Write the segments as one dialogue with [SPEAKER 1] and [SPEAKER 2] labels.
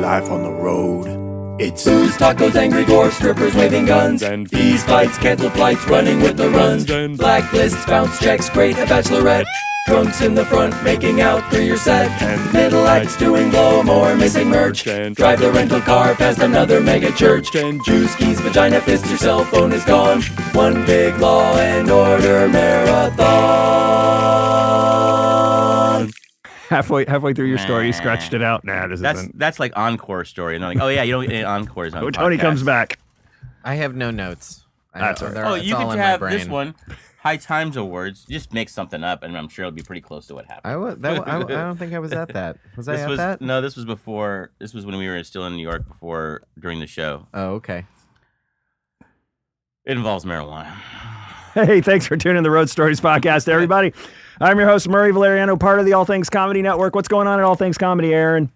[SPEAKER 1] life on the road. It's
[SPEAKER 2] Booze, tacos, angry dwarfs, strippers waving guns,
[SPEAKER 3] And
[SPEAKER 2] fees, fights, canceled flights, running with the runs,
[SPEAKER 3] And-
[SPEAKER 2] blacklists, bounce checks, great a bachelorette, drunks in the front making out through your set,
[SPEAKER 3] And-
[SPEAKER 2] middle acts doing blow more, missing merch,
[SPEAKER 3] And-
[SPEAKER 2] drive the rental car past another mega church,
[SPEAKER 3] And-
[SPEAKER 2] juice keys, vagina fist, your cell phone is gone, one big law and order marathon.
[SPEAKER 4] Halfway halfway through your story, you
[SPEAKER 5] Nah.
[SPEAKER 4] scratched it out. Nah, this
[SPEAKER 5] That's
[SPEAKER 4] isn't.
[SPEAKER 5] that's like encore story, and they're like, oh yeah, you don't get any encores on.
[SPEAKER 4] Oh, Tony
[SPEAKER 5] podcasts.
[SPEAKER 4] comes back.
[SPEAKER 6] I have no notes. I-
[SPEAKER 4] That's all right.
[SPEAKER 6] they're-
[SPEAKER 5] Oh,
[SPEAKER 6] it's
[SPEAKER 5] you
[SPEAKER 6] all
[SPEAKER 5] could
[SPEAKER 6] in my
[SPEAKER 5] have this
[SPEAKER 6] brain.
[SPEAKER 5] one, High Times Awards. Just make something up, and I'm sure it'll be pretty close to what happened.
[SPEAKER 6] I, wa- that, wa- I, wa- I don't think I was at that. Was I
[SPEAKER 5] this
[SPEAKER 6] at
[SPEAKER 5] was
[SPEAKER 6] that?
[SPEAKER 5] no, this was before. This was when we were still in New York before during the show.
[SPEAKER 6] Oh, okay.
[SPEAKER 5] It involves marijuana.
[SPEAKER 4] Hey, thanks for tuning in the Road Stories podcast, everybody. I'm your host, Murray Valeriano, part of the All Things Comedy Network. What's going on at All Things Comedy, Aaron?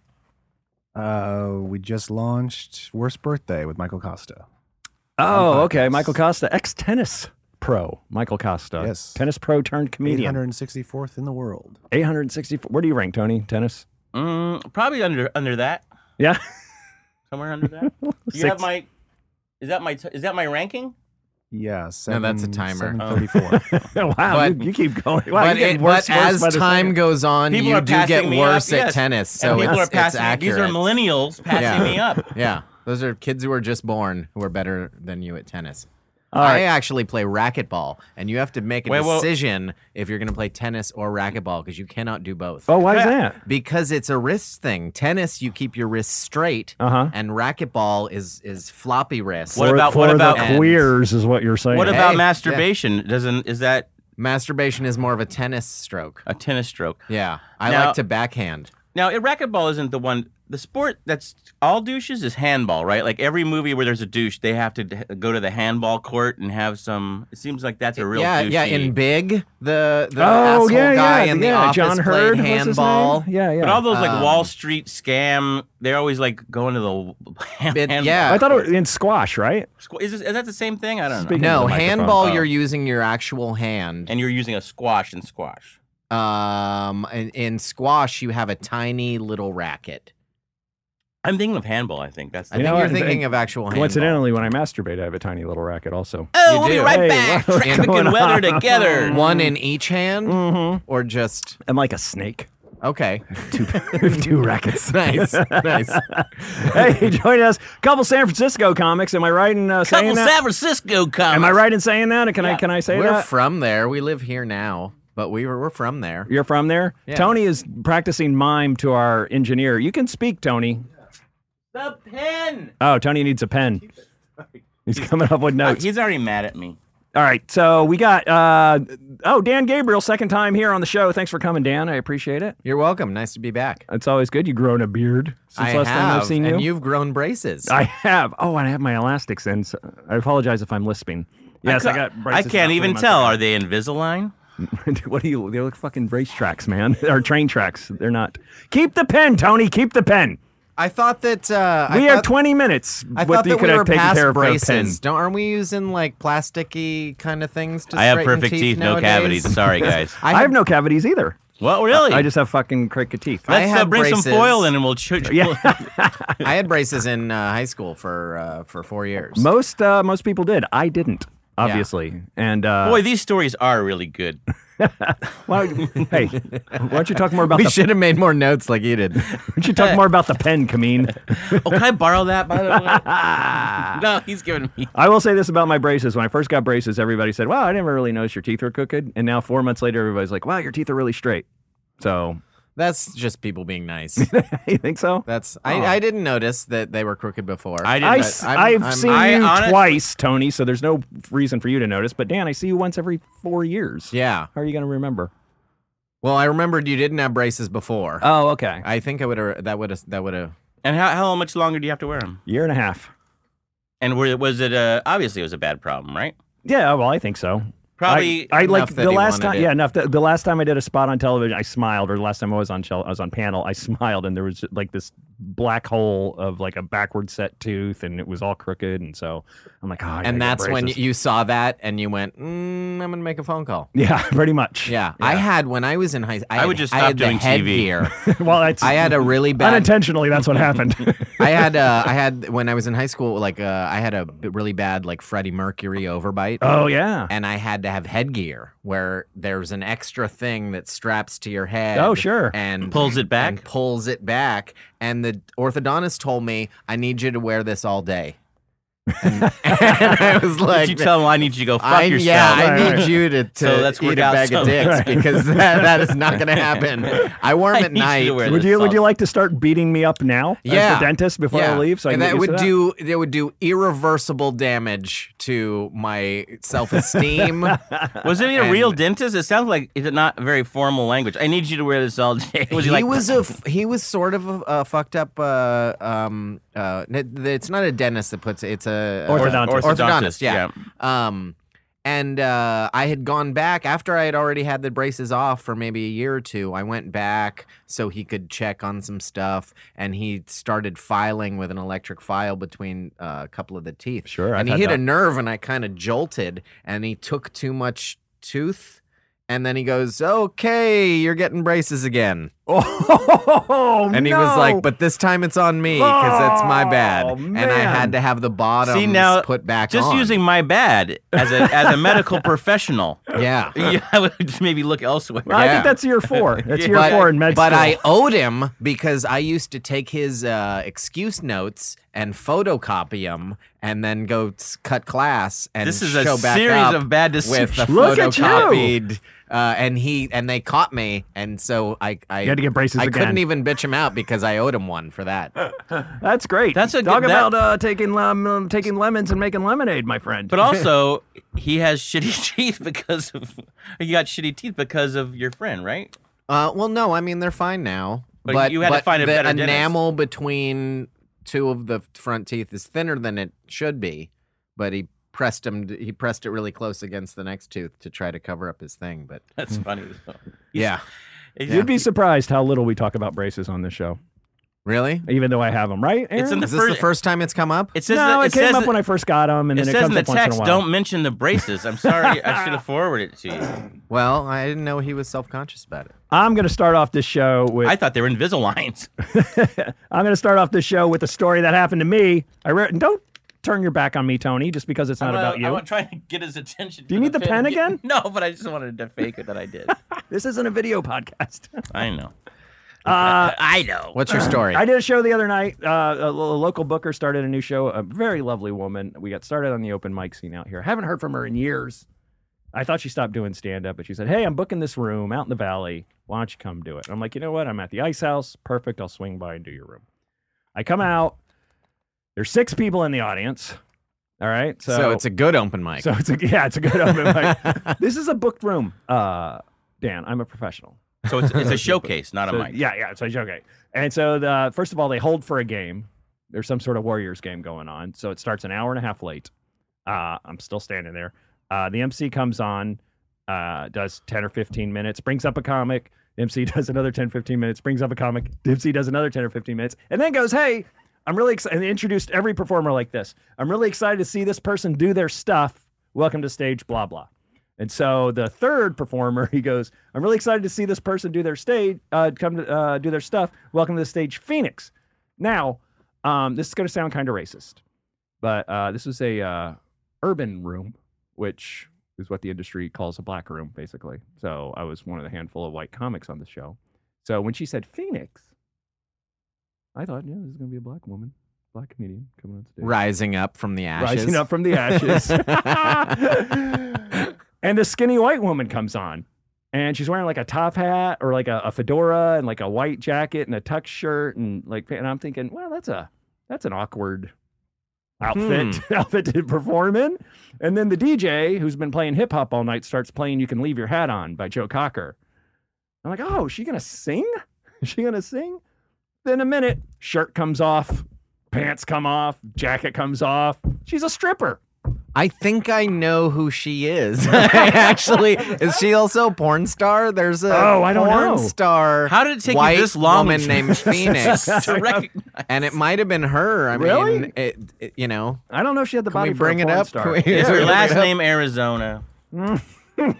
[SPEAKER 1] uh, we just launched Worst Birthday with Michael Costa.
[SPEAKER 4] Oh, okay. Michael Costa, ex tennis pro. Michael Costa.
[SPEAKER 1] Yes.
[SPEAKER 4] Tennis pro turned comedian.
[SPEAKER 1] 864th in the world.
[SPEAKER 4] 864. Where do you rank, Tony? Tennis?
[SPEAKER 5] Mm, probably under under that
[SPEAKER 4] Yeah.
[SPEAKER 5] somewhere under that. Do you
[SPEAKER 4] Six.
[SPEAKER 5] have my. Is that my t- is that my ranking?
[SPEAKER 1] Yeah,
[SPEAKER 6] No,
[SPEAKER 1] seven,
[SPEAKER 6] that's a timer. Oh.
[SPEAKER 1] Seven thirty-four.
[SPEAKER 4] wow.
[SPEAKER 6] But-
[SPEAKER 4] you, you keep going. Wow,
[SPEAKER 6] but
[SPEAKER 4] you're getting
[SPEAKER 6] it-
[SPEAKER 4] worse,
[SPEAKER 6] but
[SPEAKER 4] worse
[SPEAKER 6] as
[SPEAKER 4] by the
[SPEAKER 6] time
[SPEAKER 4] second.
[SPEAKER 6] goes on,
[SPEAKER 5] People
[SPEAKER 6] you
[SPEAKER 5] are
[SPEAKER 6] do get
[SPEAKER 5] passing me
[SPEAKER 6] worse
[SPEAKER 5] up,
[SPEAKER 6] at
[SPEAKER 5] yes.
[SPEAKER 6] tennis,
[SPEAKER 5] And
[SPEAKER 6] so
[SPEAKER 5] people
[SPEAKER 6] it's,
[SPEAKER 5] are passing.
[SPEAKER 6] it's accurate.
[SPEAKER 5] These are millennials passing
[SPEAKER 6] Yeah.
[SPEAKER 5] me up.
[SPEAKER 6] yeah, those are kids who are just born who are better than you at tennis.
[SPEAKER 4] right.
[SPEAKER 6] I actually play racquetball, and you have to make a
[SPEAKER 5] Wait, well-
[SPEAKER 6] decision if you're going to play tennis or racquetball because you cannot do both.
[SPEAKER 4] Oh, why is that?
[SPEAKER 6] Because it's a wrist thing. Tennis, you keep your wrist straight,
[SPEAKER 4] Uh-huh.
[SPEAKER 6] and racquetball is is floppy wrist.
[SPEAKER 5] What about-
[SPEAKER 4] for
[SPEAKER 5] what
[SPEAKER 4] the
[SPEAKER 5] about-
[SPEAKER 4] queers is what you're saying.
[SPEAKER 5] What about
[SPEAKER 6] yeah.
[SPEAKER 5] masturbation? Doesn't is that
[SPEAKER 6] Masturbation is more of a tennis stroke.
[SPEAKER 5] a tennis stroke?
[SPEAKER 6] Yeah, I
[SPEAKER 5] Now-
[SPEAKER 6] like to backhand.
[SPEAKER 5] Now, i- racquetball isn't the one. The sport that's all douches is handball, right? Like every movie where there's a douche, they have to d- go to the handball court and have some. It seems like that's a real
[SPEAKER 6] yeah,
[SPEAKER 5] douchey-
[SPEAKER 6] yeah. In Big, the the
[SPEAKER 4] Oh,
[SPEAKER 6] asshole
[SPEAKER 4] yeah,
[SPEAKER 6] guy
[SPEAKER 4] yeah.
[SPEAKER 6] in the
[SPEAKER 4] yeah.
[SPEAKER 6] office
[SPEAKER 4] John Hurd.
[SPEAKER 6] played
[SPEAKER 4] what's his name?
[SPEAKER 6] handball.
[SPEAKER 4] Yeah, yeah.
[SPEAKER 5] But all those like
[SPEAKER 6] Um,
[SPEAKER 5] Wall Street scam, they're always like going to the hand-
[SPEAKER 6] Bit-
[SPEAKER 5] handball
[SPEAKER 6] yeah.
[SPEAKER 4] I thought it was in squash, right?
[SPEAKER 5] squ- Is, this, is that the same thing? I don't know.
[SPEAKER 4] Speaking-
[SPEAKER 6] No,
[SPEAKER 4] the microphone.
[SPEAKER 6] handball.
[SPEAKER 5] Oh.
[SPEAKER 6] You're using your actual hand.
[SPEAKER 5] And you're using a squash and squash.
[SPEAKER 6] Um, in, in squash, you have a tiny little racket.
[SPEAKER 5] I'm thinking of handball. I think that's.
[SPEAKER 6] I
[SPEAKER 5] The
[SPEAKER 4] You
[SPEAKER 6] think
[SPEAKER 4] know
[SPEAKER 6] you're
[SPEAKER 4] what?
[SPEAKER 6] thinking of actual handball.
[SPEAKER 4] Coincidentally, when I masturbate, I have a tiny little racket also.
[SPEAKER 5] oh,
[SPEAKER 6] you
[SPEAKER 5] we'll be
[SPEAKER 6] do.
[SPEAKER 5] right
[SPEAKER 4] Hey,
[SPEAKER 5] back.
[SPEAKER 4] what's
[SPEAKER 5] Traffic
[SPEAKER 4] going
[SPEAKER 5] and weather
[SPEAKER 4] on?
[SPEAKER 5] together.
[SPEAKER 6] one in each hand,
[SPEAKER 4] Mm-hmm.
[SPEAKER 6] or just
[SPEAKER 4] I'm like a snake
[SPEAKER 6] okay.
[SPEAKER 4] with two rackets.
[SPEAKER 6] nice, nice.
[SPEAKER 4] hey, join us. Couple San Francisco comics. Am I right in uh, saying
[SPEAKER 5] Couple
[SPEAKER 4] that?
[SPEAKER 5] San Francisco comics.
[SPEAKER 4] Am I right in saying that? Can I
[SPEAKER 5] Yeah.
[SPEAKER 4] can I say
[SPEAKER 6] We're
[SPEAKER 4] that?
[SPEAKER 6] from there. We live here now, but we were we're from there.
[SPEAKER 4] You're from there.
[SPEAKER 6] Yeah.
[SPEAKER 4] Tony is practicing mime to our engineer. You can speak, Tony.
[SPEAKER 5] The pen.
[SPEAKER 4] Oh, Tony needs a pen. He's coming up with
[SPEAKER 5] Uh,
[SPEAKER 4] notes.
[SPEAKER 5] he's already mad at me.
[SPEAKER 4] All right, so we got uh, oh Dan Gabriel, second time here on the show. Thanks for coming, Dan. I appreciate it.
[SPEAKER 6] You're welcome. Nice to be back.
[SPEAKER 4] It's always good. You've grown a beard since
[SPEAKER 6] I
[SPEAKER 4] last
[SPEAKER 6] have,
[SPEAKER 4] time I've seen you.
[SPEAKER 6] and you've grown braces.
[SPEAKER 4] I have. Oh, and I have my elastics in. So I apologize if I'm lisping. Yes, I,
[SPEAKER 5] ca-
[SPEAKER 4] got. braces
[SPEAKER 5] I
[SPEAKER 4] about
[SPEAKER 5] can't
[SPEAKER 4] three
[SPEAKER 5] even
[SPEAKER 4] months
[SPEAKER 5] tell.
[SPEAKER 4] ago.
[SPEAKER 5] Are they Invisalign?
[SPEAKER 4] what do you? They look fucking race tracks, man. or train tracks. They're not. Keep the pen, Tony. Keep the pen.
[SPEAKER 6] I thought that uh,
[SPEAKER 4] We
[SPEAKER 6] I
[SPEAKER 4] have
[SPEAKER 6] thought-
[SPEAKER 4] 20 minutes.
[SPEAKER 6] I
[SPEAKER 4] what
[SPEAKER 6] thought
[SPEAKER 4] you
[SPEAKER 6] that
[SPEAKER 4] could
[SPEAKER 6] we were
[SPEAKER 4] have taken
[SPEAKER 6] past
[SPEAKER 4] care of for a pen.
[SPEAKER 6] braces. Don't aren't we using like plasticky kind of things to
[SPEAKER 5] I have
[SPEAKER 6] straighten
[SPEAKER 5] perfect teeth, no
[SPEAKER 6] nowadays?
[SPEAKER 5] cavities. Sorry, guys.
[SPEAKER 4] I have no cavities either.
[SPEAKER 5] well, really?
[SPEAKER 4] I just have fucking crooked teeth.
[SPEAKER 5] Let's
[SPEAKER 6] I
[SPEAKER 5] uh,
[SPEAKER 6] have
[SPEAKER 5] bring some
[SPEAKER 6] braces.
[SPEAKER 5] foil in and we'll ch-
[SPEAKER 4] Yeah.
[SPEAKER 6] I had braces in uh, high school for uh, for four years.
[SPEAKER 4] most uh, most people did. I didn't, obviously. And uh,
[SPEAKER 5] Boy, these stories are really good.
[SPEAKER 4] why, hey, why don't you talk more about
[SPEAKER 6] we
[SPEAKER 4] the?
[SPEAKER 6] should have made more notes like you did.
[SPEAKER 4] Why don't you talk more about the pen, Kameen?
[SPEAKER 5] Oh, can I borrow that, by the way? no, he's giving me.
[SPEAKER 4] I will say this about my braces. When I first got braces, everybody said, "Wow, I never really noticed your teeth were crooked." And now, four months later, everybody's like, "Wow, your teeth are really straight." So,
[SPEAKER 6] That's just people being nice.
[SPEAKER 4] you think so?
[SPEAKER 6] That's I, I didn't notice that they were crooked before.
[SPEAKER 5] I didn't
[SPEAKER 4] I,
[SPEAKER 5] but
[SPEAKER 4] s-
[SPEAKER 6] I'm-
[SPEAKER 4] I've
[SPEAKER 6] I'm-
[SPEAKER 4] seen
[SPEAKER 5] I
[SPEAKER 4] you
[SPEAKER 5] honest-
[SPEAKER 4] twice, Tony. So there's no reason for you to notice. But Dan, I see you once every four years.
[SPEAKER 6] Yeah.
[SPEAKER 4] How are you going to remember?
[SPEAKER 6] Well, I remembered you didn't have braces before.
[SPEAKER 4] Oh, okay.
[SPEAKER 6] I think I would have. That would have. That would have.
[SPEAKER 5] And how, how much longer do you have to wear them?
[SPEAKER 4] Year and a half.
[SPEAKER 5] And were, was it uh, obviously it was a bad problem, right?
[SPEAKER 4] Yeah. Well, I think so.
[SPEAKER 5] Probably.
[SPEAKER 4] I, I like
[SPEAKER 6] enough that
[SPEAKER 4] the
[SPEAKER 6] he
[SPEAKER 4] last
[SPEAKER 6] wanted
[SPEAKER 4] time.
[SPEAKER 6] it.
[SPEAKER 4] Yeah, enough. The, the last time I did a spot on television, I smiled. Or the last time I was on shel- I was on panel, I smiled, and there was like this black hole of like a backward set tooth, and it was all crooked. And so I'm like, oh, I gotta
[SPEAKER 6] and
[SPEAKER 4] get
[SPEAKER 6] that's when
[SPEAKER 4] braces."
[SPEAKER 6] you saw that and you went, mm, I'm gonna make a phone call.
[SPEAKER 4] yeah, pretty much.
[SPEAKER 6] Yeah, I had when I was in high. I,
[SPEAKER 5] I
[SPEAKER 6] had,
[SPEAKER 5] would just
[SPEAKER 6] I
[SPEAKER 5] stop
[SPEAKER 6] had the
[SPEAKER 5] doing TV.
[SPEAKER 6] headgear.
[SPEAKER 4] well, it's
[SPEAKER 6] I had a really bad
[SPEAKER 4] unintentionally. That's what happened.
[SPEAKER 6] I had uh, I had when I was in high school, like uh, I had a b- really bad like Freddie Mercury overbite,
[SPEAKER 4] oh yeah.
[SPEAKER 6] and I had to have headgear where there's an extra thing that straps to your head.
[SPEAKER 4] Oh sure.
[SPEAKER 6] and
[SPEAKER 5] Pulls it back?
[SPEAKER 6] and pulls it back. And the orthodontist told me, "I need you to wear this all day." And, and I was like,
[SPEAKER 5] Did you tell him I need you to go fuck
[SPEAKER 6] I,
[SPEAKER 5] yourself?
[SPEAKER 6] yeah, I
[SPEAKER 4] Right,
[SPEAKER 6] need
[SPEAKER 4] right.
[SPEAKER 6] you to, to
[SPEAKER 5] So let's
[SPEAKER 6] eat a
[SPEAKER 5] work out
[SPEAKER 6] bag of
[SPEAKER 5] some-
[SPEAKER 6] dicks
[SPEAKER 4] Right.
[SPEAKER 6] because that, that is not going to happen. I wear
[SPEAKER 5] I
[SPEAKER 6] them at
[SPEAKER 5] need you to
[SPEAKER 6] night.
[SPEAKER 5] wear
[SPEAKER 4] would
[SPEAKER 5] this
[SPEAKER 4] you would
[SPEAKER 5] all-
[SPEAKER 4] you like to start beating me up now? As
[SPEAKER 6] Yeah.
[SPEAKER 4] the dentist before I leave. So I
[SPEAKER 6] and
[SPEAKER 4] can get
[SPEAKER 6] that
[SPEAKER 4] used
[SPEAKER 6] would
[SPEAKER 4] to
[SPEAKER 6] do that would do irreversible damage to my self esteem.
[SPEAKER 5] Was it a real
[SPEAKER 6] And-
[SPEAKER 5] dentist? It sounds like it's not very formal language. I need you to wear this all day. Was he, like,
[SPEAKER 6] was a f- he was sort of a, a fucked up. Uh, um, uh, n- it's not a dentist that puts it. It's a
[SPEAKER 4] Orthodontist.
[SPEAKER 6] orthodontist, yeah. Um, and uh, I had gone back after I had already had the braces off for maybe a year or two. I went back so he could check on some stuff, and he started filing with an electric file between uh, a couple of the teeth.
[SPEAKER 4] Sure, I've
[SPEAKER 6] and he
[SPEAKER 4] had
[SPEAKER 6] hit
[SPEAKER 4] that.
[SPEAKER 6] a nerve, and I kind of jolted, and he took too much tooth. And then he goes, "Okay, you're getting braces again."
[SPEAKER 4] Oh,
[SPEAKER 6] And he was
[SPEAKER 4] no.
[SPEAKER 6] like, "But this time it's on me because it's my bad."
[SPEAKER 4] Oh,
[SPEAKER 6] And I
[SPEAKER 4] man.
[SPEAKER 6] had to have the bottoms
[SPEAKER 5] See, now,
[SPEAKER 6] put back
[SPEAKER 5] Just
[SPEAKER 6] on.
[SPEAKER 5] using my bad as a as a medical professional.
[SPEAKER 6] yeah.
[SPEAKER 5] Yeah, I would just maybe look elsewhere.
[SPEAKER 4] Well, I
[SPEAKER 6] Yeah.
[SPEAKER 4] think that's year four. That's year
[SPEAKER 6] But-
[SPEAKER 4] four in med
[SPEAKER 6] But
[SPEAKER 4] school.
[SPEAKER 6] I owed him because I used to take his uh, excuse notes and photocopy them, and then go s- cut class. And
[SPEAKER 5] This is a
[SPEAKER 6] show back
[SPEAKER 5] series
[SPEAKER 6] up
[SPEAKER 5] of bad
[SPEAKER 6] with the
[SPEAKER 5] decisions.
[SPEAKER 4] Look at you.
[SPEAKER 6] photocopied. Uh, and he and they caught me, and so I I
[SPEAKER 4] you had to get braces
[SPEAKER 6] I
[SPEAKER 4] again.
[SPEAKER 6] couldn't even bitch him out because I owed him one for that.
[SPEAKER 4] That's great.
[SPEAKER 5] That's a
[SPEAKER 4] talk
[SPEAKER 5] good-
[SPEAKER 4] about
[SPEAKER 5] that-
[SPEAKER 4] uh, taking lem- um, taking lemons and making lemonade, my friend.
[SPEAKER 5] But also, he has shitty teeth because of you got shitty teeth because of your friend, right?
[SPEAKER 6] Uh, well, no, I mean they're fine now.
[SPEAKER 5] But you had to find a
[SPEAKER 6] the
[SPEAKER 5] better dentist.
[SPEAKER 6] enamel between two of the front teeth is thinner than it should be, but he pressed him. He pressed it really close against the next tooth to try to cover up his thing. But
[SPEAKER 5] That's funny. though.
[SPEAKER 6] yeah,
[SPEAKER 5] He's-
[SPEAKER 4] Hmm. you'd be surprised how little we talk about braces on this show,
[SPEAKER 6] really,
[SPEAKER 4] even though I have them. Right?
[SPEAKER 5] It's in
[SPEAKER 4] Aaron?
[SPEAKER 5] the
[SPEAKER 6] is this the
[SPEAKER 5] first-
[SPEAKER 6] first time it's come up?
[SPEAKER 5] It says
[SPEAKER 4] no,
[SPEAKER 5] that,
[SPEAKER 4] it, came
[SPEAKER 5] says
[SPEAKER 4] up
[SPEAKER 5] that-
[SPEAKER 4] when I first got them, and
[SPEAKER 5] it
[SPEAKER 4] then it
[SPEAKER 5] says
[SPEAKER 4] comes
[SPEAKER 5] in the
[SPEAKER 4] up once in a
[SPEAKER 5] text,
[SPEAKER 4] while.
[SPEAKER 5] don't mention the braces. I'm sorry, I should have forwarded it to you.
[SPEAKER 6] Well, I didn't know he was self conscious about it.
[SPEAKER 4] I'm going to start off this show with
[SPEAKER 5] I thought they were Invisaligns.
[SPEAKER 4] I'm going to start off this show with a story that happened to me. I re- don't turn your back on me, Tony, just because it's not about you.
[SPEAKER 5] I was trying to get his attention.
[SPEAKER 4] Do you
[SPEAKER 5] for
[SPEAKER 4] need the pen again?
[SPEAKER 5] No, but I just wanted to fake it that I did.
[SPEAKER 4] This isn't a video podcast.
[SPEAKER 5] I know.
[SPEAKER 4] Uh,
[SPEAKER 5] Oh. I know.
[SPEAKER 6] What's your story?
[SPEAKER 4] I did a show the other night. Uh, a, lo- a local booker started a new show. A very lovely woman. We got started on the open mic scene out here. Haven't heard from her in years. I thought she stopped doing stand up, but she said, "Hey, I'm booking this room out in the valley. Why don't you come do it?" I'm like, "You know what? I'm at the Ice House. Perfect. I'll swing by and do your room." I come out. There's six people in the audience. All right, so,
[SPEAKER 6] so, it's a good open mic.
[SPEAKER 4] so it's a yeah, it's a good open mic. This is a booked room. Uh, Dan, I'm a professional.
[SPEAKER 5] So it's, it's a showcase, not a
[SPEAKER 4] So-
[SPEAKER 5] mic.
[SPEAKER 4] Yeah, yeah. So okay. And so the first of all, they hold for a game. There's some sort of Warriors game going on. So it starts an hour and a half late. Uh, I'm still standing there. Uh, the MC comes on, uh, does 10 or 15 minutes, brings up a comic. The MC does another 10, 15 minutes, brings up a comic. The MC does another 10 or 15 minutes, and then goes, Hey, I'm really excited. And they introduced every performer like this. I'm really excited to see this person do their stuff. Welcome to stage, blah, blah. And so the third performer, he goes, "I'm really excited to see this person do their stage, uh, come to uh, do their stuff. Welcome to the stage, Phoenix." Now, um, this is going to sound kind of racist, but uh, this was a uh, urban room, which is what the industry calls a black room, basically. So I was one of the handful of white comics on the show. So when she said Phoenix, I thought, yeah, this is going to be a black woman, black comedian coming on stage
[SPEAKER 6] Rising up from the ashes.
[SPEAKER 4] rising up from the ashes. and the skinny white woman comes on, and she's wearing like a top hat or like a, a fedora and like a white jacket and a tux shirt and like. And I'm thinking, well, that's a that's an awkward outfit outfit to perform in. And then the DJ who's been playing hip hop all night starts playing "You Can Leave Your Hat On" by Joe Cocker. I'm like, oh, is she gonna sing? Is she gonna sing? Then a minute, shirt comes off, pants come off, jacket comes off. She's a stripper.
[SPEAKER 6] I think I know who she is. Actually, is she also a porn star? There's a
[SPEAKER 4] Oh, I don't
[SPEAKER 6] porn
[SPEAKER 4] know.
[SPEAKER 6] star.
[SPEAKER 5] How did it take you
[SPEAKER 6] white
[SPEAKER 5] this long
[SPEAKER 6] woman named Phoenix,
[SPEAKER 5] to recognize?
[SPEAKER 6] and it might have been her. I
[SPEAKER 4] Really?
[SPEAKER 6] mean, it, it- you know,
[SPEAKER 4] I don't know if she had the
[SPEAKER 6] Can
[SPEAKER 4] body
[SPEAKER 6] we
[SPEAKER 4] for
[SPEAKER 6] bring
[SPEAKER 4] a
[SPEAKER 6] it
[SPEAKER 4] porn
[SPEAKER 6] up?
[SPEAKER 4] Star.
[SPEAKER 6] Can we-
[SPEAKER 5] Is her
[SPEAKER 6] Yeah.
[SPEAKER 5] last name Arizona? Because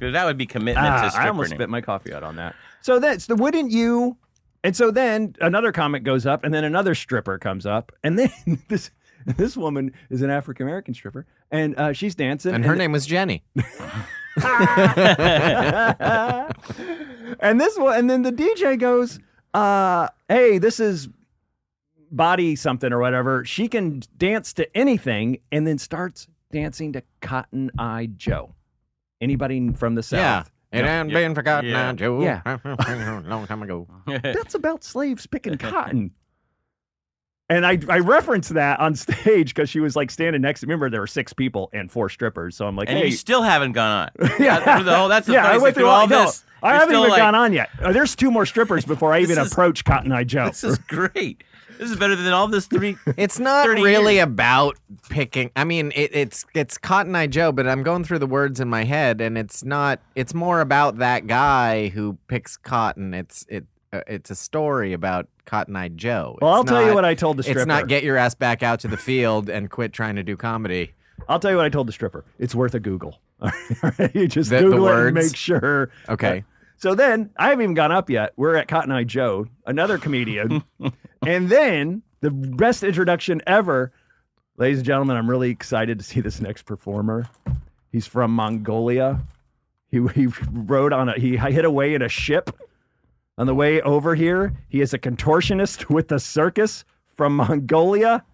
[SPEAKER 5] that would be commitment
[SPEAKER 4] Ah,
[SPEAKER 5] to stripper
[SPEAKER 4] I almost
[SPEAKER 5] name.
[SPEAKER 4] spit my coffee out on that. So that's the wouldn't you? And so then another comic goes up, and then another stripper comes up, and then this this woman is an African American stripper, and uh, she's dancing,
[SPEAKER 6] and her name was Jenny.
[SPEAKER 4] and this one, and then the DJ goes, uh, "Hey, this is body something or whatever. She can dance to anything," and then starts dancing to Cotton Eye Joe. Anybody from the south?
[SPEAKER 6] Yeah, it ain't been forgotten,
[SPEAKER 5] Yeah.
[SPEAKER 6] I do.
[SPEAKER 4] Yeah.
[SPEAKER 6] long time ago.
[SPEAKER 4] that's about slaves picking cotton. And I, I referenced that on stage because she was like standing next. Remember, there were six people and four strippers. So I'm like,
[SPEAKER 5] and
[SPEAKER 4] hey,
[SPEAKER 5] you still haven't gone on.
[SPEAKER 4] Yeah.
[SPEAKER 5] That's the whole- that's the
[SPEAKER 4] yeah, I
[SPEAKER 5] price
[SPEAKER 4] went
[SPEAKER 5] through all this.
[SPEAKER 4] I
[SPEAKER 5] you're
[SPEAKER 4] haven't
[SPEAKER 5] still
[SPEAKER 4] even
[SPEAKER 5] like,
[SPEAKER 4] gone on yet. Uh, There's two more strippers before I
[SPEAKER 5] This
[SPEAKER 4] even
[SPEAKER 5] is-
[SPEAKER 4] approach Cotton Eye Joe.
[SPEAKER 5] This is great. This is better than all this three.
[SPEAKER 6] It's not
[SPEAKER 5] 30
[SPEAKER 6] really about picking. I mean, it, it's it's Cotton Eye Joe, but I'm going through the words in my head, and it's not. It's more about that guy who picks cotton. It's it. Uh, it's a story about Cotton Eye Joe.
[SPEAKER 4] well, I'll
[SPEAKER 6] It's
[SPEAKER 4] tell you
[SPEAKER 6] not-
[SPEAKER 4] what I told the stripper.
[SPEAKER 6] It's not get your ass back out to the field and quit trying to do comedy.
[SPEAKER 4] I'll tell you what I told the stripper. It's worth a Google. All right, you just
[SPEAKER 6] The- the
[SPEAKER 4] Google it and
[SPEAKER 6] words?
[SPEAKER 4] make sure.
[SPEAKER 6] Okay.
[SPEAKER 4] So then I haven't even gone up yet. We're at Cotton Eye Joe, another comedian. and then the best introduction ever. Ladies and gentlemen, I'm really excited to see this next performer. He's from Mongolia. He, he rode on a, he hid away in a ship. On the way over here, he is a contortionist with the circus from Mongolia,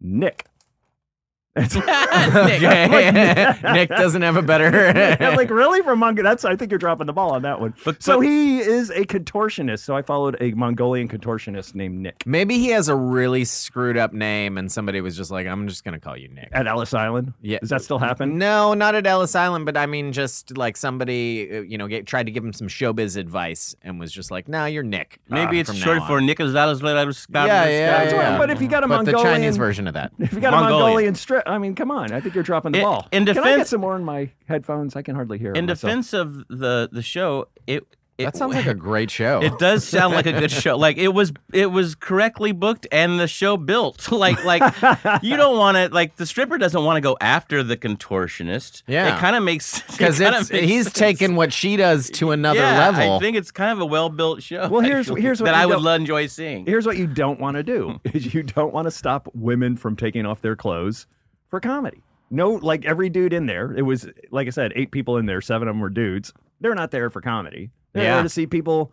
[SPEAKER 4] Nick.
[SPEAKER 5] Nick,
[SPEAKER 6] Nick doesn't have a
[SPEAKER 4] I'm
[SPEAKER 6] better.
[SPEAKER 4] like, really? From Mongolia? That's I think you're dropping the ball on that one.
[SPEAKER 5] But-
[SPEAKER 4] so
[SPEAKER 5] but-
[SPEAKER 4] he is a contortionist. So I followed a Mongolian contortionist named Nick
[SPEAKER 6] Maybe he has a really screwed up name, and somebody was just like, "I'm just gonna call you Nick."
[SPEAKER 4] at Ellis Island.
[SPEAKER 6] Yeah.
[SPEAKER 4] Does that still happen?
[SPEAKER 6] No, not at Ellis Island, but I mean, just like somebody, uh, you know, get, tried to give him some showbiz advice and was just like, "No, you're Nick."
[SPEAKER 5] Maybe
[SPEAKER 6] uh,
[SPEAKER 5] it's
[SPEAKER 6] from now
[SPEAKER 5] short
[SPEAKER 6] on."
[SPEAKER 5] for Nicholas Dallas.
[SPEAKER 6] Yeah, yeah, yeah,
[SPEAKER 4] That's what-
[SPEAKER 6] yeah.
[SPEAKER 4] But if you got a
[SPEAKER 6] But the
[SPEAKER 4] Mongolian,
[SPEAKER 6] Chinese version of that.
[SPEAKER 4] if you got a
[SPEAKER 5] Mongolian.
[SPEAKER 4] Mongolian strip, I mean, come on. I think you're dropping the
[SPEAKER 5] In-
[SPEAKER 4] ball.
[SPEAKER 5] in
[SPEAKER 4] Can I get
[SPEAKER 5] defense-
[SPEAKER 4] some more in my headphones? I can hardly hear.
[SPEAKER 5] In
[SPEAKER 4] myself.
[SPEAKER 5] defense of the the show, it, it
[SPEAKER 6] That sounds like a great show.
[SPEAKER 5] It does sound like a good show. Like it was, it was correctly booked, and the show built. Like, like you don't want to. Like the stripper doesn't want to go after the contortionist.
[SPEAKER 6] Yeah.
[SPEAKER 5] it kind of makes it
[SPEAKER 6] because
[SPEAKER 5] kinda
[SPEAKER 6] it's
[SPEAKER 5] makes
[SPEAKER 6] he's
[SPEAKER 5] sense.
[SPEAKER 6] taken what she does to another
[SPEAKER 5] yeah,
[SPEAKER 6] level.
[SPEAKER 5] I think it's kind of a well built show.
[SPEAKER 4] Well, here's-
[SPEAKER 5] actually,
[SPEAKER 4] here's what
[SPEAKER 5] that
[SPEAKER 4] you
[SPEAKER 5] I would
[SPEAKER 4] don't-
[SPEAKER 5] lo- enjoy seeing.
[SPEAKER 4] Here's what you don't want to do:
[SPEAKER 6] Hmm.
[SPEAKER 4] is you don't want to stop women from taking off their clothes for comedy. No, like every dude in there, it was like I said, eight people in there, seven of them were dudes. They're not there for comedy. They're
[SPEAKER 6] Yeah.
[SPEAKER 4] there to see people.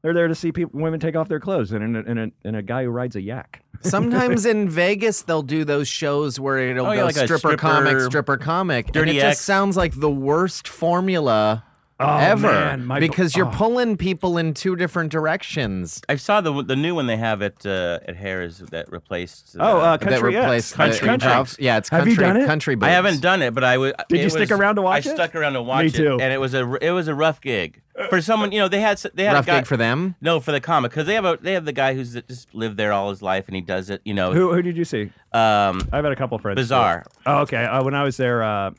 [SPEAKER 4] They're there to see people, women take off their clothes, and and and a, and a guy who rides a yak.
[SPEAKER 6] Sometimes in Vegas they'll do those shows where it'll
[SPEAKER 5] Oh,
[SPEAKER 6] go
[SPEAKER 5] yeah, like a
[SPEAKER 6] stripper,
[SPEAKER 5] stripper-
[SPEAKER 6] comic, stripper comic,
[SPEAKER 5] Dirty
[SPEAKER 6] and it
[SPEAKER 5] X.
[SPEAKER 6] just sounds like the worst formula
[SPEAKER 4] Oh,
[SPEAKER 6] ever
[SPEAKER 4] man, my-
[SPEAKER 6] because you're
[SPEAKER 4] oh.
[SPEAKER 6] pulling people in two different directions.
[SPEAKER 5] I saw the the new one they have at uh, at Harris that replaced. uh,
[SPEAKER 4] Oh, uh, country X.
[SPEAKER 6] that replaced
[SPEAKER 4] country.
[SPEAKER 6] the,
[SPEAKER 4] country.
[SPEAKER 6] uh, yeah, it's
[SPEAKER 4] Have
[SPEAKER 6] country.
[SPEAKER 4] you done it?
[SPEAKER 6] Country. Boys.
[SPEAKER 5] I haven't done it, but I would.
[SPEAKER 4] Did
[SPEAKER 5] it
[SPEAKER 4] you stick
[SPEAKER 5] was-
[SPEAKER 4] around to watch
[SPEAKER 5] I
[SPEAKER 4] it?
[SPEAKER 5] stuck around to watch
[SPEAKER 4] too.
[SPEAKER 5] it, and it was a it was a rough gig for someone. You know, they had s- they had
[SPEAKER 6] rough
[SPEAKER 5] a guy,
[SPEAKER 6] gig for them.
[SPEAKER 5] No, for the comic because they have a they have the guy who's just lived there all his life and he does it. You know,
[SPEAKER 4] Who who did you see?
[SPEAKER 5] um,
[SPEAKER 4] I've had a couple friends. do it.
[SPEAKER 5] bizarre.
[SPEAKER 4] Oh, okay. Uh, when I was there, uh,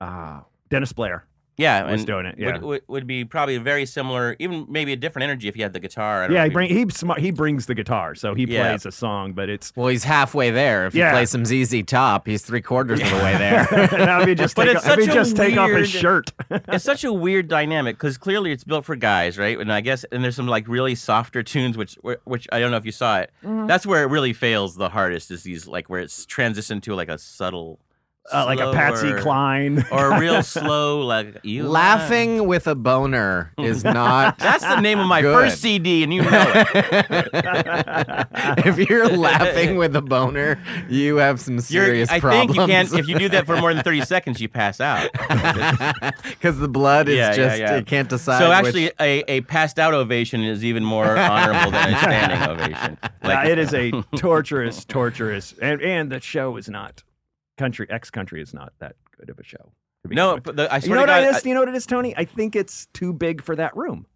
[SPEAKER 4] uh, Dennis Blair
[SPEAKER 5] Yeah,
[SPEAKER 4] was
[SPEAKER 5] and
[SPEAKER 4] doing it. Yeah.
[SPEAKER 5] Would, would, would be probably very similar, even maybe a different energy if you had the guitar. I don't know
[SPEAKER 4] yeah, he
[SPEAKER 5] if you-
[SPEAKER 4] bring he smart, he brings the guitar, so he
[SPEAKER 5] Yeah.
[SPEAKER 4] plays a song, but it's
[SPEAKER 6] Well, he's halfway there. If
[SPEAKER 4] Yeah.
[SPEAKER 6] you play some ZZ Top, he's three quarters of the way there.
[SPEAKER 4] now if you just
[SPEAKER 5] But
[SPEAKER 4] take,
[SPEAKER 5] it's
[SPEAKER 4] off, if you
[SPEAKER 5] such a
[SPEAKER 4] just take off his
[SPEAKER 5] weird-
[SPEAKER 4] shirt.
[SPEAKER 5] it's such a weird dynamic because clearly it's built for guys, right? And I guess and there's some like really softer tunes, which which I don't know if you saw it.
[SPEAKER 6] Mm-hmm.
[SPEAKER 5] That's where it really fails the hardest is these like where it's transitioned to like a subtle,
[SPEAKER 4] uh, like a Patsy
[SPEAKER 5] slower-
[SPEAKER 4] Cline.
[SPEAKER 5] or a real slow like you
[SPEAKER 6] Laughing with a boner is not.
[SPEAKER 5] That's the name of my
[SPEAKER 6] Good.
[SPEAKER 5] first CD, and you know it.
[SPEAKER 6] if you're laughing with a boner, you have some
[SPEAKER 5] You're-
[SPEAKER 6] serious
[SPEAKER 5] I
[SPEAKER 6] problems.
[SPEAKER 5] think you can't. If you do that for more than thirty seconds, you pass out.
[SPEAKER 6] because the blood is
[SPEAKER 5] Yeah, yeah,
[SPEAKER 6] just
[SPEAKER 5] yeah.
[SPEAKER 6] it can't decide.
[SPEAKER 5] So
[SPEAKER 6] which-
[SPEAKER 5] actually, a, a passed out ovation is even more honorable than a standing ovation. Like,
[SPEAKER 4] Uh, it is a torturous, torturous, and and the show is not country. X country is not that good of a show. to begin
[SPEAKER 5] no,
[SPEAKER 4] with.
[SPEAKER 5] but the, I
[SPEAKER 4] you
[SPEAKER 5] swear
[SPEAKER 4] know
[SPEAKER 5] to
[SPEAKER 4] what
[SPEAKER 5] God,
[SPEAKER 4] it is?
[SPEAKER 5] I-
[SPEAKER 4] you know what it is, Tony? I think it's too big for that room.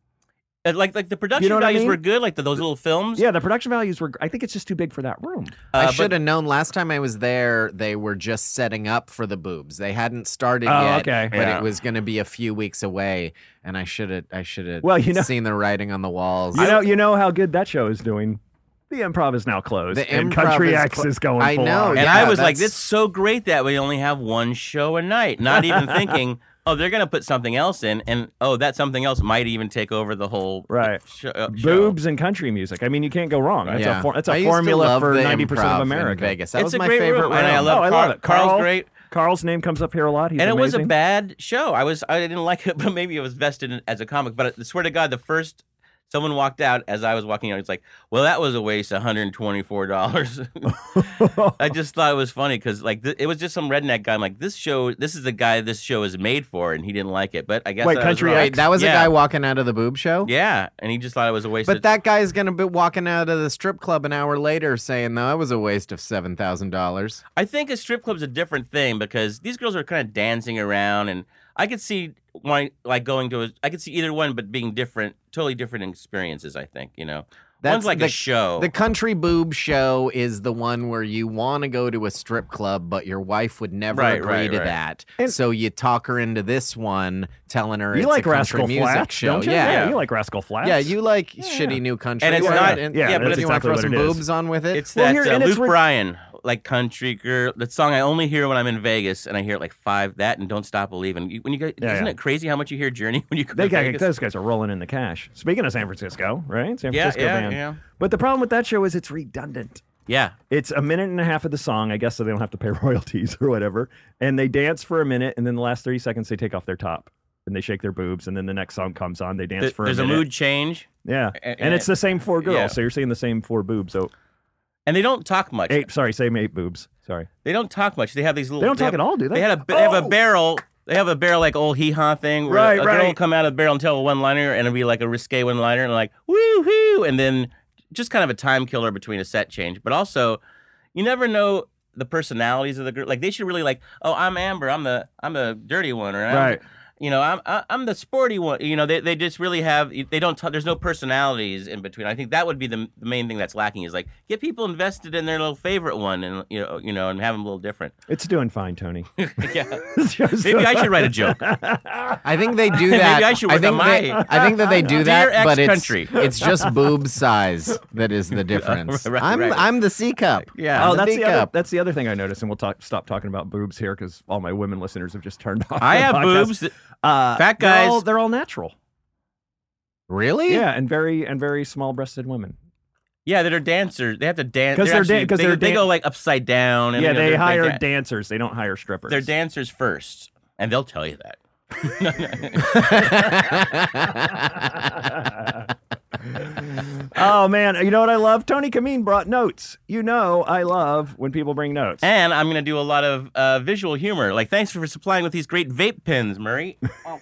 [SPEAKER 5] Uh, Like like the production
[SPEAKER 4] what I
[SPEAKER 5] values
[SPEAKER 4] mean?
[SPEAKER 5] were good, like the, those little films.
[SPEAKER 4] Yeah, the production values were. I think it's just too big for that room.
[SPEAKER 5] Uh,
[SPEAKER 6] I
[SPEAKER 5] but-
[SPEAKER 6] should have known last time I was there, they were just setting up for the boobs. They hadn't started
[SPEAKER 4] Oh,
[SPEAKER 6] yet,
[SPEAKER 4] okay.
[SPEAKER 6] but
[SPEAKER 5] Yeah.
[SPEAKER 6] it was going to be a few weeks away, and I should have I should have
[SPEAKER 4] Well, you know-
[SPEAKER 6] seen the writing on the walls.
[SPEAKER 4] You know, you know how good that show is doing. The improv is now closed.
[SPEAKER 6] The
[SPEAKER 4] and
[SPEAKER 6] Improv
[SPEAKER 4] Country
[SPEAKER 6] is
[SPEAKER 4] X
[SPEAKER 6] clo-
[SPEAKER 4] is going.
[SPEAKER 6] I
[SPEAKER 4] full
[SPEAKER 6] know,
[SPEAKER 4] on.
[SPEAKER 5] And
[SPEAKER 6] Yeah,
[SPEAKER 5] I was like,
[SPEAKER 6] that's-
[SPEAKER 5] "It's so great that we only have one show a night." Not even thinking, "Oh, they're gonna put something else in," and oh, that something else might even take over the whole
[SPEAKER 4] Right.
[SPEAKER 5] Sh- uh, show.
[SPEAKER 4] boobs and country music. I mean, you can't go wrong. That's
[SPEAKER 6] yeah.
[SPEAKER 4] a for, that's
[SPEAKER 6] I
[SPEAKER 4] a
[SPEAKER 6] used to
[SPEAKER 4] formula
[SPEAKER 6] love
[SPEAKER 4] for
[SPEAKER 6] the
[SPEAKER 4] ninety percent of
[SPEAKER 6] improv in
[SPEAKER 4] America.
[SPEAKER 6] Vegas. That
[SPEAKER 5] it's
[SPEAKER 6] was
[SPEAKER 5] a
[SPEAKER 6] my
[SPEAKER 5] great
[SPEAKER 6] favorite
[SPEAKER 5] room,
[SPEAKER 6] room.
[SPEAKER 5] and I love,
[SPEAKER 4] Oh, I
[SPEAKER 5] Carl.
[SPEAKER 4] love it.
[SPEAKER 5] Carl's
[SPEAKER 4] Carl-
[SPEAKER 5] great,
[SPEAKER 4] Carl's name comes up here a lot. He's
[SPEAKER 5] and it was a
[SPEAKER 4] amazing.
[SPEAKER 5] bad show. I was I didn't like it, but maybe it was vested in, as a comic. But I swear to God, the first someone walked out as I was walking out, it's like, "Well, that was a waste, one hundred and twenty-four dollars." I just thought it was funny because like th- it was just some redneck guy. I'm like, "This show, this is the guy this show is made for," and he didn't like it. But I guess
[SPEAKER 4] Wait,
[SPEAKER 5] I was
[SPEAKER 4] Country
[SPEAKER 5] wrong.
[SPEAKER 4] X?
[SPEAKER 6] Wait, that was a
[SPEAKER 5] Yeah.
[SPEAKER 6] guy walking out of the boob show.
[SPEAKER 5] Yeah, and he just thought it was a waste.
[SPEAKER 6] But
[SPEAKER 5] of,
[SPEAKER 6] that guy's gonna be walking out of the strip club an hour later saying that was a waste of seven thousand dollars.
[SPEAKER 5] I think a strip club's a different thing because these girls are kind of dancing around, and I could see one like going to. A, I could see either one, but being different, totally different experiences. I think you know, one's like
[SPEAKER 6] the,
[SPEAKER 5] a show.
[SPEAKER 6] The country boob show is the one where you want to go to a strip club, but your wife would never
[SPEAKER 5] Right,
[SPEAKER 6] agree
[SPEAKER 5] right,
[SPEAKER 6] to
[SPEAKER 5] right.
[SPEAKER 6] that.
[SPEAKER 4] And-
[SPEAKER 6] so you talk her into this one, telling her
[SPEAKER 4] you
[SPEAKER 6] it's
[SPEAKER 4] like
[SPEAKER 6] a country
[SPEAKER 4] Rascal
[SPEAKER 6] music
[SPEAKER 4] Flatts,
[SPEAKER 6] show.
[SPEAKER 4] don't you?
[SPEAKER 6] Yeah.
[SPEAKER 4] you like Rascal Flatts.
[SPEAKER 6] Yeah, you like
[SPEAKER 4] Yeah,
[SPEAKER 6] shitty
[SPEAKER 4] yeah.
[SPEAKER 6] new country,
[SPEAKER 5] And it's
[SPEAKER 6] right?
[SPEAKER 5] not-
[SPEAKER 6] And-
[SPEAKER 4] yeah,
[SPEAKER 6] but
[SPEAKER 4] that's
[SPEAKER 6] if you want to throw
[SPEAKER 4] exactly
[SPEAKER 6] some
[SPEAKER 4] what it is.
[SPEAKER 6] boobs on with it,
[SPEAKER 5] it's
[SPEAKER 4] Well,
[SPEAKER 5] that
[SPEAKER 4] here-
[SPEAKER 5] uh,
[SPEAKER 4] and it's
[SPEAKER 5] Luke
[SPEAKER 4] re-
[SPEAKER 5] Bryan, like country girl. That song I only hear when I'm in Vegas, and I hear it like five. That and Don't Stop Believing. You, when you go,
[SPEAKER 4] Yeah,
[SPEAKER 5] isn't
[SPEAKER 4] yeah.
[SPEAKER 5] it crazy how much you hear Journey when you go
[SPEAKER 4] They
[SPEAKER 5] to
[SPEAKER 4] got,
[SPEAKER 5] Vegas?
[SPEAKER 4] those guys are rolling in the cash. Speaking of San Francisco, right? San
[SPEAKER 5] yeah,
[SPEAKER 4] Francisco
[SPEAKER 5] yeah,
[SPEAKER 4] band.
[SPEAKER 5] yeah,
[SPEAKER 4] But the problem with that show is it's redundant.
[SPEAKER 5] yeah.
[SPEAKER 4] It's a minute and a half of the song, I guess, so they don't have to pay royalties or whatever. And they dance for a minute, and then the last 30 seconds, they take off their top and they shake their boobs, and then the next song comes on. They dance
[SPEAKER 5] Th-
[SPEAKER 4] for
[SPEAKER 5] There's
[SPEAKER 4] a
[SPEAKER 5] a
[SPEAKER 4] minute.
[SPEAKER 5] mood change,
[SPEAKER 4] Yeah.
[SPEAKER 5] a-
[SPEAKER 4] And,
[SPEAKER 5] and
[SPEAKER 4] it's the same four girls.
[SPEAKER 5] yeah.
[SPEAKER 4] So you're seeing the same four boobs. So
[SPEAKER 5] and they don't talk much.
[SPEAKER 4] eight, sorry, same eight boobs. Sorry.
[SPEAKER 5] They don't talk much. They have these little.
[SPEAKER 4] They don't talk
[SPEAKER 5] have-
[SPEAKER 4] at all, do they?
[SPEAKER 5] They had a they have a
[SPEAKER 4] Oh!
[SPEAKER 5] barrel. They have a barrel like old hee haw thing where
[SPEAKER 4] Right,
[SPEAKER 5] a girl
[SPEAKER 4] right.
[SPEAKER 5] will come out of the barrel and tell a one liner and it'll be like a risque one liner and like woo hoo and then just kind of a time killer between a set change. But also, you never know the personalities of the group. Like they should really like, oh, I'm Amber. I'm the I'm the dirty one, or I'm, You know, I'm I- I'm the sporty one. You know, they, they just really have they don't t- there's no personalities in between. I think that would be the, the main thing that's lacking is like get people invested in their little favorite one and you know you know and have them a little different.
[SPEAKER 4] It's doing fine, Tony.
[SPEAKER 5] yeah. Maybe I should write a joke.
[SPEAKER 6] I think they do
[SPEAKER 5] Maybe
[SPEAKER 6] that.
[SPEAKER 5] I should work
[SPEAKER 6] think
[SPEAKER 5] on
[SPEAKER 6] they,
[SPEAKER 5] my-
[SPEAKER 6] I think that they
[SPEAKER 5] Dear
[SPEAKER 6] do that, but it's
[SPEAKER 5] ex-country.
[SPEAKER 6] it's just boob size that is the difference.
[SPEAKER 5] Right, right,
[SPEAKER 6] I'm
[SPEAKER 5] right.
[SPEAKER 6] I'm the C cup.
[SPEAKER 5] Yeah.
[SPEAKER 6] I'm
[SPEAKER 4] Oh, that's
[SPEAKER 6] B
[SPEAKER 4] the, other,
[SPEAKER 6] cup.
[SPEAKER 4] that's the other thing I noticed, and we'll talk, stop talking about boobs here because all my women listeners have just turned off.
[SPEAKER 5] I
[SPEAKER 4] the
[SPEAKER 5] have
[SPEAKER 4] podcast.
[SPEAKER 5] boobs. that-
[SPEAKER 4] Uh,
[SPEAKER 5] Fat
[SPEAKER 4] they're
[SPEAKER 5] guys-
[SPEAKER 4] all- they're all natural.
[SPEAKER 6] Really?
[SPEAKER 4] Yeah, and very and very small-breasted women.
[SPEAKER 5] Yeah, that are dancers. They have to dance
[SPEAKER 4] 'Cause they're dan-
[SPEAKER 5] actually-
[SPEAKER 4] 'cause
[SPEAKER 5] they,
[SPEAKER 4] they're
[SPEAKER 5] they
[SPEAKER 4] dan-
[SPEAKER 5] go like upside down. And,
[SPEAKER 4] yeah,
[SPEAKER 5] you know, they're-
[SPEAKER 4] they hire
[SPEAKER 5] dan-
[SPEAKER 4] dancers. They don't hire strippers.
[SPEAKER 5] They're dancers first, and they'll tell you that.
[SPEAKER 4] oh man, you know what I love? Tony Kameen brought notes. You know I love when people bring notes.
[SPEAKER 5] And I'm gonna do a lot of uh, visual humor. Like, thanks for supplying with these great vape pens, Murray. Oh, kind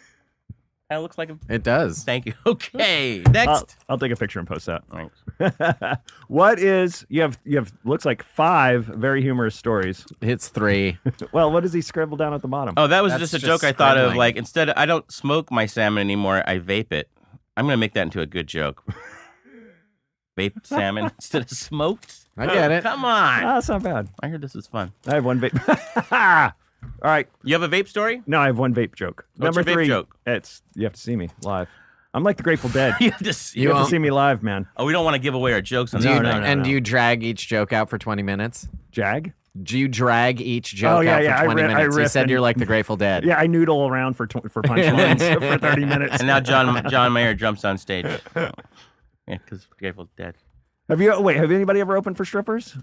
[SPEAKER 5] of looks like a.
[SPEAKER 6] It does.
[SPEAKER 5] Thank you. Okay, next.
[SPEAKER 4] I'll, I'll take a picture and post that.
[SPEAKER 5] Thanks.
[SPEAKER 4] what is you have you have looks like five very humorous stories.
[SPEAKER 6] It's three.
[SPEAKER 4] Well, what does he scribble down at the bottom?
[SPEAKER 5] Oh, that was
[SPEAKER 6] That's
[SPEAKER 5] just a
[SPEAKER 6] just
[SPEAKER 5] joke I thought of.
[SPEAKER 6] scribbling.
[SPEAKER 5] Like, instead, I don't smoke my salmon anymore. I vape it. I'm gonna make that into a good joke. Vape salmon instead of smoked.
[SPEAKER 6] I get it.
[SPEAKER 5] Come on.
[SPEAKER 4] Ah, that's not bad.
[SPEAKER 5] I heard this is fun.
[SPEAKER 4] I have one vape. All right,
[SPEAKER 5] You have a vape story?
[SPEAKER 4] no, I have one vape joke.
[SPEAKER 5] What's
[SPEAKER 4] Number
[SPEAKER 5] your vape
[SPEAKER 4] three,
[SPEAKER 5] joke?
[SPEAKER 4] it's you have to see me live. I'm like the Grateful Dead.
[SPEAKER 5] You have to see.
[SPEAKER 4] you
[SPEAKER 6] You
[SPEAKER 4] have
[SPEAKER 6] won't.
[SPEAKER 4] to see me live, man.
[SPEAKER 5] Oh, we don't want to give away our jokes on
[SPEAKER 6] Do
[SPEAKER 5] this.
[SPEAKER 6] you,
[SPEAKER 5] thing.
[SPEAKER 4] no, no,
[SPEAKER 6] and
[SPEAKER 4] no.
[SPEAKER 6] do you drag each joke out for 20 minutes?
[SPEAKER 4] Jag.
[SPEAKER 6] Do you drag each joke
[SPEAKER 4] Oh, yeah,
[SPEAKER 6] out
[SPEAKER 4] yeah, I
[SPEAKER 6] for 20
[SPEAKER 4] ri- I
[SPEAKER 6] minutes? You
[SPEAKER 4] riff
[SPEAKER 6] said
[SPEAKER 4] and-
[SPEAKER 6] you're like the Grateful Dead.
[SPEAKER 4] Yeah, I noodle around for tw- for punchlines for 30 minutes.
[SPEAKER 5] And now John John Mayer jumps on stage. Yeah, because Grateful Dead.
[SPEAKER 4] Have you wait? Have anybody ever opened for strippers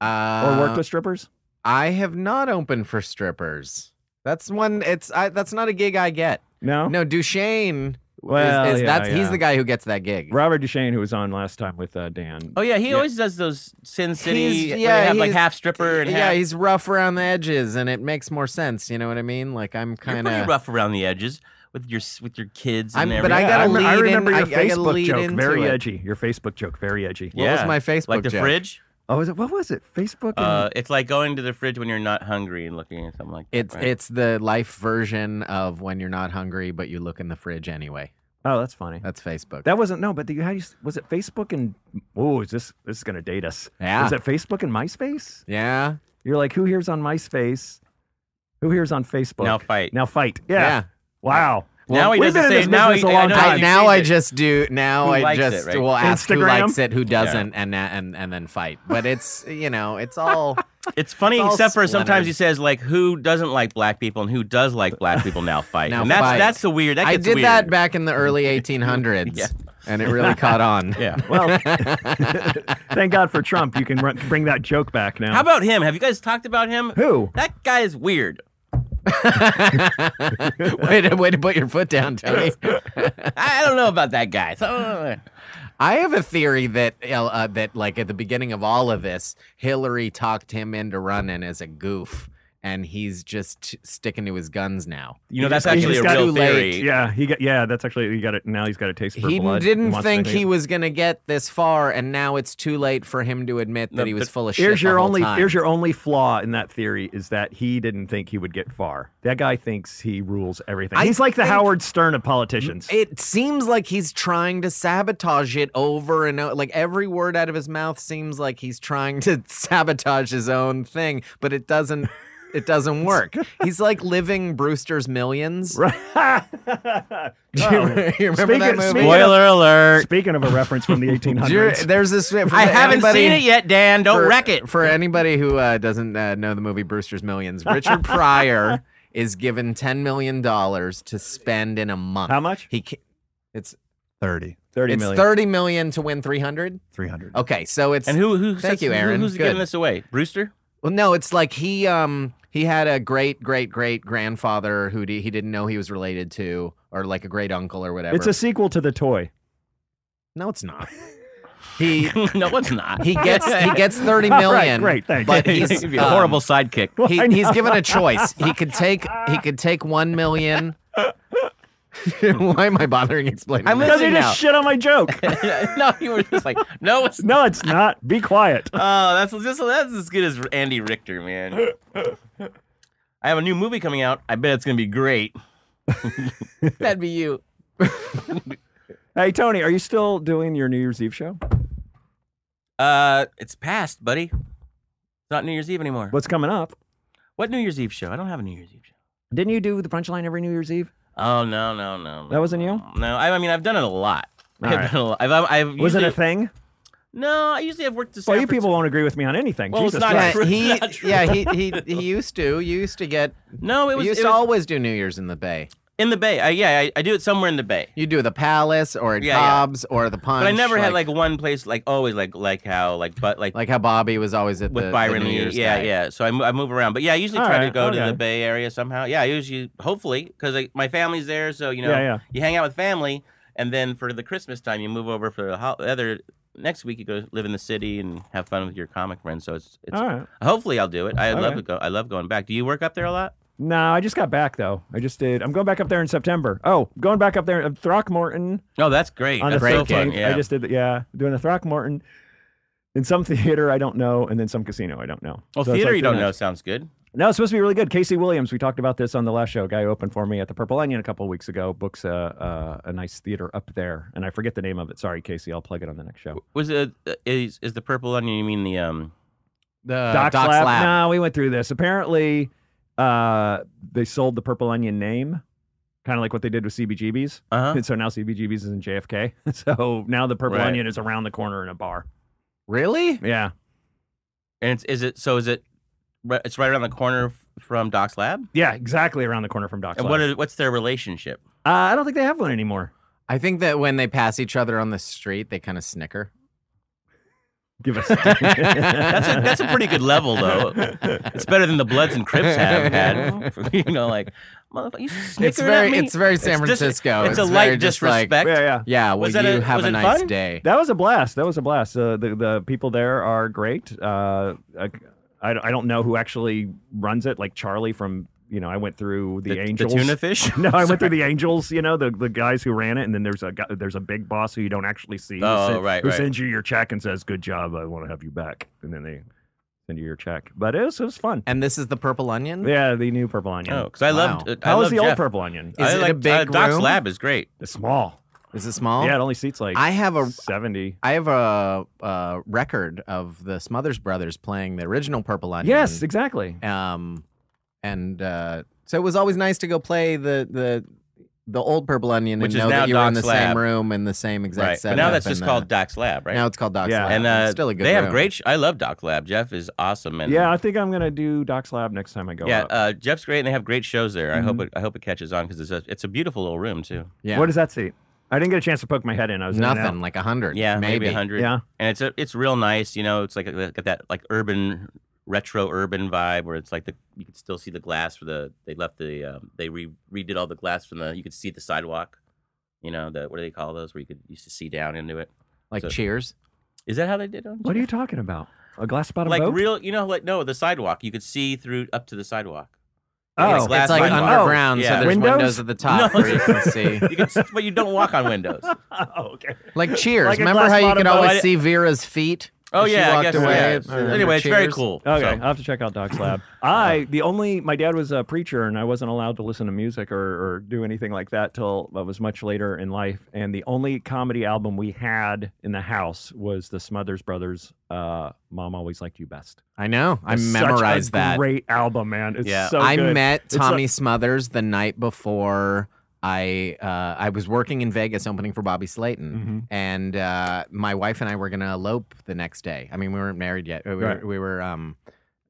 [SPEAKER 4] or
[SPEAKER 6] Uh,
[SPEAKER 4] worked with strippers?
[SPEAKER 6] I have not opened for strippers. That's one. It's I, that's not a gig I get.
[SPEAKER 4] No.
[SPEAKER 6] No, Duchesne.
[SPEAKER 4] Well,
[SPEAKER 6] is, is
[SPEAKER 4] yeah,
[SPEAKER 6] that's he's
[SPEAKER 4] yeah.
[SPEAKER 6] the guy who gets that gig.
[SPEAKER 4] Robert Duchesne, who was on last time with uh, Dan.
[SPEAKER 5] Oh yeah, he always does those Sin City.
[SPEAKER 6] He's-
[SPEAKER 5] where
[SPEAKER 6] yeah,
[SPEAKER 5] they have like
[SPEAKER 6] he's-
[SPEAKER 5] half stripper and
[SPEAKER 6] yeah,
[SPEAKER 5] half.
[SPEAKER 6] he's rough around the edges, and it makes more sense. You know what I mean? Like I'm
[SPEAKER 5] You're
[SPEAKER 6] kind
[SPEAKER 5] pretty
[SPEAKER 6] of.
[SPEAKER 5] rough around the edges with your s- with your kids
[SPEAKER 6] I'm-
[SPEAKER 5] and
[SPEAKER 6] but
[SPEAKER 5] everything.
[SPEAKER 6] I gotta
[SPEAKER 4] rem-
[SPEAKER 6] lead in-
[SPEAKER 4] remember
[SPEAKER 6] I-
[SPEAKER 4] your
[SPEAKER 6] I gotta
[SPEAKER 4] Facebook
[SPEAKER 6] lead
[SPEAKER 4] joke,
[SPEAKER 6] into
[SPEAKER 4] very
[SPEAKER 6] it.
[SPEAKER 4] edgy. Your Facebook joke, very edgy.
[SPEAKER 6] What was
[SPEAKER 5] Yeah.
[SPEAKER 6] my Facebook
[SPEAKER 5] like the
[SPEAKER 6] joke?
[SPEAKER 5] fridge.
[SPEAKER 4] Oh, is it? What was it? Facebook. And,
[SPEAKER 5] Uh, it's like going to the fridge when you're not hungry and looking at something like that.
[SPEAKER 6] It's
[SPEAKER 5] right?
[SPEAKER 6] it's the life version of when you're not hungry, but you look in the fridge anyway.
[SPEAKER 4] Oh, that's funny.
[SPEAKER 6] That's Facebook.
[SPEAKER 4] That wasn't no, but the, how you s- was it Facebook and oh, is this this is gonna date us?
[SPEAKER 6] Yeah.
[SPEAKER 4] Is it Facebook and MySpace?
[SPEAKER 6] yeah.
[SPEAKER 4] You're like, who here's on MySpace? Who here's on Facebook?
[SPEAKER 5] Now fight.
[SPEAKER 4] Now fight. Yeah. Wow.
[SPEAKER 5] Now he
[SPEAKER 4] we've been
[SPEAKER 5] doesn't
[SPEAKER 4] in
[SPEAKER 5] say-
[SPEAKER 4] this
[SPEAKER 5] now
[SPEAKER 4] business
[SPEAKER 5] he-
[SPEAKER 4] a long
[SPEAKER 5] I know-
[SPEAKER 4] time.
[SPEAKER 6] I,
[SPEAKER 5] you
[SPEAKER 6] now
[SPEAKER 5] change
[SPEAKER 6] I
[SPEAKER 5] it.
[SPEAKER 6] just do. Now
[SPEAKER 5] Who
[SPEAKER 6] I
[SPEAKER 5] likes it,
[SPEAKER 6] just
[SPEAKER 5] right?
[SPEAKER 6] will ask who
[SPEAKER 4] Instagram?
[SPEAKER 6] likes it, who doesn't, and and and then fight. But it's you know, it's all
[SPEAKER 5] It's funny,
[SPEAKER 6] It's all
[SPEAKER 5] except for
[SPEAKER 6] splintered.
[SPEAKER 5] sometimes he says like, "Who doesn't like black people and who does like black people?" Now fight,
[SPEAKER 6] Now
[SPEAKER 5] and that's
[SPEAKER 6] fight.
[SPEAKER 5] that's the weird. That
[SPEAKER 6] I
[SPEAKER 5] gets
[SPEAKER 6] did
[SPEAKER 5] weird.
[SPEAKER 6] that back in the early 1800s,
[SPEAKER 5] Yeah.
[SPEAKER 6] and it really caught on.
[SPEAKER 5] Yeah.
[SPEAKER 4] Well, thank God for Trump. You can run, bring that joke back now.
[SPEAKER 5] How about him? Have you guys talked about him?
[SPEAKER 4] who?
[SPEAKER 5] That guy is weird.
[SPEAKER 6] way, to, way to put your foot down, Tony.
[SPEAKER 5] I, I don't know about that guy. So, uh,
[SPEAKER 6] I have a theory that uh, that like at the beginning of all of this, Hillary talked him into running as a goof, and he's just t- sticking to his guns now.
[SPEAKER 5] you know, that's
[SPEAKER 4] He's
[SPEAKER 5] actually a
[SPEAKER 4] got
[SPEAKER 5] real
[SPEAKER 6] too late.
[SPEAKER 5] theory.
[SPEAKER 4] Yeah, he got. Yeah, that's actually he got it. Now he's got a taste for
[SPEAKER 6] He
[SPEAKER 4] blood.
[SPEAKER 6] didn't
[SPEAKER 4] wants to
[SPEAKER 6] think
[SPEAKER 4] make
[SPEAKER 6] he
[SPEAKER 4] it-
[SPEAKER 6] was gonna get this far, and now it's too late for him to admit that
[SPEAKER 5] No,
[SPEAKER 6] he was
[SPEAKER 5] but
[SPEAKER 6] full of shit.
[SPEAKER 4] Here's
[SPEAKER 6] the
[SPEAKER 4] your
[SPEAKER 6] whole
[SPEAKER 4] only.
[SPEAKER 6] time.
[SPEAKER 4] Here's your only flaw in that theory is that he didn't think he would get far. That guy thinks he rules everything.
[SPEAKER 6] I
[SPEAKER 4] He's like the
[SPEAKER 6] think-
[SPEAKER 4] Howard Stern of politicians.
[SPEAKER 6] It seems like he's trying to sabotage it over and over. Like every word out of his mouth seems like he's trying to sabotage his own thing, but it doesn't. It doesn't work. He's like living Brewster's Millions.
[SPEAKER 4] Right.
[SPEAKER 6] Do you, re- you remember
[SPEAKER 4] Speaking-
[SPEAKER 6] that movie?
[SPEAKER 4] speaking-
[SPEAKER 5] Spoiler alert!
[SPEAKER 4] Speaking of a reference from the
[SPEAKER 6] Do you-
[SPEAKER 4] 1800s,
[SPEAKER 6] there's this. For
[SPEAKER 5] I haven't
[SPEAKER 6] anybody-
[SPEAKER 5] seen it yet, Dan. Don't
[SPEAKER 6] for-
[SPEAKER 5] wreck it.
[SPEAKER 6] For anybody who uh, doesn't uh, know the movie Brewster's Millions, Richard Pryor is given ten million dollars to spend in a month.
[SPEAKER 4] How much?
[SPEAKER 6] He ca- it's
[SPEAKER 1] 30,
[SPEAKER 4] thirty
[SPEAKER 6] it's
[SPEAKER 4] million.
[SPEAKER 6] thirty million to win three hundred.
[SPEAKER 1] 300.
[SPEAKER 6] Okay, so it's
[SPEAKER 5] And who who
[SPEAKER 6] Thank
[SPEAKER 5] says-
[SPEAKER 6] you,
[SPEAKER 5] who-
[SPEAKER 6] Aaron.
[SPEAKER 5] Who's
[SPEAKER 6] Good.
[SPEAKER 5] giving this away? Brewster?
[SPEAKER 6] well, no, it's like he um he had a great great great grandfather who d- he didn't know he was related to, or like a great uncle or whatever.
[SPEAKER 4] It's a sequel to the toy.
[SPEAKER 6] no, it's not. He
[SPEAKER 5] no, it's not.
[SPEAKER 6] he gets he gets thirty
[SPEAKER 4] All right,
[SPEAKER 6] million.
[SPEAKER 4] great, thanks.
[SPEAKER 6] But
[SPEAKER 5] He'd
[SPEAKER 6] he's
[SPEAKER 5] be a
[SPEAKER 6] um,
[SPEAKER 5] horrible sidekick.
[SPEAKER 6] He,
[SPEAKER 4] I
[SPEAKER 6] he's
[SPEAKER 4] know.
[SPEAKER 6] given a choice. He could take he could take one million. Why am I bothering explaining?
[SPEAKER 5] I'm
[SPEAKER 6] this
[SPEAKER 4] Because
[SPEAKER 5] Listen
[SPEAKER 4] he
[SPEAKER 5] now.
[SPEAKER 4] just shit on my joke.
[SPEAKER 5] no, you were just like, no, it's
[SPEAKER 4] no, it's not. Be quiet.
[SPEAKER 5] Oh, that's just that's as good as Andy Richter, man. I have a new movie coming out. I bet it's gonna be great.
[SPEAKER 6] That'd be you.
[SPEAKER 4] Hey Tony, are you still doing your New Year's Eve show?
[SPEAKER 5] Uh, it's past, buddy. It's not New Year's Eve anymore. What,
[SPEAKER 4] What's coming up?
[SPEAKER 5] New Year's Eve show? I don't have a New Year's Eve show.
[SPEAKER 4] Didn't you do the punchline every New Year's Eve?
[SPEAKER 5] Oh no, no, no. no.
[SPEAKER 4] That wasn't you?
[SPEAKER 5] No, I, I mean I've done it a lot.
[SPEAKER 4] All
[SPEAKER 5] I've
[SPEAKER 4] right.
[SPEAKER 5] done a lot. I've, I've, I've
[SPEAKER 4] Was it
[SPEAKER 5] usually-
[SPEAKER 4] a thing?
[SPEAKER 5] No, I usually have worked to.
[SPEAKER 4] Well,
[SPEAKER 5] San
[SPEAKER 4] you people
[SPEAKER 5] Francisco-
[SPEAKER 4] won't agree with me on anything.
[SPEAKER 5] Well, it's
[SPEAKER 4] Jesus
[SPEAKER 5] not
[SPEAKER 4] Christ.
[SPEAKER 5] true.
[SPEAKER 6] he,
[SPEAKER 5] Not true.
[SPEAKER 6] yeah, he, he he used to. You used to get.
[SPEAKER 5] No, it
[SPEAKER 6] You
[SPEAKER 5] was,
[SPEAKER 6] used
[SPEAKER 5] it
[SPEAKER 6] to
[SPEAKER 5] was
[SPEAKER 6] always do New Year's in the Bay.
[SPEAKER 5] in the Bay. I, yeah, I, I do it somewhere in the Bay.
[SPEAKER 6] You do the Palace or at
[SPEAKER 5] Yeah, yeah.
[SPEAKER 6] Cobb's or the Punch.
[SPEAKER 5] But I never had like one place like always like like how like but like
[SPEAKER 6] like how Bobby was always at
[SPEAKER 5] with
[SPEAKER 6] the,
[SPEAKER 5] Byron.
[SPEAKER 6] the New Year's
[SPEAKER 5] yeah,
[SPEAKER 6] guy.
[SPEAKER 5] yeah. So I, mo- I move around, but yeah, I usually
[SPEAKER 4] All
[SPEAKER 5] try to
[SPEAKER 4] right,
[SPEAKER 5] go
[SPEAKER 4] okay.
[SPEAKER 5] to the Bay Area somehow. Yeah, I usually hopefully because like, my family's there, so you know
[SPEAKER 4] Yeah, yeah.
[SPEAKER 5] you hang out with family, and then for the Christmas time you move over for the ho- other next week you go live in the city and have fun with your comic friends. So it's it's
[SPEAKER 4] All right.
[SPEAKER 5] hopefully I'll do it. I
[SPEAKER 4] All
[SPEAKER 5] love
[SPEAKER 4] right.
[SPEAKER 5] to go. I love going back. Do you work up there a lot?
[SPEAKER 4] No, I just got back though. I just did. I'm going back up there in September. Oh, going back up there in Throckmorton
[SPEAKER 5] No, Oh, that's great.
[SPEAKER 4] on the
[SPEAKER 5] that's so fun.
[SPEAKER 4] 13th.
[SPEAKER 5] Yeah.
[SPEAKER 4] I just did. The, yeah, doing a Throckmorton in some theater I don't know, and then some casino I don't know.
[SPEAKER 5] well,
[SPEAKER 4] So it's
[SPEAKER 5] theater
[SPEAKER 4] like
[SPEAKER 5] you don't
[SPEAKER 4] doing
[SPEAKER 5] know
[SPEAKER 4] that.
[SPEAKER 5] sounds good.
[SPEAKER 4] No, it's supposed to be really good. Casey Williams, we talked about this on the last show. A guy who opened for me at the Purple Onion a couple weeks ago. Books a uh, a nice theater up there, and I forget the name of it. Sorry, Casey. I'll plug it on the next show.
[SPEAKER 5] Was it uh, is is the purple onion? You mean the um?
[SPEAKER 6] The
[SPEAKER 4] Doc,
[SPEAKER 6] Doc,
[SPEAKER 4] Slap.
[SPEAKER 6] Slap.
[SPEAKER 4] No, we went through this. Apparently, uh, they sold the Purple Onion name, kind of like what they did with CBGB's.
[SPEAKER 5] Uh huh.
[SPEAKER 4] And so now CBGB's is in JFK. So now the Purple
[SPEAKER 5] Right.
[SPEAKER 4] Onion is around the corner in a bar.
[SPEAKER 6] Really?
[SPEAKER 4] Yeah.
[SPEAKER 5] And it's, is it so? Is it? ri- It's right around the corner f- from Doc's lab.
[SPEAKER 4] Yeah, exactly around the corner from Doc.
[SPEAKER 5] And
[SPEAKER 4] Slap.
[SPEAKER 5] what is, what's their relationship?
[SPEAKER 4] uh, I don't think they have one anymore.
[SPEAKER 6] I think that when they pass each other on the street, they kind of snicker.
[SPEAKER 4] Give us.
[SPEAKER 5] That's a, that's a pretty good level, though. It's better than the Bloods and Crips have had. you know, like, motherfucker, you snickering
[SPEAKER 6] it's very
[SPEAKER 5] at me?
[SPEAKER 6] it's very San
[SPEAKER 5] dis-
[SPEAKER 6] Francisco.
[SPEAKER 5] it's, a
[SPEAKER 6] very
[SPEAKER 5] light
[SPEAKER 6] just like,
[SPEAKER 5] disrespect.
[SPEAKER 4] yeah, yeah.
[SPEAKER 6] yeah, well,
[SPEAKER 5] Was
[SPEAKER 6] you
[SPEAKER 5] that a-
[SPEAKER 6] have
[SPEAKER 5] was
[SPEAKER 6] a
[SPEAKER 5] it
[SPEAKER 6] nice
[SPEAKER 5] fun?
[SPEAKER 6] day.
[SPEAKER 4] That was a blast. That was a blast. Uh, the the people there are great. Uh, I, I I don't know who actually runs it. Like Charlie from you know I went through the, Angels.
[SPEAKER 5] the tuna fish.
[SPEAKER 4] no, I went through the Angels. You know the, the guys who ran it, and then there's a guy- there's a big boss who you don't actually see. who
[SPEAKER 5] Oh,
[SPEAKER 4] sen-
[SPEAKER 5] right,
[SPEAKER 4] Who
[SPEAKER 5] right.
[SPEAKER 4] sends you your check and says, "Good job, I want to have you back," and then they send you your check. But it was it was fun.
[SPEAKER 6] and this is the Purple Onion.
[SPEAKER 4] Yeah, the new Purple Onion.
[SPEAKER 5] Oh, because I
[SPEAKER 6] Wow.
[SPEAKER 5] loved. Uh, I
[SPEAKER 4] How was
[SPEAKER 5] loved
[SPEAKER 4] the
[SPEAKER 5] Jeff.
[SPEAKER 4] old Purple Onion?
[SPEAKER 6] Is
[SPEAKER 5] I
[SPEAKER 6] it a
[SPEAKER 5] liked- uh,
[SPEAKER 6] big
[SPEAKER 5] Doc's
[SPEAKER 6] room?
[SPEAKER 5] lab is great.
[SPEAKER 4] It's small.
[SPEAKER 6] Is it small?
[SPEAKER 4] Yeah, it only seats like
[SPEAKER 6] I have a
[SPEAKER 4] 70.
[SPEAKER 6] I have a, a record of the Smothers Brothers playing the original Purple Onion.
[SPEAKER 4] Yes, exactly.
[SPEAKER 6] Um, and uh, so it was always nice to go play the the the old Purple Onion
[SPEAKER 5] Which
[SPEAKER 6] and
[SPEAKER 5] is
[SPEAKER 6] know
[SPEAKER 5] now
[SPEAKER 6] that you were in the
[SPEAKER 5] Doc's Lab.
[SPEAKER 6] same room and the same exact
[SPEAKER 5] right. But
[SPEAKER 6] setup.
[SPEAKER 5] now that's
[SPEAKER 6] and,
[SPEAKER 5] just
[SPEAKER 6] uh,
[SPEAKER 5] called Doc's Lab, right?
[SPEAKER 6] Now it's called Doc's
[SPEAKER 4] Yeah.
[SPEAKER 6] Lab.
[SPEAKER 5] and uh,
[SPEAKER 6] it's still a good.
[SPEAKER 5] they have
[SPEAKER 6] room.
[SPEAKER 5] great. Sh- I love Doc Lab. Jeff is awesome. And
[SPEAKER 4] Yeah, I think I'm gonna do Doc's Lab next time I go.
[SPEAKER 5] yeah.
[SPEAKER 4] up.
[SPEAKER 5] Uh, Jeff's great, and they have great shows there. I
[SPEAKER 4] Mm-hmm.
[SPEAKER 5] hope it. I hope it catches on because it's a it's a beautiful little room too.
[SPEAKER 6] Yeah,
[SPEAKER 4] What does that seat? I didn't get a chance to poke my head in. I was in and
[SPEAKER 6] nothing like a hundred.
[SPEAKER 5] Yeah, maybe a
[SPEAKER 6] hundred.
[SPEAKER 4] out.
[SPEAKER 5] hundred.
[SPEAKER 4] Yeah,
[SPEAKER 5] and it's a, it's real nice. You know, it's like a, got that like urban retro urban vibe where it's like the you can still see the glass for the they left the um, they re, redid all the glass from the you could see the sidewalk. You know the what do they call those where you could used to see down into it?
[SPEAKER 6] Like
[SPEAKER 5] So-
[SPEAKER 6] Cheers.
[SPEAKER 5] Is that how they did it? on
[SPEAKER 4] what are
[SPEAKER 5] Jeff?
[SPEAKER 4] you talking about? A glass bottom
[SPEAKER 5] like
[SPEAKER 4] boat?
[SPEAKER 5] real? You know, like no, the sidewalk you could see through up to the sidewalk.
[SPEAKER 4] Oh,
[SPEAKER 5] It's
[SPEAKER 4] it's
[SPEAKER 5] glass
[SPEAKER 6] it's like
[SPEAKER 5] sidewalk.
[SPEAKER 6] underground,
[SPEAKER 5] yeah.
[SPEAKER 6] so there's
[SPEAKER 4] Windows?
[SPEAKER 6] windows? at the top
[SPEAKER 5] No.
[SPEAKER 6] where you can see.
[SPEAKER 5] you can, but you don't walk on windows.
[SPEAKER 4] oh, okay.
[SPEAKER 6] Like Cheers.
[SPEAKER 4] Like a
[SPEAKER 6] Remember
[SPEAKER 4] glass
[SPEAKER 6] how you
[SPEAKER 4] bottom
[SPEAKER 6] could
[SPEAKER 4] boat.
[SPEAKER 6] always
[SPEAKER 5] I-
[SPEAKER 6] see Vera's feet?
[SPEAKER 5] Oh
[SPEAKER 6] She
[SPEAKER 5] yeah, I
[SPEAKER 6] walked
[SPEAKER 5] guess,
[SPEAKER 6] away.
[SPEAKER 5] yeah.
[SPEAKER 6] It's- remember
[SPEAKER 5] Anyway, it's very
[SPEAKER 6] Cheers.
[SPEAKER 5] cool.
[SPEAKER 4] Okay,
[SPEAKER 5] So- Uh,
[SPEAKER 4] I'll have to check out Doc's Lab. I the only my dad was a preacher and I wasn't allowed to listen to music or, or do anything like that till I was much later in life. And the only comedy album we had in the house was the Smothers Brothers. Uh, Mom always liked you best.
[SPEAKER 6] I know. I
[SPEAKER 4] It's such a
[SPEAKER 6] memorized that.
[SPEAKER 4] Great album, man. It's
[SPEAKER 5] Yeah.
[SPEAKER 4] so
[SPEAKER 6] I
[SPEAKER 4] good.
[SPEAKER 6] met
[SPEAKER 4] a-
[SPEAKER 6] Tommy Smothers the night before I uh, I was working in Vegas opening for Bobby Slayton,
[SPEAKER 4] Mhm.
[SPEAKER 6] and uh, my wife and I were gonna elope the next day. I mean, we weren't married yet. We were,
[SPEAKER 4] Right.
[SPEAKER 6] we were um,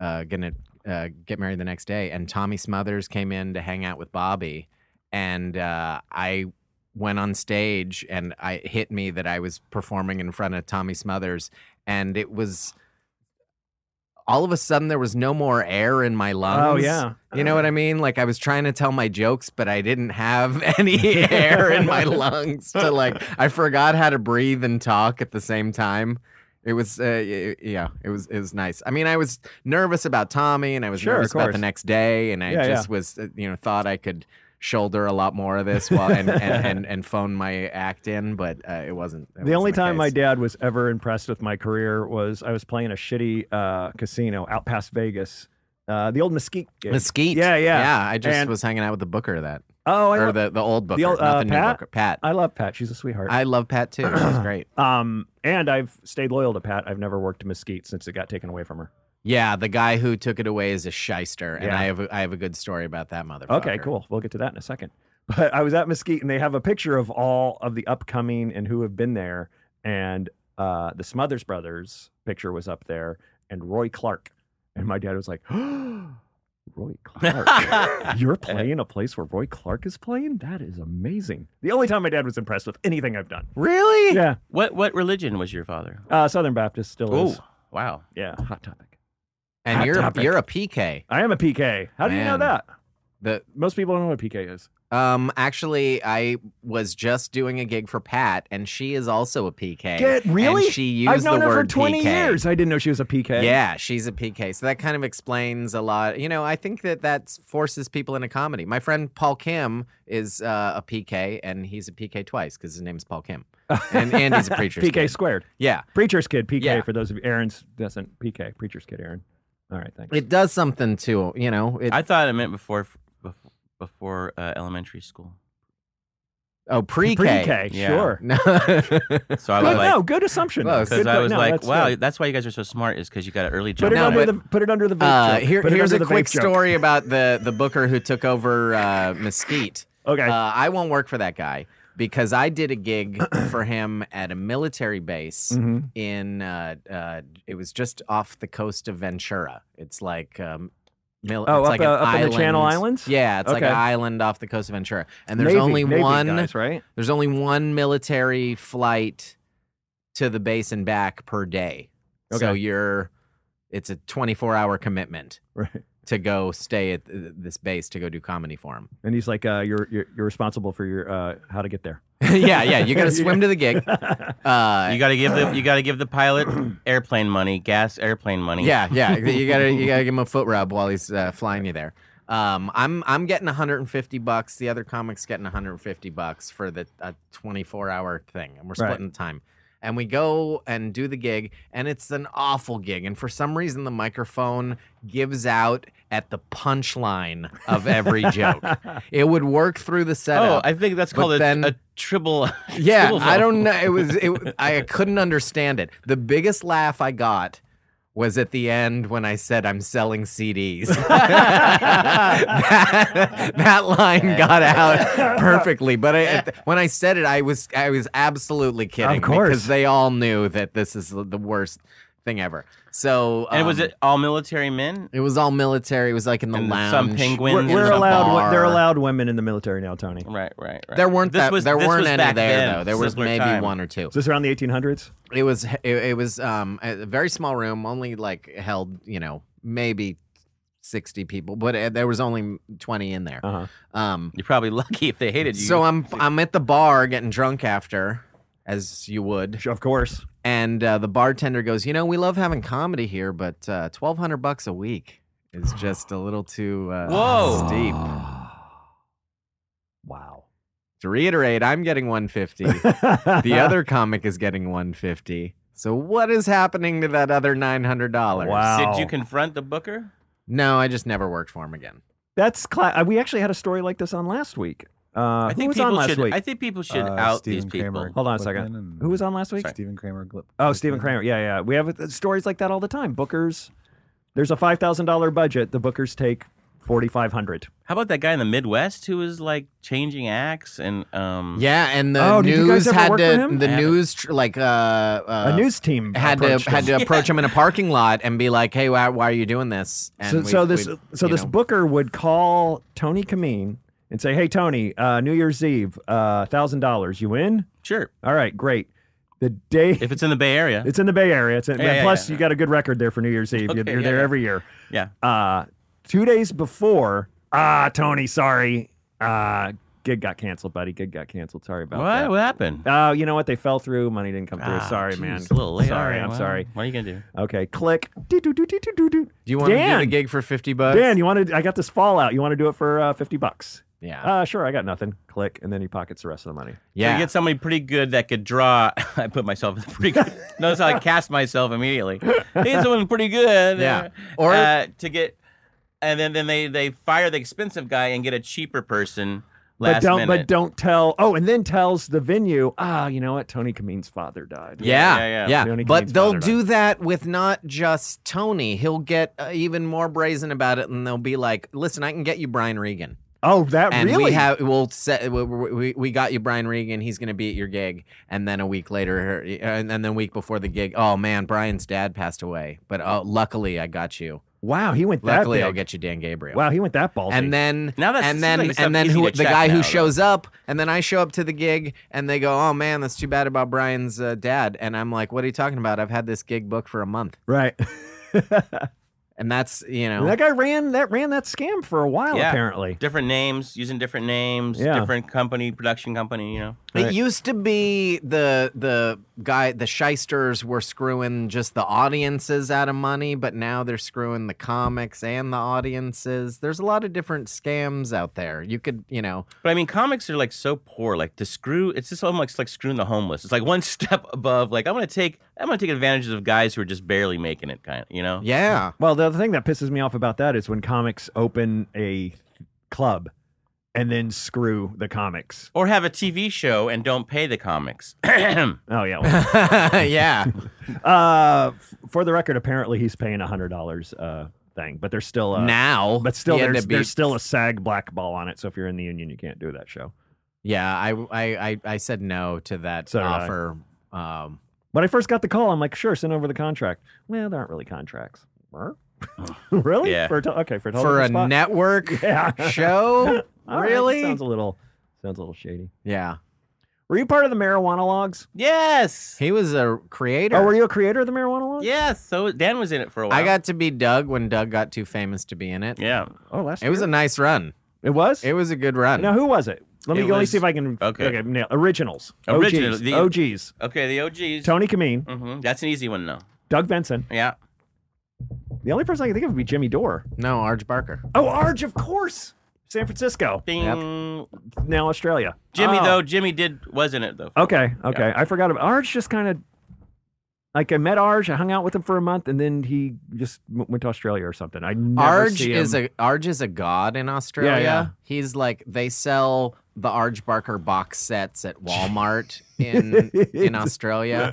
[SPEAKER 6] uh, gonna uh, get married the next day, and Tommy Smothers came in to hang out with Bobby, and uh, I went on stage, and I it hit me that I was performing in front of Tommy Smothers, and it was. All of a sudden, there was no more air in my lungs.
[SPEAKER 4] Oh yeah.
[SPEAKER 6] You know what I mean? Like I was trying to tell my jokes, but I didn't have any air in my lungs to like. I forgot how to breathe and talk at the same time. It was, uh, y- yeah, it was, it was nice. I mean, I was nervous about Tommy, and I was
[SPEAKER 4] Sure,
[SPEAKER 6] nervous
[SPEAKER 4] of
[SPEAKER 6] about
[SPEAKER 4] course.
[SPEAKER 6] the next day, and I
[SPEAKER 4] Yeah,
[SPEAKER 6] just was, uh, you know, thought I could shoulder a lot more of this while and and, and, and phone my act in, but uh, it wasn't. it
[SPEAKER 4] The only
[SPEAKER 6] wasn't
[SPEAKER 4] time my
[SPEAKER 6] case.
[SPEAKER 4] dad was ever impressed with my career was I was playing a shitty uh, casino out past Vegas, uh, the old Mesquite. gig.
[SPEAKER 6] mesquite.
[SPEAKER 4] Yeah, yeah.
[SPEAKER 6] yeah. I just
[SPEAKER 4] And-
[SPEAKER 6] was hanging out with the booker of that,
[SPEAKER 4] oh, I
[SPEAKER 6] or
[SPEAKER 4] love,
[SPEAKER 6] the the old booker,
[SPEAKER 4] old,
[SPEAKER 6] not
[SPEAKER 4] uh,
[SPEAKER 6] the new
[SPEAKER 4] Pat?
[SPEAKER 6] booker, Pat.
[SPEAKER 4] I love Pat. She's a sweetheart.
[SPEAKER 6] I love Pat too. She's great.
[SPEAKER 4] um, and I've stayed loyal to Pat. I've never worked Mesquite since it got taken away from her.
[SPEAKER 6] Yeah, the guy who took it away is a shyster, and
[SPEAKER 4] Yeah.
[SPEAKER 6] I have a, I have a good story about that motherfucker.
[SPEAKER 4] Okay, cool. We'll get to that in a second. But I was at Mesquite, and they have a picture of all of the upcoming and who have been there, and uh, the Smothers Brothers picture was up there, and Roy Clark, and my dad was like, "Roy Clark, you're playing a place where Roy Clark is playing? That is amazing." The only time my dad was impressed with anything I've done.
[SPEAKER 6] Really?
[SPEAKER 4] Yeah,
[SPEAKER 5] what what religion was your father?
[SPEAKER 4] uh, Southern Baptist still
[SPEAKER 5] Oh
[SPEAKER 4] is.
[SPEAKER 5] wow.
[SPEAKER 4] Yeah, hot topic.
[SPEAKER 6] And
[SPEAKER 4] Hot
[SPEAKER 6] you're
[SPEAKER 4] topic.
[SPEAKER 6] you're a PK.
[SPEAKER 4] I am a PK. How do you know
[SPEAKER 6] Man.
[SPEAKER 4] that?
[SPEAKER 6] The
[SPEAKER 4] Most people don't know what PK is.
[SPEAKER 6] um actually I was just doing a gig for Pat, and she is also a PK. And she used
[SPEAKER 4] I've known
[SPEAKER 6] the
[SPEAKER 4] her for
[SPEAKER 6] word
[SPEAKER 4] 20
[SPEAKER 6] PK.
[SPEAKER 4] years. I didn't know she was a PK.
[SPEAKER 6] Yeah, she's a PK. So that kind of explains a lot. You know, I think that that forces people into comedy. My friend Paul Kim is uh, a PK, and he's a PK twice because his name's Paul Kim, and and he's a preacher's
[SPEAKER 4] PK
[SPEAKER 6] kid.
[SPEAKER 4] squared.
[SPEAKER 6] Yeah,
[SPEAKER 4] Preacher's kid, PK,
[SPEAKER 6] Yeah.
[SPEAKER 4] for those of you. Aaron's doesn't PK. Preacher's kid, Aaron. All right, thanks.
[SPEAKER 6] it does something to you know. It,
[SPEAKER 5] I thought it meant before bef- before uh, elementary school.
[SPEAKER 6] Oh, pre-K.
[SPEAKER 4] Pre-K,
[SPEAKER 5] Yeah.
[SPEAKER 4] sure.
[SPEAKER 6] No.
[SPEAKER 5] So I was
[SPEAKER 4] Good,
[SPEAKER 5] like,
[SPEAKER 4] no, good assumption. though.
[SPEAKER 6] Close.
[SPEAKER 5] because
[SPEAKER 4] Good
[SPEAKER 5] I
[SPEAKER 4] go-
[SPEAKER 5] was
[SPEAKER 4] no,
[SPEAKER 5] like,
[SPEAKER 4] that's
[SPEAKER 5] wow,
[SPEAKER 4] good.
[SPEAKER 5] that's why you guys are so smart is because you got an early
[SPEAKER 4] Put
[SPEAKER 5] jump.
[SPEAKER 4] it,
[SPEAKER 6] No,
[SPEAKER 4] under
[SPEAKER 6] but-
[SPEAKER 4] the, put it under the vape
[SPEAKER 6] uh,
[SPEAKER 4] joke.
[SPEAKER 6] here,
[SPEAKER 4] Put it
[SPEAKER 6] here's a
[SPEAKER 4] under the
[SPEAKER 6] quick
[SPEAKER 4] vape joke.
[SPEAKER 6] story about the the booker who took over uh, Mesquite.
[SPEAKER 4] Okay.
[SPEAKER 6] Uh, I won't work for that guy because I did a gig for him at a military base
[SPEAKER 4] Mhm.
[SPEAKER 6] in uh, uh, it was just off the coast of Ventura. It's like um, mil-
[SPEAKER 4] Oh,
[SPEAKER 6] it's
[SPEAKER 4] up,
[SPEAKER 6] like
[SPEAKER 4] uh,
[SPEAKER 6] an
[SPEAKER 4] up in the
[SPEAKER 6] island.
[SPEAKER 4] Channel Islands?
[SPEAKER 6] Yeah, it's like an
[SPEAKER 4] Okay.
[SPEAKER 6] island off the coast of Ventura, and there's
[SPEAKER 4] Navy-
[SPEAKER 6] only
[SPEAKER 4] Navy
[SPEAKER 6] one.
[SPEAKER 4] guys, right?
[SPEAKER 6] There's only one military flight to the base and back per day. So
[SPEAKER 4] Okay.
[SPEAKER 6] you're it's a 24-hour commitment
[SPEAKER 4] Right.
[SPEAKER 6] to go stay at th- this base to go do comedy for him.
[SPEAKER 4] And he's like, uh, you're, you're you're responsible for your uh, how to get there.
[SPEAKER 6] yeah, yeah, you got to swim to the gig. Uh
[SPEAKER 5] You got to give the you got to give the pilot airplane money, gas airplane money.
[SPEAKER 6] yeah, yeah, you got to you got to give him a foot rub while he's uh, flying you there. Um, I'm I'm getting 150 bucks. The other comic's getting 150 bucks for the uh, 24 hour thing, and we're
[SPEAKER 4] Right.
[SPEAKER 6] splitting the time. and we go and do the gig and it's an awful gig and for some reason the microphone gives out at the punchline of every joke it would work through the
[SPEAKER 5] Oh,
[SPEAKER 6] setup
[SPEAKER 5] I think that's
[SPEAKER 6] But
[SPEAKER 5] called a,
[SPEAKER 6] then-
[SPEAKER 5] a triple.
[SPEAKER 6] yeah
[SPEAKER 5] triple
[SPEAKER 6] i
[SPEAKER 5] vote.
[SPEAKER 6] don't know it was it, i couldn't understand it the biggest laugh i got was at the end when I said I'm selling CDs. that, that line got out perfectly, but I, when I said it, I was I was absolutely kidding.
[SPEAKER 4] Of course.
[SPEAKER 6] because they all knew that this is the worst thing ever. So
[SPEAKER 5] And was
[SPEAKER 6] um,
[SPEAKER 5] it all military men?
[SPEAKER 6] It was all military. It was like in the
[SPEAKER 5] And
[SPEAKER 6] lounge.
[SPEAKER 5] some penguins
[SPEAKER 4] We're,
[SPEAKER 5] in
[SPEAKER 4] we're
[SPEAKER 5] the
[SPEAKER 4] allowed.
[SPEAKER 6] bar.
[SPEAKER 4] They're allowed women in the military now, Tony. Is
[SPEAKER 5] Right, right, right.
[SPEAKER 6] There weren't
[SPEAKER 5] This
[SPEAKER 6] that,
[SPEAKER 5] was-
[SPEAKER 6] there
[SPEAKER 5] this
[SPEAKER 6] weren't
[SPEAKER 5] was
[SPEAKER 6] any
[SPEAKER 5] back
[SPEAKER 6] there
[SPEAKER 5] then,
[SPEAKER 6] though. There was
[SPEAKER 5] similar
[SPEAKER 6] maybe
[SPEAKER 5] time.
[SPEAKER 6] one or two.
[SPEAKER 4] this around the 1800s?
[SPEAKER 6] It was it, it was um a very small room, only like held you know maybe sixty people, but uh, there was only twenty in there.
[SPEAKER 4] Uh-huh.
[SPEAKER 6] Um,
[SPEAKER 5] You're probably lucky if they Uh, hated you.
[SPEAKER 6] so I'm I'm at the bar getting drunk after, as you would,
[SPEAKER 4] Of course.
[SPEAKER 6] and uh, the bartender goes, you know, we love having comedy here, but uh, twelve hundred bucks a week is just a little too uh,
[SPEAKER 5] Whoa.
[SPEAKER 6] steep.
[SPEAKER 4] Ah. Wow.
[SPEAKER 6] To reiterate, I'm getting one fifty. the other comic is getting 150 so what is happening to that other $900
[SPEAKER 4] Wow.
[SPEAKER 5] Did
[SPEAKER 6] um,
[SPEAKER 5] you confront the booker?
[SPEAKER 6] no i just never worked for him again
[SPEAKER 4] That's cla- uh, we actually had a story like this on last week. Uh,
[SPEAKER 5] I
[SPEAKER 4] who
[SPEAKER 5] think
[SPEAKER 4] was
[SPEAKER 5] people
[SPEAKER 4] on last
[SPEAKER 5] should.
[SPEAKER 4] week?
[SPEAKER 5] I think people should
[SPEAKER 1] Uh,
[SPEAKER 5] out
[SPEAKER 1] Stephen
[SPEAKER 5] these people.
[SPEAKER 1] Kramer
[SPEAKER 4] Hold on a second.
[SPEAKER 1] Glickman and-
[SPEAKER 4] who was on last week?
[SPEAKER 1] Stephen Kramer. Glip-
[SPEAKER 4] Oh, Stephen
[SPEAKER 1] Glickman.
[SPEAKER 4] Kramer. Yeah, yeah. We have uh, stories like that all the time. Bookers. There's a five thousand dollar budget. The bookers take forty five hundred.
[SPEAKER 5] How about that guy in the Midwest who was like changing acts and um
[SPEAKER 6] yeah and the
[SPEAKER 4] Oh, did you guys
[SPEAKER 6] news
[SPEAKER 4] ever
[SPEAKER 6] had
[SPEAKER 4] work for
[SPEAKER 6] to
[SPEAKER 4] him?
[SPEAKER 6] the
[SPEAKER 5] Yeah.
[SPEAKER 6] news tr- like uh, uh
[SPEAKER 4] a news team
[SPEAKER 6] had to
[SPEAKER 4] approached
[SPEAKER 6] had
[SPEAKER 4] us.
[SPEAKER 6] to approach him in a parking lot and be like hey why, why are you doing this and
[SPEAKER 4] So,
[SPEAKER 6] we-
[SPEAKER 4] so this
[SPEAKER 6] we-
[SPEAKER 4] so
[SPEAKER 6] you
[SPEAKER 4] this
[SPEAKER 6] know.
[SPEAKER 4] booker would call Tony Kameen and say, "Hey Tony, uh, New Year's Eve, uh, thousand dollars. You in?
[SPEAKER 5] sure
[SPEAKER 4] All right, great. The day
[SPEAKER 5] if it's in the Bay Area
[SPEAKER 4] It's in the Bay Area. It's in,
[SPEAKER 5] Yeah, yeah,
[SPEAKER 4] plus
[SPEAKER 5] yeah.
[SPEAKER 4] you got a good record there for New Year's Eve. You're-
[SPEAKER 5] Okay,
[SPEAKER 4] you're
[SPEAKER 5] yeah,
[SPEAKER 4] there
[SPEAKER 5] yeah.
[SPEAKER 4] every year.
[SPEAKER 5] yeah
[SPEAKER 4] Uh, two days before, ah, Tony, sorry, uh, gig got canceled, buddy. Gig got canceled. Sorry about
[SPEAKER 5] what
[SPEAKER 4] that.
[SPEAKER 5] what happened
[SPEAKER 4] Oh, you know what? They fell through. Money didn't come through.
[SPEAKER 5] Ah,
[SPEAKER 4] sorry,
[SPEAKER 5] geez,
[SPEAKER 4] man.
[SPEAKER 5] a little late.
[SPEAKER 4] Sorry,
[SPEAKER 5] All right,
[SPEAKER 4] I'm
[SPEAKER 5] well,
[SPEAKER 4] sorry.
[SPEAKER 5] What are you gonna do?
[SPEAKER 4] Okay, click. Do, do, do, do, do, do, do.
[SPEAKER 6] do you want to do
[SPEAKER 4] Dan,
[SPEAKER 6] the gig for 50 bucks
[SPEAKER 4] Dan, you want to? I got this fallout. You want to do it for uh, fifty bucks?
[SPEAKER 6] yeah
[SPEAKER 4] Uh, sure. I got nothing. Click, and then he pockets the rest of the money.
[SPEAKER 5] So
[SPEAKER 6] yeah
[SPEAKER 5] you get somebody pretty good that could draw. I put myself in a pretty good. notice how I cast myself immediately. He's someone pretty good.
[SPEAKER 6] Yeah.
[SPEAKER 5] Or
[SPEAKER 6] Or-
[SPEAKER 5] uh, to get, and then then they they fire the expensive guy and get a cheaper person last
[SPEAKER 4] but don't,
[SPEAKER 5] minute.
[SPEAKER 4] but don't tell. Oh, and then tells the venue. Ah, you know what? Tony Kameen's father died.
[SPEAKER 6] Yeah,
[SPEAKER 5] Yeah, yeah,
[SPEAKER 6] yeah,
[SPEAKER 5] yeah.
[SPEAKER 4] Tony
[SPEAKER 6] But
[SPEAKER 4] Kane's
[SPEAKER 6] they'll
[SPEAKER 4] father
[SPEAKER 6] do that with not just Tony. He'll get uh, even more brazen about it, and they'll be like, "Listen, I can get you Brian Regan,
[SPEAKER 4] Oh, that
[SPEAKER 6] and
[SPEAKER 4] really
[SPEAKER 6] we have we'll set we, we, we got you Brian Regan. He's gonna be at your gig, and then a week later, uh, and, and then week before the gig, oh man, Brian's dad passed away, but oh, luckily I got you.
[SPEAKER 4] Wow, he went that
[SPEAKER 6] Luckily
[SPEAKER 4] big.
[SPEAKER 6] I'll get you Dan Gabriel.
[SPEAKER 4] Wow, he went that ballsy.
[SPEAKER 6] And then
[SPEAKER 5] Now that's-
[SPEAKER 6] and
[SPEAKER 5] seems
[SPEAKER 6] then
[SPEAKER 5] like it's
[SPEAKER 6] and then
[SPEAKER 5] easy
[SPEAKER 6] who
[SPEAKER 5] to
[SPEAKER 6] the
[SPEAKER 5] check
[SPEAKER 6] guy
[SPEAKER 5] now,
[SPEAKER 6] who
[SPEAKER 5] though.
[SPEAKER 6] shows up and then I show up to the gig and they go, "Oh man, that's too bad about Brian's uh, dad." And I'm like, "What are you talking about? I've had this gig booked for a month."
[SPEAKER 4] right.
[SPEAKER 6] And that's, you know,
[SPEAKER 4] that guy ran that ran that scam for a while
[SPEAKER 5] Yeah.
[SPEAKER 4] apparently.
[SPEAKER 5] different names, using different names,
[SPEAKER 4] Yeah.
[SPEAKER 5] different company, production company. You know.
[SPEAKER 6] it used to be the the guy the shysters were screwing just the audiences out of money, but now they're screwing the comics and the audiences. There's a lot of different scams out there. You could, you know,
[SPEAKER 5] But I mean, comics are like so poor. Like the screw, it's just almost like screwing the homeless. It's like one step above. Like I'm gonna take, I'm gonna take advantage of guys who are just barely making it, kind of. You know.
[SPEAKER 6] yeah.
[SPEAKER 4] Well, the other thing that pisses me off about that is when comics open a club and then screw the comics.
[SPEAKER 5] Or have a TV show and don't pay the comics.
[SPEAKER 4] Oh yeah. well.
[SPEAKER 6] yeah.
[SPEAKER 4] uh, f- for the record, apparently he's paying a hundred dollars uh thing, but there's still a
[SPEAKER 6] now,
[SPEAKER 4] but still
[SPEAKER 6] he had
[SPEAKER 4] there's,
[SPEAKER 6] to be
[SPEAKER 4] there's still a SAG black ball on it. So if you're in the union, you can't do that show.
[SPEAKER 6] Yeah, I I I, I said no to that
[SPEAKER 4] So did I.
[SPEAKER 6] offer. Um,
[SPEAKER 4] When I first got the call, I'm like, sure, send over the contract. Well, there aren't really contracts. Huh? really?
[SPEAKER 5] Yeah.
[SPEAKER 4] For a tel- okay, for a,
[SPEAKER 6] for a
[SPEAKER 4] television spot?
[SPEAKER 6] network
[SPEAKER 4] Yeah.
[SPEAKER 6] show,
[SPEAKER 4] All right, that
[SPEAKER 6] really?
[SPEAKER 4] sounds a little sounds a little shady.
[SPEAKER 6] yeah,
[SPEAKER 4] Were you part of the marijuana logs?
[SPEAKER 5] yes.
[SPEAKER 6] he was a creator.
[SPEAKER 4] Oh, were you a creator of the marijuana logs?
[SPEAKER 5] Yes. So Dan was in it for a while.
[SPEAKER 6] I got to be Doug when Doug got too famous to be in it.
[SPEAKER 5] Yeah.
[SPEAKER 4] Oh, last
[SPEAKER 6] It was a
[SPEAKER 4] year?
[SPEAKER 6] nice run.
[SPEAKER 4] it was.
[SPEAKER 6] It was a good run.
[SPEAKER 4] now, who was it? Let me
[SPEAKER 5] It
[SPEAKER 4] go. Let me
[SPEAKER 5] was-
[SPEAKER 4] see if I can.
[SPEAKER 5] okay.
[SPEAKER 4] Okay. Nail originals.
[SPEAKER 5] Original-
[SPEAKER 4] OGs.
[SPEAKER 5] the-
[SPEAKER 4] OGs.
[SPEAKER 5] Okay. The OGs.
[SPEAKER 4] Tony Kameen,
[SPEAKER 5] hmm That's an easy one though.
[SPEAKER 4] Doug Benson.
[SPEAKER 5] Yeah.
[SPEAKER 4] The only person I can think of would be Jimmy Dore.
[SPEAKER 6] no, Arch Barker.
[SPEAKER 4] Oh, Arge, of course. San Francisco,
[SPEAKER 5] Bing.
[SPEAKER 4] now Australia.
[SPEAKER 5] Jimmy
[SPEAKER 4] Oh.
[SPEAKER 5] though. Jimmy did was in it though.
[SPEAKER 4] Okay, okay. I forgot about Arge. Just kind of Like I met Arj, I hung out with him for a month, and then he just w- went to Australia or something. I never
[SPEAKER 6] Arj
[SPEAKER 4] see
[SPEAKER 6] is
[SPEAKER 4] him.
[SPEAKER 6] a Arj is a god in Australia.
[SPEAKER 4] yeah.
[SPEAKER 6] He's like they sell the Arj Barker box sets at Walmart in in Australia.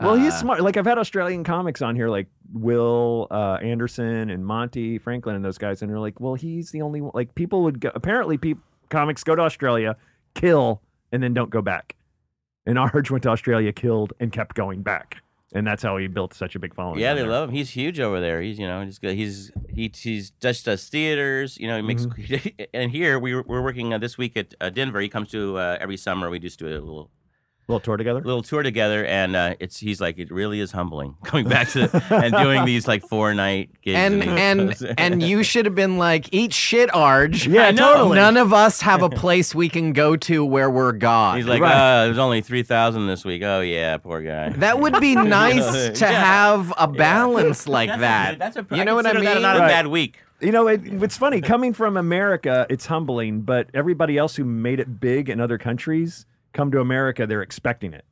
[SPEAKER 4] well, he's
[SPEAKER 6] Uh,
[SPEAKER 4] smart. Like I've had Australian comics on here, like Will uh, Anderson and Monty Franklin and those guys, and they're like, well, he's the only one. Like people would go. Apparently, peop comics go to Australia, kill, and then don't go back. And Arj went to Australia, killed, and kept going back, and that's how he built such a big following.
[SPEAKER 5] Yeah,
[SPEAKER 4] down
[SPEAKER 5] they
[SPEAKER 4] there.
[SPEAKER 5] love him. He's huge over there. He's you know he's good. he's he he's just does theaters. You know he makes and here we were- we're working uh, this week at uh, Denver. He comes to uh, every summer. We just do a little
[SPEAKER 4] little tour together.
[SPEAKER 5] little tour together, and uh, it's he's like it really is humbling coming back to and doing these like four night gigs.
[SPEAKER 6] And
[SPEAKER 5] these shows.
[SPEAKER 6] and and you should have been like, eat shit, Arj.
[SPEAKER 4] Yeah, I know. totally.
[SPEAKER 6] None of us have a place we can go to where we're God.
[SPEAKER 5] He's like,
[SPEAKER 4] Right.
[SPEAKER 5] uh, there's only three thousand this week. Oh yeah, poor guy.
[SPEAKER 6] that would be nice to
[SPEAKER 5] Yeah.
[SPEAKER 6] have a balance like
[SPEAKER 5] That's a
[SPEAKER 6] that.
[SPEAKER 5] good- that's a,
[SPEAKER 6] you know what I mean?
[SPEAKER 5] consider That not a
[SPEAKER 4] Right.
[SPEAKER 5] bad week.
[SPEAKER 4] You know, it, it's funny coming from America. It's humbling, but everybody else who made it big in other countries come to America, they're expecting it.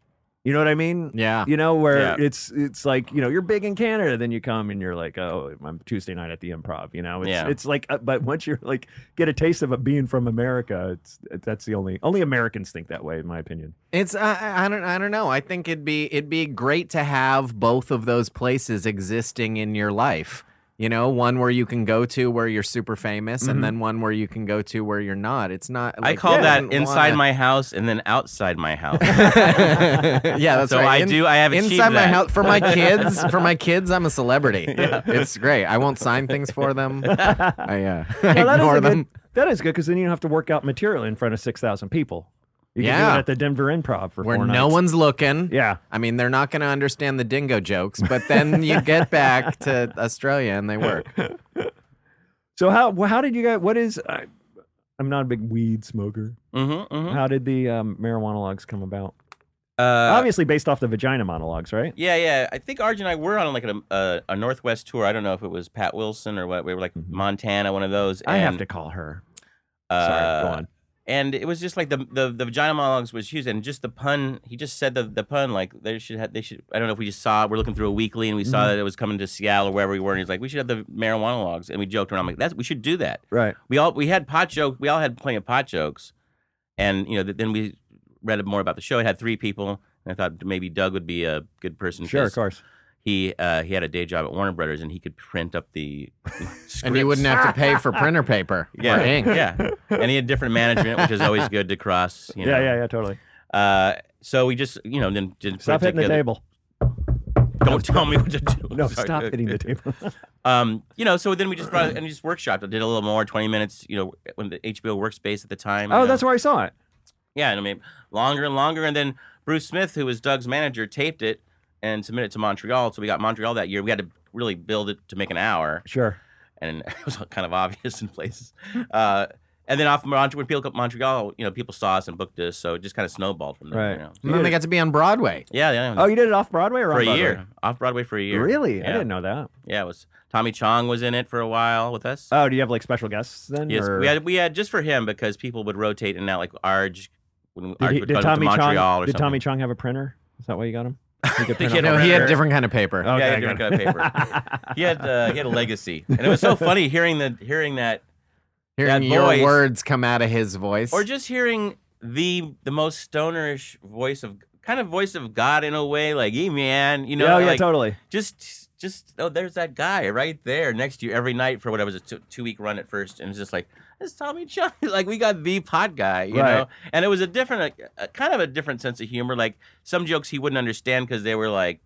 [SPEAKER 4] You know what I mean?
[SPEAKER 6] Yeah.
[SPEAKER 4] You know where
[SPEAKER 5] Yeah.
[SPEAKER 4] it's it's like you know you're big in Canada, then you come and you're like, oh, I'm Tuesday night at the Improv. You know, it's
[SPEAKER 5] Yeah.
[SPEAKER 4] it's like, uh, but once you're like get a taste of it being from America, it's that's the only only Americans think that way, in my opinion.
[SPEAKER 6] It's I, I don't I don't know. I think it'd be it'd be great to have both of those places existing in your life. You know, one where you can go to where you're super famous, and then one where you can go to where you're not. It's not.
[SPEAKER 5] Mm-hmm. I
[SPEAKER 6] like,
[SPEAKER 5] call
[SPEAKER 6] you
[SPEAKER 5] that
[SPEAKER 6] wouldn't
[SPEAKER 5] inside
[SPEAKER 6] wanna-
[SPEAKER 5] my house and then outside my house.
[SPEAKER 6] yeah, that's
[SPEAKER 5] so
[SPEAKER 6] right.
[SPEAKER 5] I
[SPEAKER 6] In-
[SPEAKER 5] do. I have achieved
[SPEAKER 6] inside my
[SPEAKER 5] that.
[SPEAKER 6] house for my kids. For my kids, I'm a celebrity. It's great. I won't sign things for them. I, uh,
[SPEAKER 4] Now, that
[SPEAKER 6] I
[SPEAKER 4] is
[SPEAKER 6] ignore
[SPEAKER 4] a good-
[SPEAKER 6] them.
[SPEAKER 4] that is good because then you don't have to work out material in front of six thousand people. You can do
[SPEAKER 6] Yeah.
[SPEAKER 4] it at the Denver Improv for
[SPEAKER 6] where
[SPEAKER 4] four
[SPEAKER 6] no
[SPEAKER 4] nights.
[SPEAKER 6] one's looking.
[SPEAKER 4] Yeah.
[SPEAKER 6] I mean, they're not going to understand the dingo jokes, but then you get back to Australia and they work.
[SPEAKER 4] So how wh- how did you guys? What is? I, I'm not a big weed smoker.
[SPEAKER 5] Mm-hmm, mm-hmm.
[SPEAKER 4] How did the um, marijuana logs come about?
[SPEAKER 5] Uh,
[SPEAKER 4] Obviously based off the vagina monologues, right?
[SPEAKER 5] Yeah, yeah. I think Arj and I were on like a, a, a Northwest tour. I don't know if it was Pat Wilson or what. We were like
[SPEAKER 4] Mhm.
[SPEAKER 5] Montana, one of those.
[SPEAKER 4] I have
[SPEAKER 5] and,
[SPEAKER 4] to call her.
[SPEAKER 5] Uh,
[SPEAKER 4] Sorry, go on.
[SPEAKER 5] And it was just like the, the the vagina monologues was huge, and just the pun. He just said the the pun like they should have they should. I don't know if we just saw we're looking through a weekly and we
[SPEAKER 4] Mm-hmm.
[SPEAKER 5] saw that it was coming to Seattle or wherever we were, and he's like we should have the marijuana logs, and we joked around like that's we should do that.
[SPEAKER 4] Right.
[SPEAKER 5] We all we had pot joke. We all had plenty of pot jokes, and you know th- then we read more about the show. It had three people, and I thought maybe Doug would be a good person.
[SPEAKER 4] Sure,
[SPEAKER 5] 'cause
[SPEAKER 4] of course.
[SPEAKER 5] he uh, he had a day job at Warner Brothers and he could print up the scripts.
[SPEAKER 6] And you wouldn't have to pay for printer paper
[SPEAKER 5] yeah,
[SPEAKER 6] or ink.
[SPEAKER 5] yeah. And he had different management, which is always good to cross. You know.
[SPEAKER 4] yeah, yeah, yeah, totally.
[SPEAKER 5] yeah. Uh, so we just you know then did
[SPEAKER 4] Stop hitting the table.
[SPEAKER 5] Don't tell me what to do.
[SPEAKER 4] No,
[SPEAKER 5] Sorry.
[SPEAKER 4] stop hitting the table.
[SPEAKER 5] Um, you know, so then we just brought and just workshopped. I did a little more, twenty minutes. You know, when the HBO workspace at the time. you
[SPEAKER 4] oh,
[SPEAKER 5] know.
[SPEAKER 4] that's where I saw it.
[SPEAKER 5] Yeah, and I mean, longer and longer. And then Bruce Smith, who was Doug's manager, taped it and submitted it to Montreal. So we got Montreal that year. We had to really build it to make an hour.
[SPEAKER 4] Sure.
[SPEAKER 5] and it was kind of obvious in places. Uh, and then off Montreal, when people come to Montreal, you know, people saw us and booked us, so it just kind of snowballed from there.
[SPEAKER 4] Right.
[SPEAKER 5] You know?
[SPEAKER 6] And then they got to be on Broadway.
[SPEAKER 5] Yeah, yeah.
[SPEAKER 4] Oh, you did it off Broadway or
[SPEAKER 5] for
[SPEAKER 4] on
[SPEAKER 5] a
[SPEAKER 4] Broadway?
[SPEAKER 5] year, off Broadway for a year.
[SPEAKER 4] Really? I
[SPEAKER 5] Yeah.
[SPEAKER 4] didn't know that.
[SPEAKER 5] Yeah, it was Tommy Chong was in it for a while with us.
[SPEAKER 4] Oh, do you have like special guests then?
[SPEAKER 5] yes,
[SPEAKER 4] or-
[SPEAKER 5] we had we had just for him because people would rotate in and out like Arj. When
[SPEAKER 4] did,
[SPEAKER 5] Arj
[SPEAKER 4] he-
[SPEAKER 5] would
[SPEAKER 4] did
[SPEAKER 5] go to
[SPEAKER 4] Tommy
[SPEAKER 5] Montreal
[SPEAKER 4] Chong?
[SPEAKER 5] or
[SPEAKER 4] Did
[SPEAKER 5] something.
[SPEAKER 4] Tommy Chong have a printer? Is that why you got him? He could print
[SPEAKER 5] had
[SPEAKER 4] off-
[SPEAKER 5] a
[SPEAKER 6] No, he had
[SPEAKER 5] printer.
[SPEAKER 6] different kind of paper.
[SPEAKER 4] Okay,
[SPEAKER 5] yeah,
[SPEAKER 4] I
[SPEAKER 5] he had
[SPEAKER 4] got
[SPEAKER 5] different kind of paper. he had uh, he had a legacy, and it was so funny hearing the hearing that
[SPEAKER 6] Hearing
[SPEAKER 5] that
[SPEAKER 6] your
[SPEAKER 5] voice-
[SPEAKER 6] words come out of his voice.
[SPEAKER 5] or just hearing the the most stonerish voice of kind of voice of God in a way, like, "Hey man, you know,
[SPEAKER 4] oh, yeah,
[SPEAKER 5] like,
[SPEAKER 4] totally.
[SPEAKER 5] just just oh, there's that guy right there next to you every night for what I was a two, two week run at first, and it's just like it's Tommy Chong, like we got the pot guy, you
[SPEAKER 4] Right.
[SPEAKER 5] know, and it was a different, a, a kind of a different sense of humor, like some jokes he wouldn't understand because they were like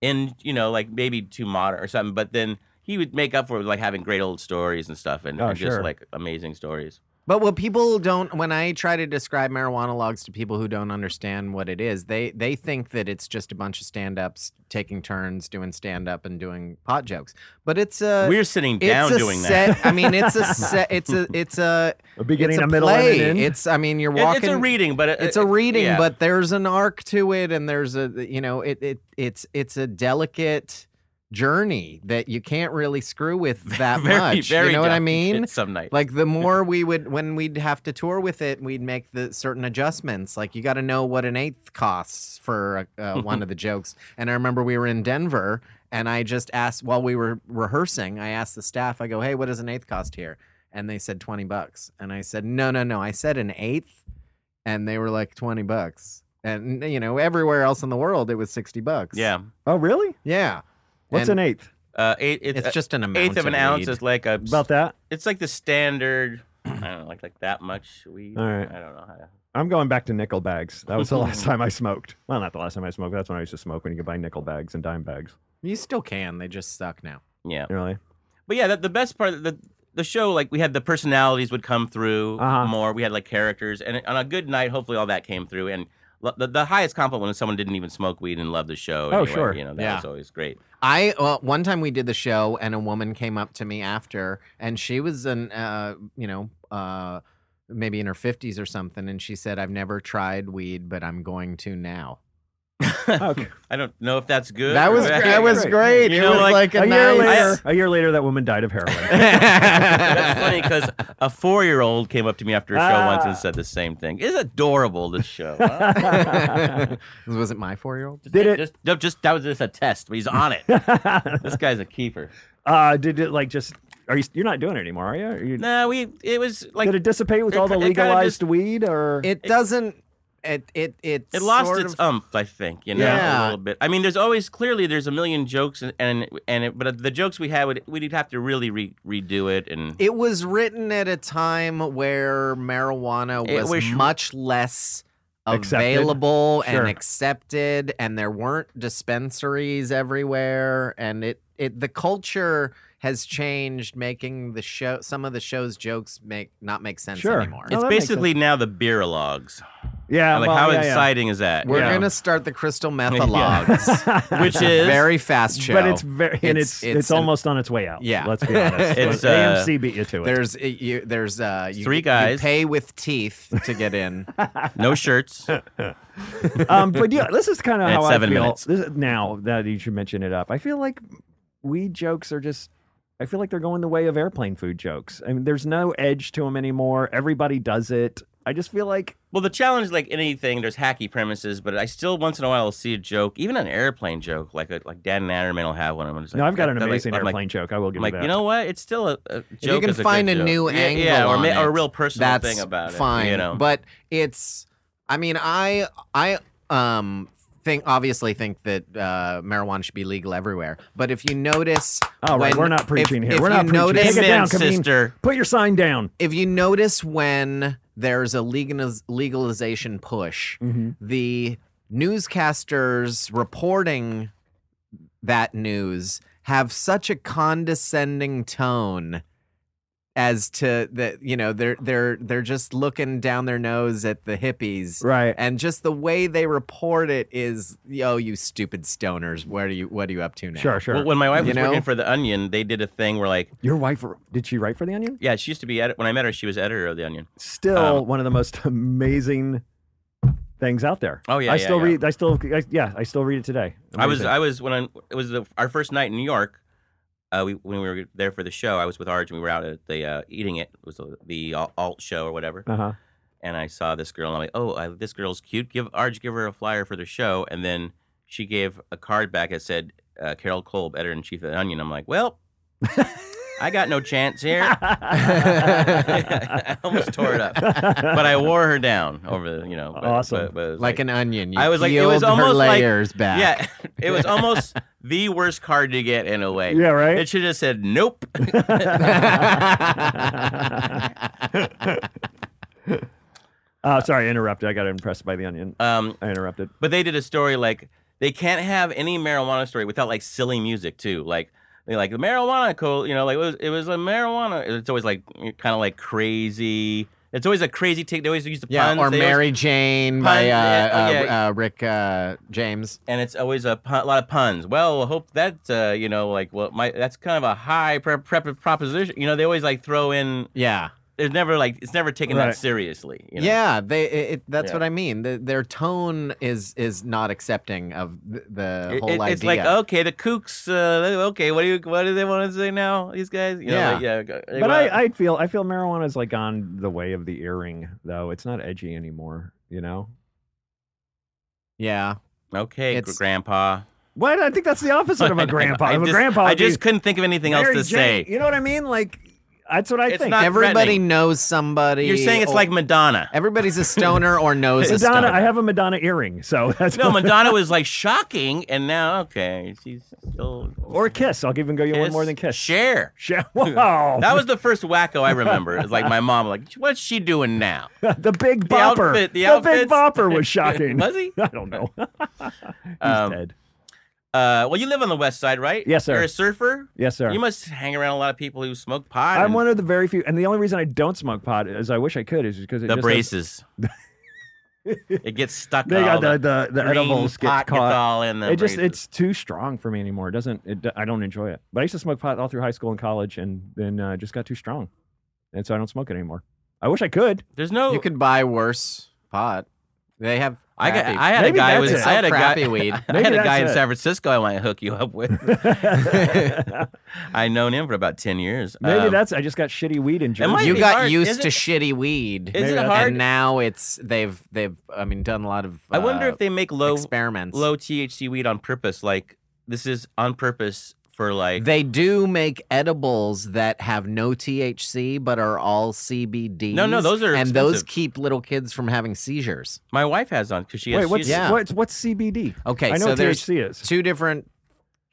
[SPEAKER 5] in you know like maybe too modern or something, but then. He would make up for it, like having great old stories and stuff, and,
[SPEAKER 4] Oh,
[SPEAKER 5] and just
[SPEAKER 4] sure.
[SPEAKER 5] like amazing stories.
[SPEAKER 6] But what people don't, when I try to describe marijuana logs to people who don't understand what it is, they they think that it's just a bunch of stand ups taking turns doing stand up and doing pot jokes. But it's a
[SPEAKER 5] We're sitting
[SPEAKER 6] it's
[SPEAKER 5] down
[SPEAKER 6] a
[SPEAKER 5] doing that.
[SPEAKER 6] set, I mean, it's a set. It's a it's a
[SPEAKER 4] A beginning,
[SPEAKER 6] it's a,
[SPEAKER 4] a middle,
[SPEAKER 6] play.
[SPEAKER 4] and an end.
[SPEAKER 6] It's I mean, you're
[SPEAKER 5] It-
[SPEAKER 6] walking.
[SPEAKER 5] it's a reading, but it-
[SPEAKER 6] It's
[SPEAKER 5] it-
[SPEAKER 6] a reading,
[SPEAKER 5] yeah.
[SPEAKER 6] but there's an arc to it, and there's a you know, it it it's it's a delicate journey that you can't really screw with that
[SPEAKER 5] very,
[SPEAKER 6] much.
[SPEAKER 5] Very
[SPEAKER 6] you know what I
[SPEAKER 5] down
[SPEAKER 6] mean?
[SPEAKER 5] pit Some night.
[SPEAKER 6] Like the more we would when we'd have to tour with it, we'd make the certain adjustments. Like you got to know what an eighth costs for uh, uh, one of the jokes. And I remember we were in Denver, and I just asked while we were rehearsing. I asked the staff, I go, "Hey, what does an eighth cost here?" And they said twenty bucks. And I said, "No, no, no. I said an eighth, and they were like twenty bucks. And you know, everywhere else in the world, it was sixty bucks.
[SPEAKER 5] yeah,
[SPEAKER 4] Oh, really?
[SPEAKER 6] yeah.
[SPEAKER 4] What's
[SPEAKER 6] And
[SPEAKER 4] an eighth?
[SPEAKER 5] uh, eight, it's,
[SPEAKER 6] It's
[SPEAKER 5] uh,
[SPEAKER 6] just an amount
[SPEAKER 5] eighth of an ounce
[SPEAKER 6] weed.
[SPEAKER 5] is like a.
[SPEAKER 4] About that?
[SPEAKER 5] It's like the standard. I don't know, like like that much weed.
[SPEAKER 4] All right.
[SPEAKER 5] I don't know how. To,
[SPEAKER 4] I'm going back to nickel bags. That was the last time I smoked. Well, not the last time I smoked. That's when I used to smoke when you could buy nickel bags and dime bags.
[SPEAKER 6] You still can. They just suck now.
[SPEAKER 5] yeah,
[SPEAKER 4] Really?
[SPEAKER 5] but yeah, the, the best part of the the show, like we had the personalities would come through
[SPEAKER 4] Uh-huh.
[SPEAKER 5] more. We had like characters, and on a good night, hopefully all that came through. And lo- the, the highest compliment was someone didn't even smoke weed and love the show.
[SPEAKER 4] Oh,
[SPEAKER 5] anyway,
[SPEAKER 4] sure.
[SPEAKER 5] you know that
[SPEAKER 6] Yeah.
[SPEAKER 5] was always great.
[SPEAKER 6] I well, one time we did the show, and a woman came up to me after, and she was an uh, you know uh, maybe in her fifties or something, and she said, "I've never tried weed, but I'm going to now."
[SPEAKER 4] Okay.
[SPEAKER 5] I don't know if that's good.
[SPEAKER 6] That
[SPEAKER 5] or
[SPEAKER 6] was
[SPEAKER 5] bad.
[SPEAKER 6] that was
[SPEAKER 4] Great.
[SPEAKER 6] great.
[SPEAKER 5] You
[SPEAKER 6] it
[SPEAKER 5] know,
[SPEAKER 6] was like,
[SPEAKER 5] like,
[SPEAKER 6] a,
[SPEAKER 4] a year
[SPEAKER 6] nice.
[SPEAKER 4] later, a year later, that woman died of heroin.
[SPEAKER 5] That's funny because a four year old came up to me after a show once
[SPEAKER 4] Ah.
[SPEAKER 5] and said the same thing. It's adorable, this show. huh?
[SPEAKER 6] was it my four year old?
[SPEAKER 4] Did it-
[SPEAKER 5] Just, no, just that was just a test, but he's on it. this guy's a keeper.
[SPEAKER 4] uh, did it like just? Are you? You're not doing it anymore, are you? Are you
[SPEAKER 5] Nah, we it was like
[SPEAKER 4] did it dissipate with
[SPEAKER 5] it
[SPEAKER 4] all the
[SPEAKER 5] ki- it kinda
[SPEAKER 4] legalized
[SPEAKER 5] just-
[SPEAKER 4] weed, or
[SPEAKER 6] It doesn't. It it it.
[SPEAKER 5] it lost
[SPEAKER 6] sort
[SPEAKER 5] its
[SPEAKER 6] of-
[SPEAKER 5] umph, I think. You know,
[SPEAKER 6] Yeah.
[SPEAKER 5] a little bit. I mean, there's always clearly there's a million jokes and and, and it, but the jokes we had would we'd have to really re- redo it and
[SPEAKER 6] It was written at a time where marijuana
[SPEAKER 5] It
[SPEAKER 6] was,
[SPEAKER 5] was-
[SPEAKER 6] much less
[SPEAKER 4] Accepted.
[SPEAKER 6] available
[SPEAKER 4] Sure.
[SPEAKER 6] and accepted, and there weren't dispensaries everywhere, and it it the culture has changed, making the show some of the show's jokes make not make sense
[SPEAKER 4] Sure.
[SPEAKER 6] anymore.
[SPEAKER 4] No,
[SPEAKER 5] it's
[SPEAKER 4] oh, that makes
[SPEAKER 5] basically now the beer logs.
[SPEAKER 4] yeah,
[SPEAKER 5] Like
[SPEAKER 4] well,
[SPEAKER 5] how
[SPEAKER 4] yeah, yeah.
[SPEAKER 5] exciting is that?
[SPEAKER 6] We're
[SPEAKER 4] Yeah.
[SPEAKER 6] gonna start the crystal
[SPEAKER 5] Yeah.
[SPEAKER 6] methalogs,
[SPEAKER 5] Which is
[SPEAKER 6] very fast show.
[SPEAKER 4] But it's very and
[SPEAKER 6] It's-
[SPEAKER 4] it's it's,
[SPEAKER 6] it's an-
[SPEAKER 4] almost on its way out.
[SPEAKER 6] Yeah.
[SPEAKER 4] let's be honest.
[SPEAKER 5] It's, uh,
[SPEAKER 4] AMC beat you to it.
[SPEAKER 6] there's uh, you, there's uh, you,
[SPEAKER 5] Three
[SPEAKER 6] you
[SPEAKER 5] guys.
[SPEAKER 6] pay with teeth to get in.
[SPEAKER 5] no shirts.
[SPEAKER 4] um, but yeah, this is kind of
[SPEAKER 5] And
[SPEAKER 4] how
[SPEAKER 5] it's seven
[SPEAKER 4] I feel.
[SPEAKER 5] minutes.
[SPEAKER 4] This, now that you should mention it up, I feel like weed jokes are just. I feel like they're going the way of airplane food jokes. I mean, there's no edge to them anymore. Everybody does it. I just feel like
[SPEAKER 5] Well, the challenge, like anything, there's hacky premises, but I still once in a while will see a joke, even an airplane joke, like a, like Dan and Natterman will have one. and I'm just like,
[SPEAKER 4] no, I've got
[SPEAKER 5] that-
[SPEAKER 4] an
[SPEAKER 5] that, like-
[SPEAKER 4] amazing
[SPEAKER 5] I'm like-
[SPEAKER 4] airplane joke. I will give
[SPEAKER 5] I'm like,
[SPEAKER 4] you that.
[SPEAKER 5] you know what? It's still a, a joke.
[SPEAKER 6] you can
[SPEAKER 5] is a
[SPEAKER 6] find
[SPEAKER 5] good
[SPEAKER 6] a
[SPEAKER 5] joke.
[SPEAKER 6] new
[SPEAKER 5] yeah,
[SPEAKER 6] angle
[SPEAKER 5] yeah, or,
[SPEAKER 6] on
[SPEAKER 5] ma- or a
[SPEAKER 6] it.
[SPEAKER 5] real personal thing about it.
[SPEAKER 6] fine,
[SPEAKER 5] you know?
[SPEAKER 6] but it's. I mean, I I um think obviously think that uh, marijuana should be legal everywhere. But if you notice,
[SPEAKER 4] Oh, right.
[SPEAKER 6] when-
[SPEAKER 4] We're not
[SPEAKER 6] if-
[SPEAKER 4] preaching here.
[SPEAKER 6] if
[SPEAKER 4] We're
[SPEAKER 6] you
[SPEAKER 4] not preaching.
[SPEAKER 6] notice-
[SPEAKER 4] Take it down,
[SPEAKER 5] Amen,
[SPEAKER 4] Kameen.
[SPEAKER 5] sister.
[SPEAKER 4] Put your sign down.
[SPEAKER 6] if you notice when there's a legal legalization push, the newscasters reporting that news have such a condescending tone as to that you know they're they're they're just looking down their nose at the hippies
[SPEAKER 4] Right.
[SPEAKER 6] and just the way they report it is yo you stupid stoners where do you what are you up to now
[SPEAKER 4] Sure, sure.
[SPEAKER 5] Well, when my wife
[SPEAKER 6] You
[SPEAKER 5] was
[SPEAKER 6] know?
[SPEAKER 5] working for the Onion, they did a thing where like,
[SPEAKER 4] your wife did she write for the Onion?
[SPEAKER 5] yeah, she used to be edit- when I met her, she was editor of the Onion.
[SPEAKER 4] Still
[SPEAKER 5] Um,
[SPEAKER 4] one of the most amazing things out there.
[SPEAKER 5] Oh, yeah,
[SPEAKER 4] I
[SPEAKER 5] yeah,
[SPEAKER 4] still
[SPEAKER 5] yeah.
[SPEAKER 4] read. I still I, yeah. I still read it today.
[SPEAKER 5] I was
[SPEAKER 4] Amazing.
[SPEAKER 5] I was when I, it was the, our first night in New York. Uh, we when we were there for the show, I was with Arj and we were out at the uh, eating it. It was the, the alt show or whatever.
[SPEAKER 4] uh-huh.
[SPEAKER 5] and I saw this girl, and I'm like, oh, I, this girl's cute. Give Arj, give her a flyer for the show. And then she gave a card back that said uh, Carol Kolb, editor in chief of the Onion. I'm like, well, I got no chance here. I almost tore it up, but I wore her down over the, you know, but-
[SPEAKER 4] Awesome.
[SPEAKER 5] but- but it was
[SPEAKER 6] like an onion you
[SPEAKER 5] I was like- it was
[SPEAKER 6] peeled her
[SPEAKER 5] almost like-
[SPEAKER 6] layers back
[SPEAKER 5] yeah, it was almost the worst card to get in a way.
[SPEAKER 4] Yeah, right?
[SPEAKER 5] It should have said nope.
[SPEAKER 4] Uh, sorry, I interrupted. I got impressed by the Onion.
[SPEAKER 5] Um,
[SPEAKER 4] I interrupted.
[SPEAKER 5] But they did a story like they can't have any marijuana story without like silly music too. Like they like the marijuana co you know, like it was it was a marijuana. It's always like kind of like crazy. It's always a crazy take. They always use the
[SPEAKER 6] Yeah,
[SPEAKER 5] puns.
[SPEAKER 6] or
[SPEAKER 5] They always-
[SPEAKER 6] Mary Jane by
[SPEAKER 5] Pun- yeah,
[SPEAKER 6] uh,
[SPEAKER 5] oh,
[SPEAKER 6] uh,
[SPEAKER 5] yeah.
[SPEAKER 6] uh, Rick uh, James.
[SPEAKER 5] and it's always a, pun, a lot of puns. Well, I hope that uh, you know, like, well, my that's kind of a high pre- pre- proposition. You know, they always like throw in
[SPEAKER 6] Yeah.
[SPEAKER 5] it's never like it's never taken
[SPEAKER 4] Right.
[SPEAKER 5] that seriously. You know?
[SPEAKER 6] Yeah, they. It, it- that's
[SPEAKER 5] Yeah.
[SPEAKER 6] what I mean. The, their tone is is not accepting of the, the
[SPEAKER 5] It-
[SPEAKER 6] whole
[SPEAKER 5] it-
[SPEAKER 6] idea.
[SPEAKER 5] it's like oh, okay, the kooks. Uh, okay, what do you what do they want to say now? These guys, you know,
[SPEAKER 6] Yeah.
[SPEAKER 5] like, yeah. go- like,
[SPEAKER 4] But
[SPEAKER 5] well,
[SPEAKER 4] I, I feel I feel marijuana's like gone the way of the earring, though. It's not edgy anymore, you know.
[SPEAKER 6] yeah,
[SPEAKER 5] okay, gr-
[SPEAKER 6] it's-
[SPEAKER 5] grandpa.
[SPEAKER 4] What? I think that's the opposite of
[SPEAKER 5] I
[SPEAKER 4] a
[SPEAKER 5] know,
[SPEAKER 4] grandpa.
[SPEAKER 5] I
[SPEAKER 4] Of a
[SPEAKER 5] just-
[SPEAKER 4] grandpa,
[SPEAKER 5] I
[SPEAKER 4] would be
[SPEAKER 5] just couldn't think of anything else
[SPEAKER 4] Mary
[SPEAKER 5] to
[SPEAKER 4] Jane.
[SPEAKER 5] say.
[SPEAKER 4] You know what I mean? Like that's what I
[SPEAKER 5] It's
[SPEAKER 4] think.
[SPEAKER 5] not-
[SPEAKER 6] everybody
[SPEAKER 5] threatening.
[SPEAKER 6] knows somebody.
[SPEAKER 5] You're saying
[SPEAKER 4] Oh.
[SPEAKER 5] it's
[SPEAKER 6] or-
[SPEAKER 5] like Madonna.
[SPEAKER 6] everybody's a stoner or knows a
[SPEAKER 4] Madonna.
[SPEAKER 6] stoner.
[SPEAKER 4] I have a Madonna earring, so that's
[SPEAKER 5] No,
[SPEAKER 4] what-
[SPEAKER 5] Madonna was like shocking, and now okay, she's still
[SPEAKER 4] or Kiss. I'll even go you one more than Kiss.
[SPEAKER 5] Share.
[SPEAKER 4] Share. Wow,
[SPEAKER 5] That was the first wacko I remember. It's like my mom, like, what's she doing now?
[SPEAKER 4] the big
[SPEAKER 5] the
[SPEAKER 4] bopper.
[SPEAKER 5] outfit- the
[SPEAKER 4] big
[SPEAKER 5] outfits.
[SPEAKER 4] bopper was shocking.
[SPEAKER 5] Was he?
[SPEAKER 4] I don't know. He's
[SPEAKER 5] Um,
[SPEAKER 4] dead.
[SPEAKER 5] Uh, well, you live on the west side, right?
[SPEAKER 4] Yes, sir.
[SPEAKER 5] You're a surfer.
[SPEAKER 4] Yes, sir.
[SPEAKER 5] You must hang around a lot of people who smoke pot.
[SPEAKER 4] I'm
[SPEAKER 5] and
[SPEAKER 4] one of the very few, and the only reason I don't smoke pot is I wish I could, is because it
[SPEAKER 5] the
[SPEAKER 4] just
[SPEAKER 5] braces. it gets stuck.
[SPEAKER 4] They
[SPEAKER 5] in all
[SPEAKER 4] got the the, the
[SPEAKER 5] Oh, green
[SPEAKER 4] edibles get
[SPEAKER 5] pot
[SPEAKER 4] caught.
[SPEAKER 5] all in the
[SPEAKER 4] it just
[SPEAKER 5] braces.
[SPEAKER 4] it's too strong for me anymore. It doesn't it, do- I don't enjoy it. But I used to smoke pot all through high school and college, and then uh, just got too strong, and so I don't smoke it anymore. I wish I could.
[SPEAKER 5] There's no.
[SPEAKER 6] You could buy worse pot. They have.
[SPEAKER 5] Oh. I got.
[SPEAKER 6] crappy-
[SPEAKER 5] I had a
[SPEAKER 4] Maybe
[SPEAKER 5] guy
[SPEAKER 4] that's
[SPEAKER 5] with.
[SPEAKER 4] it.
[SPEAKER 5] I had a
[SPEAKER 6] Sell
[SPEAKER 5] guy.
[SPEAKER 6] crappy weed.
[SPEAKER 5] I had
[SPEAKER 4] Maybe
[SPEAKER 5] a guy in
[SPEAKER 4] that's it.
[SPEAKER 5] San Francisco I want to hook you up with.
[SPEAKER 4] Maybe
[SPEAKER 5] I known him for about ten years. Um,
[SPEAKER 4] that's I just got shitty weed in
[SPEAKER 5] Am I-
[SPEAKER 4] Jersey.
[SPEAKER 6] you
[SPEAKER 5] be
[SPEAKER 6] got
[SPEAKER 5] hard,
[SPEAKER 6] used
[SPEAKER 5] is
[SPEAKER 6] to
[SPEAKER 5] it?
[SPEAKER 6] shitty weed.
[SPEAKER 5] Is
[SPEAKER 4] Maybe
[SPEAKER 5] it
[SPEAKER 4] that's-
[SPEAKER 5] hard?
[SPEAKER 6] And now it's they've they've I mean done a lot of.
[SPEAKER 5] I wonder
[SPEAKER 6] uh,
[SPEAKER 5] if they make low
[SPEAKER 6] experiments.
[SPEAKER 5] low THC weed on purpose. Like this is on purpose for like.
[SPEAKER 6] They do make edibles that have no THC but are all CBD.
[SPEAKER 5] No, no, those are
[SPEAKER 6] and those
[SPEAKER 5] expensive.
[SPEAKER 6] keep little kids from having seizures.
[SPEAKER 5] my wife has on because she has.
[SPEAKER 4] Wait, what's
[SPEAKER 5] she's-
[SPEAKER 6] yeah.
[SPEAKER 4] what's what's CBD?
[SPEAKER 6] Okay,
[SPEAKER 4] I know
[SPEAKER 6] so
[SPEAKER 4] what
[SPEAKER 6] there's
[SPEAKER 4] THC is.
[SPEAKER 6] two different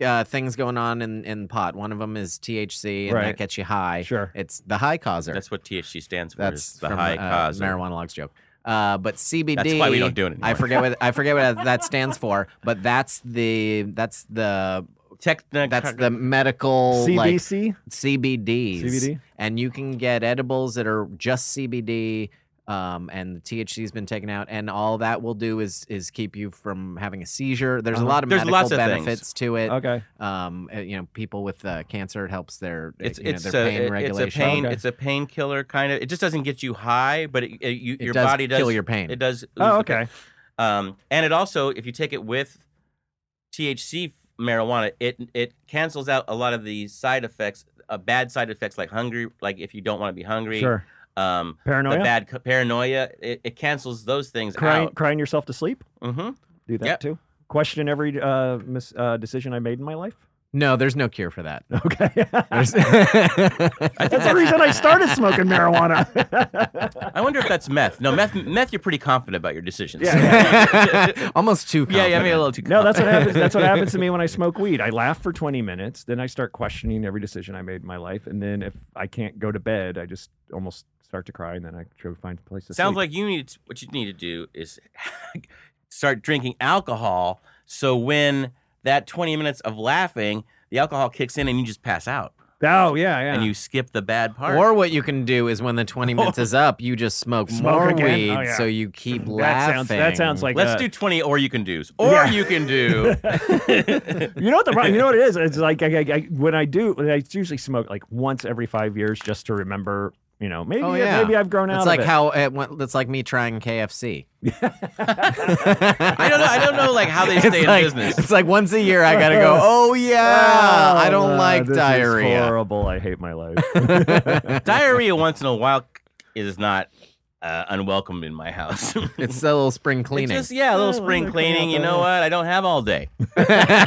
[SPEAKER 6] uh, things going on in in pot. One of them is THC, and
[SPEAKER 4] Right.
[SPEAKER 6] that gets you high.
[SPEAKER 4] Sure.
[SPEAKER 6] It's the high causer.
[SPEAKER 5] That's what THC stands for.
[SPEAKER 6] That's
[SPEAKER 5] That's the
[SPEAKER 6] from,
[SPEAKER 5] high
[SPEAKER 6] uh,
[SPEAKER 5] cause. of-
[SPEAKER 6] marijuana logs joke. Uh, but CBD.
[SPEAKER 5] That's why we don't do it anymore.
[SPEAKER 6] I forget what I forget what that stands for, but that's the that's the
[SPEAKER 5] Technic-
[SPEAKER 6] that's the medical like
[SPEAKER 4] CBC.
[SPEAKER 6] CBDs.
[SPEAKER 4] CBD?
[SPEAKER 6] And you can get edibles that are just CBD. Um, and the THC's been taken out, and all that will do is is keep you from having a seizure. There's
[SPEAKER 4] Uh-huh.
[SPEAKER 6] a lot of
[SPEAKER 5] There's
[SPEAKER 6] medical
[SPEAKER 5] lots of things.
[SPEAKER 6] benefits to it.
[SPEAKER 4] okay.
[SPEAKER 6] Um, uh, you know, people with uh, cancer it helps their
[SPEAKER 5] It's
[SPEAKER 6] you know,
[SPEAKER 5] it's
[SPEAKER 6] their
[SPEAKER 5] a, it-
[SPEAKER 6] pain
[SPEAKER 5] it's a
[SPEAKER 6] regulation.
[SPEAKER 5] pain
[SPEAKER 4] Okay.
[SPEAKER 5] it's a painkiller kind of. It just doesn't get you high, but it, it- you,
[SPEAKER 6] It
[SPEAKER 5] your
[SPEAKER 6] does
[SPEAKER 5] body does
[SPEAKER 6] kill your pain.
[SPEAKER 5] It does. lose
[SPEAKER 4] Oh,
[SPEAKER 5] the
[SPEAKER 4] okay.
[SPEAKER 5] pain. Um, and it also, if you take it with THC marijuana, it it cancels out a lot of the side effects, uh, bad side effects like hungry, like if you don't want to be hungry,
[SPEAKER 4] Sure.
[SPEAKER 5] um, the
[SPEAKER 4] Paranoia.
[SPEAKER 5] bad c- paranoia. It, it cancels those things
[SPEAKER 4] Crying,
[SPEAKER 5] out.
[SPEAKER 4] crying yourself to sleep.
[SPEAKER 5] Mm-hmm.
[SPEAKER 4] Do that
[SPEAKER 5] Yep.
[SPEAKER 4] too. Question every uh, mis- uh, decision I made in my life.
[SPEAKER 6] No, there's no cure for that.
[SPEAKER 4] Okay. That's
[SPEAKER 6] There's-
[SPEAKER 4] the reason I started smoking marijuana.
[SPEAKER 5] I wonder if that's meth. No, meth. Meth, you're pretty confident about your decisions.
[SPEAKER 4] Yeah,
[SPEAKER 6] Almost too.
[SPEAKER 5] yeah, yeah, maybe a
[SPEAKER 6] confident.
[SPEAKER 5] little too.
[SPEAKER 4] no, that's what
[SPEAKER 5] confident.
[SPEAKER 4] happens. That's what happens to me when I smoke weed. I laugh for 20 minutes, then I start questioning every decision I made in my life, and then if I can't go to bed, I just almost start to cry, and then I try to find a place to
[SPEAKER 5] Sounds
[SPEAKER 4] sleep.
[SPEAKER 5] like you need what you need to do is start drinking alcohol. So when that 20 minutes of laughing, the alcohol kicks in and you just pass out
[SPEAKER 4] Oh yeah, yeah.
[SPEAKER 5] and you skip the bad part.
[SPEAKER 6] Or what you can do is when the 20 minutes is up, you just smoke,
[SPEAKER 4] Oh. Smoke
[SPEAKER 6] more
[SPEAKER 4] again.
[SPEAKER 6] weed
[SPEAKER 4] Oh, yeah.
[SPEAKER 6] so you keep
[SPEAKER 4] that
[SPEAKER 6] laughing.
[SPEAKER 4] sounds that sounds like
[SPEAKER 5] Let's
[SPEAKER 4] uh,
[SPEAKER 5] do 20 or you can do's. Or
[SPEAKER 4] Yeah.
[SPEAKER 5] you can do.
[SPEAKER 4] you know what the problem, you know what it is? It's like I, I, I, when I do, when I usually smoke like once every five years just to remember. You know, maybe
[SPEAKER 6] Oh, yeah.
[SPEAKER 4] maybe I've grown out.
[SPEAKER 6] It's
[SPEAKER 4] of
[SPEAKER 6] like
[SPEAKER 4] it.
[SPEAKER 6] how it went, it's like me trying KFC.
[SPEAKER 5] I don't know. I don't know like how they stay in
[SPEAKER 6] like,
[SPEAKER 5] business.
[SPEAKER 6] It's like once a year I gotta go. Oh yeah, "Ah, I don't
[SPEAKER 4] Oh, uh,
[SPEAKER 6] like
[SPEAKER 4] this Is
[SPEAKER 6] diarrhea.
[SPEAKER 4] horrible. I hate my life.
[SPEAKER 5] Diarrhea once in a while is not uh, unwelcome in my house. It's
[SPEAKER 6] It's a little spring cleaning.
[SPEAKER 5] just yeah, a little
[SPEAKER 4] Yeah,
[SPEAKER 6] Oh,
[SPEAKER 4] well,
[SPEAKER 5] spring
[SPEAKER 4] they clean
[SPEAKER 5] cleaning.
[SPEAKER 4] out
[SPEAKER 5] You
[SPEAKER 4] the-
[SPEAKER 5] know what? I don't have all day.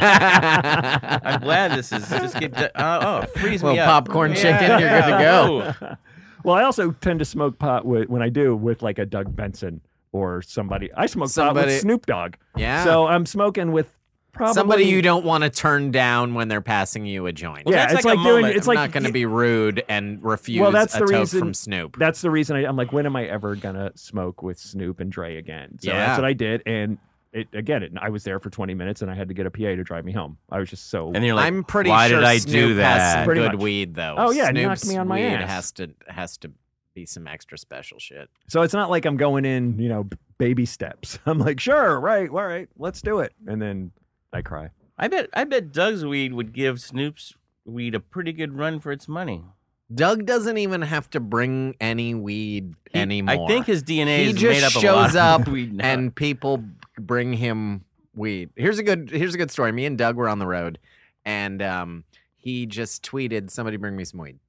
[SPEAKER 5] I'm glad this is just get di- uh, oh freeze me
[SPEAKER 6] Little
[SPEAKER 5] up.
[SPEAKER 6] popcorn chicken, you're good to
[SPEAKER 5] yeah.
[SPEAKER 4] well, I also tend to smoke pot with, when I do with like a Doug Benson or somebody. I smoke pot
[SPEAKER 6] Somebody-
[SPEAKER 4] with Snoop Dogg.
[SPEAKER 6] yeah.
[SPEAKER 4] So I'm smoking with probably
[SPEAKER 6] Somebody you don't want to turn down when they're passing you a joint.
[SPEAKER 4] Yeah,
[SPEAKER 5] that's
[SPEAKER 4] it's
[SPEAKER 5] like
[SPEAKER 4] like,
[SPEAKER 5] a
[SPEAKER 4] doing.
[SPEAKER 5] moment.
[SPEAKER 4] It's
[SPEAKER 6] I'm
[SPEAKER 4] like
[SPEAKER 6] not going to be rude and refuse
[SPEAKER 4] that's
[SPEAKER 6] a
[SPEAKER 4] the
[SPEAKER 6] toke
[SPEAKER 4] reason-
[SPEAKER 6] from Snoop.
[SPEAKER 4] That's the reason I, I'm like, when am I ever gonna smoke with Snoop and Dre again? So
[SPEAKER 6] Yeah.
[SPEAKER 4] that's what I did, and it again. It, I was there for 20 minutes, and I had to get a PA to drive me home. I was just so.
[SPEAKER 5] And you're like,
[SPEAKER 6] I'm pretty
[SPEAKER 5] why
[SPEAKER 6] sure
[SPEAKER 5] did I
[SPEAKER 6] Snoop
[SPEAKER 5] do
[SPEAKER 6] has
[SPEAKER 5] that?
[SPEAKER 6] some
[SPEAKER 4] Pretty
[SPEAKER 6] good
[SPEAKER 4] much.
[SPEAKER 6] weed though.
[SPEAKER 4] Oh, yeah, it knocked
[SPEAKER 6] Snoop's
[SPEAKER 4] me on my
[SPEAKER 6] weed
[SPEAKER 4] ass.
[SPEAKER 6] has to has to be some extra special shit.
[SPEAKER 4] so it's not like I'm going in, you know, b- baby steps. I'm like, sure, right, all right, let's do it, and then I cry.
[SPEAKER 5] I bet I bet Doug's weed would give Snoop's weed a pretty good run for its money.
[SPEAKER 6] Doug doesn't even have to bring any weed
[SPEAKER 5] He-
[SPEAKER 6] anymore.
[SPEAKER 5] I think his DNA
[SPEAKER 6] He
[SPEAKER 5] is
[SPEAKER 6] just
[SPEAKER 5] made up of a lot
[SPEAKER 6] shows
[SPEAKER 5] of
[SPEAKER 6] up
[SPEAKER 5] weed now.
[SPEAKER 6] and people bring him weed. Here's a good here's a good story. Me and Doug were on the road, and um, he just tweeted, "Somebody bring me some weed."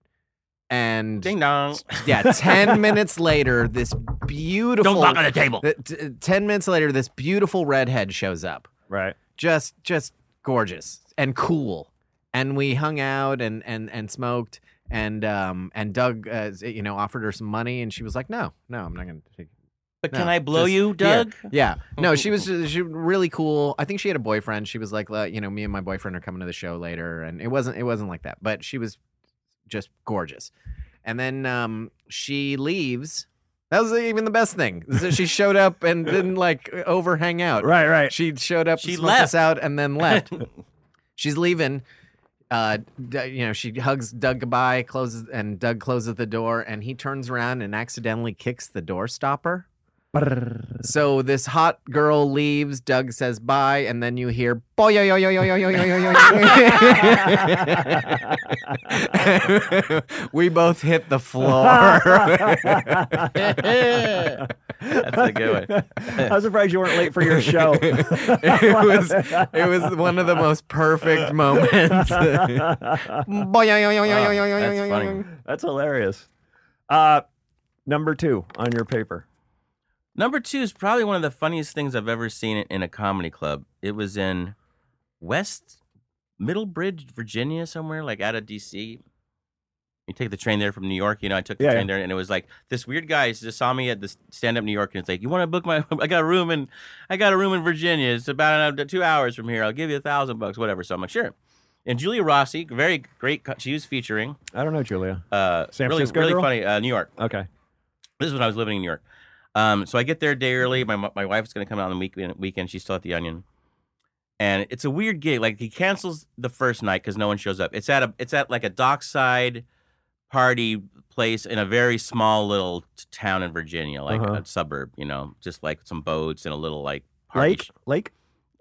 [SPEAKER 6] And
[SPEAKER 5] ding dong.
[SPEAKER 6] yeah, ten minutes later, this beautiful
[SPEAKER 5] Don't knock on the table.
[SPEAKER 6] th- t- ten minutes later, this beautiful redhead shows up
[SPEAKER 4] Right.
[SPEAKER 6] just just gorgeous and cool and we hung out and and and smoked and um and Doug uh, you know offered her some money and she was like no no I'm not gonna take
[SPEAKER 5] But
[SPEAKER 6] no,
[SPEAKER 5] can I blow
[SPEAKER 6] just-
[SPEAKER 5] you, Doug? Oh.
[SPEAKER 6] yeah no she was she was really cool I think she had a boyfriend she was like "Well, you know me and my boyfriend are coming to the show later and it wasn't it wasn't like that but she was just gorgeous and then um she leaves that was even the best thing So she showed up and didn't like over hang out
[SPEAKER 4] Right. Right.
[SPEAKER 6] she showed up,
[SPEAKER 5] She
[SPEAKER 6] she smoked
[SPEAKER 5] left.
[SPEAKER 6] us out, and then left. She's leaving. Uh, D- you know, she hugs Doug goodbye, closes, and Doug closes the door, and he turns around and accidentally kicks the door stopper. So this hot girl leaves. Doug says bye, and then you hear boy yo yo yo yo yo yo yo yo yo. We both hit the floor.
[SPEAKER 5] That's a good one.
[SPEAKER 4] I'm surprised you weren't late for your show.
[SPEAKER 6] it was it was one of the most perfect moments. Boy, yo, yo, yo, yo,
[SPEAKER 5] Wow,
[SPEAKER 6] yo, yo, yo,
[SPEAKER 5] that's
[SPEAKER 6] yo, yo,
[SPEAKER 5] funny.
[SPEAKER 6] yo.
[SPEAKER 4] That's hilarious. Uh, number two on your paper.
[SPEAKER 5] Number two is probably one of the funniest things I've ever seen in- in a comedy club. It was in West Middlebridge, Virginia, somewhere like out of DC. You take the train there from New York. You know, I took the
[SPEAKER 4] Yeah,
[SPEAKER 5] train there, and it was like this weird guy just saw me at the stand up New York, and it's like, "You want to book my? I got a room in, I got a room in Virginia. It's about uh, two hours from here. I'll give you a thousand bucks, whatever." So I'm like, "Sure." And Julia Rossi, very great. co- She was featuring.
[SPEAKER 4] I don't know, Julia.
[SPEAKER 5] Uh,
[SPEAKER 4] San
[SPEAKER 5] really,
[SPEAKER 4] Francisco
[SPEAKER 5] really
[SPEAKER 4] girl?
[SPEAKER 5] funny. Uh, New York
[SPEAKER 4] Okay.
[SPEAKER 5] this is when I was living in New York. Um, so I get there a day
[SPEAKER 4] Mm-hmm.
[SPEAKER 5] early. My my wife's gonna come out on the weekend. Weekend, she's still at the Onion, and it's a weird gig. Like he cancels the first night because no one shows up. It's at a it's at like a dockside party place in a very small little t- town in Virginia, like
[SPEAKER 4] Uh-huh.
[SPEAKER 5] a suburb. You know, just like some boats and a little like party.
[SPEAKER 4] Lake.
[SPEAKER 5] sh-
[SPEAKER 4] Lake.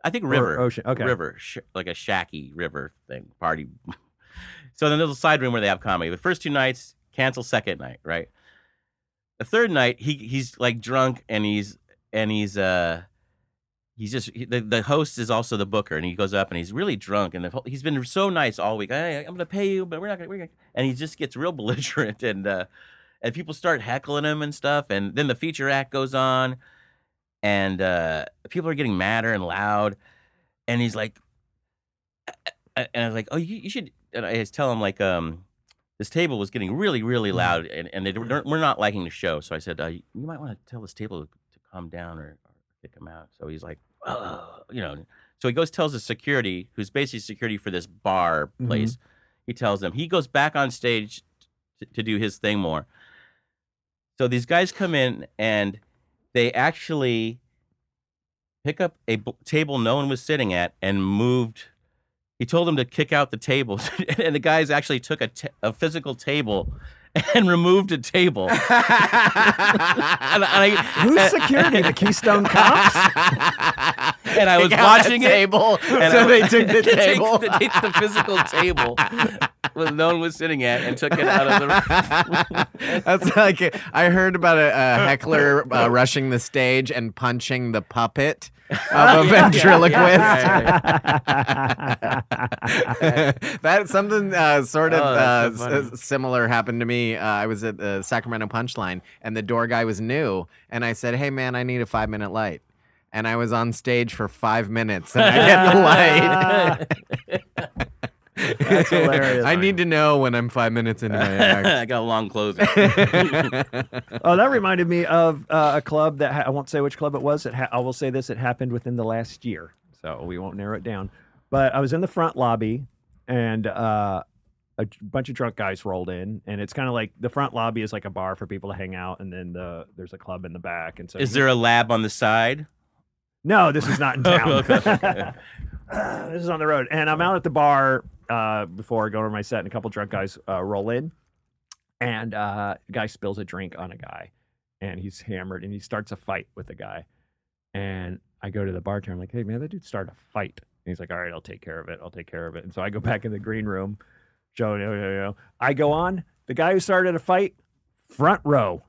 [SPEAKER 5] I think
[SPEAKER 4] or
[SPEAKER 5] river
[SPEAKER 4] ocean. Okay.
[SPEAKER 5] river, sh- like a shacky river thing party. so then there's a side room where they have comedy. The first two nights cancel, second night, right? The third night he he's like drunk and he's and he's uh he's just he, the, the host is also the booker and he goes up and he's really drunk and the, whole- he's been so nice all week. Hey, I'm gonna pay you, but we're not gonna we're gonna and he just gets real belligerent and uh and people start heckling him and stuff and then the feature act goes on and uh people are getting madder and loud and he's like and I was like, "Oh, you, you should." And I just tell him like, um, this table was getting really, really loud, and, and they we're, we're not liking the show. So I said, uh, "You might want to tell this table to calm down or, or kick him out." So he's like, "Oh, you know." So he goes tells the security, who's basically security for this bar
[SPEAKER 4] Mm-hmm.
[SPEAKER 5] place. He tells them he goes back on stage to, to do his thing more. So these guys come in and they actually pick up a b- table no one was sitting at and moved he told them to kick out the tables and the guys actually took a, t- a physical table and removed a table and, I,
[SPEAKER 4] Who's security? The Keystone Cops.
[SPEAKER 5] and I was
[SPEAKER 6] Kick out that
[SPEAKER 5] watching it
[SPEAKER 6] table.
[SPEAKER 5] and
[SPEAKER 6] so
[SPEAKER 5] I-
[SPEAKER 6] they took
[SPEAKER 5] they
[SPEAKER 6] the
[SPEAKER 5] take-
[SPEAKER 6] table.
[SPEAKER 5] they take the physical table where no one was sitting at and took it out of the
[SPEAKER 6] That's like I heard about a, a heckler uh, rushing the stage and punching the puppet of a ventriloquist. that something uh, sort of
[SPEAKER 5] Oh,
[SPEAKER 6] uh,
[SPEAKER 5] that's so funny.
[SPEAKER 6] s- similar happened to me. Uh, I was at the Sacramento Punchline, and the door guy was new, and I said, "Hey, man, I need a five minute light." And I was on stage for five minutes, and I get the light.
[SPEAKER 4] That's hilarious.
[SPEAKER 6] I need to know when I'm five minutes into my act.
[SPEAKER 5] I got a long closing.
[SPEAKER 4] Oh, that reminded me of uh, a club that ha- I won't say which club it was. It ha- I will say this: it happened within the last year, so we won't narrow it down. But I was in the front lobby, and uh, a j- bunch of drunk guys rolled in, and it's kind of like the front lobby is like a bar for people to hang out, and then the there's a club in the back, and so
[SPEAKER 5] Is there a lab on the side?
[SPEAKER 4] no, this is not in town.
[SPEAKER 5] okay, okay.
[SPEAKER 4] this is on the road, and I'm out at the bar uh, before I go to my set, and a couple drunk guys uh, roll in, and uh, a guy spills a drink on a guy, and he's hammered, and he starts a fight with the guy, and I go to the bartender, I'm like, "Hey man, that dude started a fight," and he's like, "All right, I'll take care of it. I'll take care of it." And so I go back in the green room, Joe, yo, yo, yo. I go on. The guy who started a fight, front row.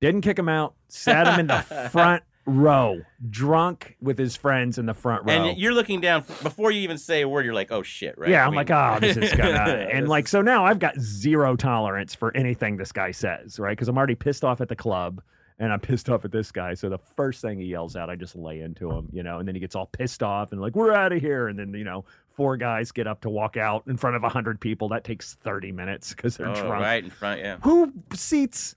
[SPEAKER 4] Didn't kick him out, sat him in the front row, drunk with his friends in the front row.
[SPEAKER 5] And you're looking down before you even say a word. You're like, oh shit, right?
[SPEAKER 4] Yeah,
[SPEAKER 5] I
[SPEAKER 4] I'm
[SPEAKER 5] mean-
[SPEAKER 4] like, oh, this is gonna. and
[SPEAKER 5] This
[SPEAKER 4] like,
[SPEAKER 5] is-
[SPEAKER 4] so now I've got zero tolerance for anything this guy says, right? Because I'm already pissed off at the club and I'm pissed off at this guy. So the first thing he yells out, I just lay into him, you know, and then he gets all pissed off and like, we're out of here. And then, you know, four guys get up to walk out in front of 100 people. That takes 30 minutes because they're
[SPEAKER 5] oh,
[SPEAKER 4] drunk.
[SPEAKER 5] right in front, yeah.
[SPEAKER 4] Who seats?